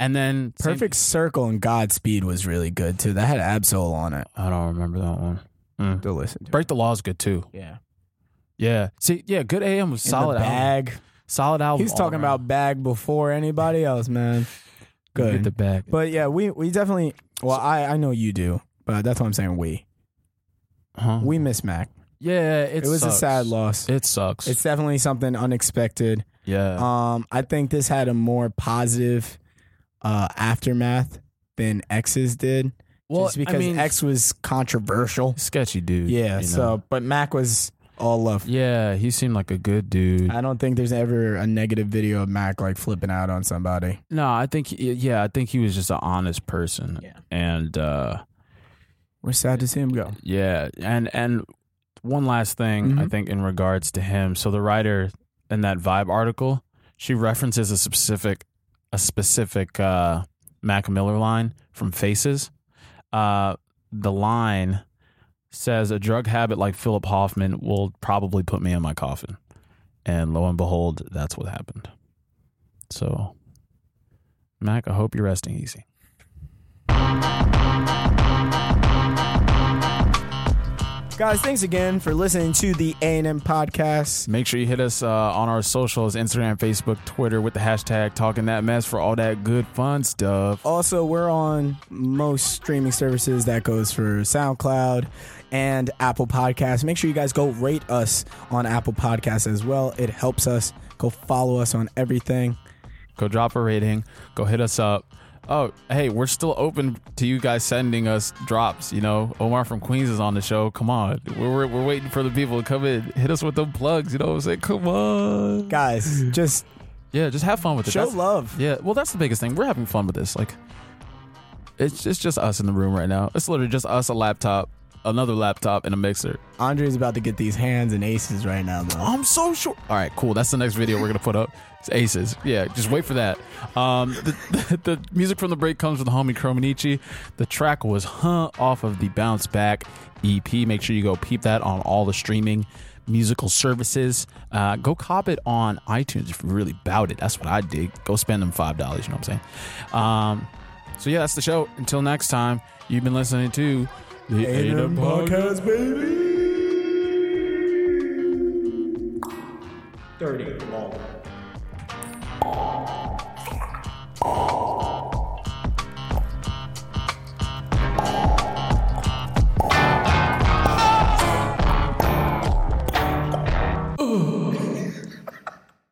[SPEAKER 1] And then same-
[SPEAKER 2] Perfect Circle and Godspeed was really good too. That had Absol on it.
[SPEAKER 1] I don't remember that one. Mm.
[SPEAKER 2] To listen to.
[SPEAKER 1] Break the Law is good too.
[SPEAKER 2] Yeah.
[SPEAKER 1] Yeah. See, yeah, Good AM was
[SPEAKER 2] In
[SPEAKER 1] solid
[SPEAKER 2] the
[SPEAKER 1] album.
[SPEAKER 2] bag.
[SPEAKER 1] Solid album.
[SPEAKER 2] He's
[SPEAKER 1] all
[SPEAKER 2] talking
[SPEAKER 1] around.
[SPEAKER 2] about bag before anybody else, man.
[SPEAKER 1] You
[SPEAKER 2] Good.
[SPEAKER 1] Get the bag.
[SPEAKER 2] but yeah, we we definitely. Well, I I know you do, but that's why I'm saying we
[SPEAKER 1] Huh?
[SPEAKER 2] we miss Mac.
[SPEAKER 1] yeah, Mm-hmm. it
[SPEAKER 2] It, was
[SPEAKER 1] sucks.
[SPEAKER 2] a sad loss.
[SPEAKER 1] It sucks.
[SPEAKER 2] it's definitely something unexpected.
[SPEAKER 1] yeah.
[SPEAKER 2] Um, I think this had a more positive uh, aftermath than X's did.
[SPEAKER 1] well,
[SPEAKER 2] just because
[SPEAKER 1] I mean,
[SPEAKER 2] X was controversial.
[SPEAKER 1] sketchy dude.
[SPEAKER 2] Yeah.
[SPEAKER 1] you know?
[SPEAKER 2] So, but Mac was all love.
[SPEAKER 1] yeah, he seemed like a good dude.
[SPEAKER 2] I don't think there's ever a negative video of Mac like flipping out on somebody.
[SPEAKER 1] No, I think he- yeah, I think he was just an honest person.
[SPEAKER 2] Yeah.
[SPEAKER 1] And uh
[SPEAKER 2] We're sad to see him go.
[SPEAKER 1] yeah, and and one last thing I
[SPEAKER 2] Mhm.
[SPEAKER 1] think in regards to him. So the writer in that Vibe article, she references a specific a specific uh Mac Miller line from Faces. Uh the line says a drug habit like Philip Hoffman will probably put me in my coffin. And lo and behold, that's what happened. So Mac, I hope you're resting easy.
[SPEAKER 2] Guys, thanks again for listening to the A and M podcast.
[SPEAKER 1] Make sure you hit us uh, on our socials Instagram, Facebook, Twitter with the hashtag talking that mess for all that good fun stuff.
[SPEAKER 2] Also, we're on most streaming services. That goes for SoundCloud and Apple Podcasts. Make sure you guys go rate us on Apple Podcasts as well. It helps us. Go follow us on everything.
[SPEAKER 1] Go drop a rating, go hit us up. Oh, hey, we're still open to you guys sending us drops. You know, Omar from Queens is on the show. Come on. We're, we're, we're waiting for the people to come in. Hit us with them plugs. You know what I'm saying? Come on.
[SPEAKER 2] Guys, just
[SPEAKER 1] Yeah, just have fun with it.
[SPEAKER 2] show
[SPEAKER 1] That's-
[SPEAKER 2] love.
[SPEAKER 1] Yeah, well, that's the biggest thing. We're having fun with this. Like, it's, it's just us in the room right now. It's literally just us, a laptop, another laptop, and a mixer.
[SPEAKER 2] Andre's about to get these hands and aces right now, though.
[SPEAKER 1] Oh, I'm so sure. All right, cool. That's the next video we're gonna put up. It's Aces. Yeah, just wait for that. Um, the, the, the music from the break comes from the homie Chromanichi. The track was "Huh" off of the Bounce Back EP. Make sure you go peep that on all the streaming musical services. Uh, go cop it on iTunes if you really bout it. That's what I did. Go spend them five dollars. You know what I'm saying? Um, so yeah, that's the show. Until next time, you've been listening to the Adam Podcast.
[SPEAKER 4] Dirty long.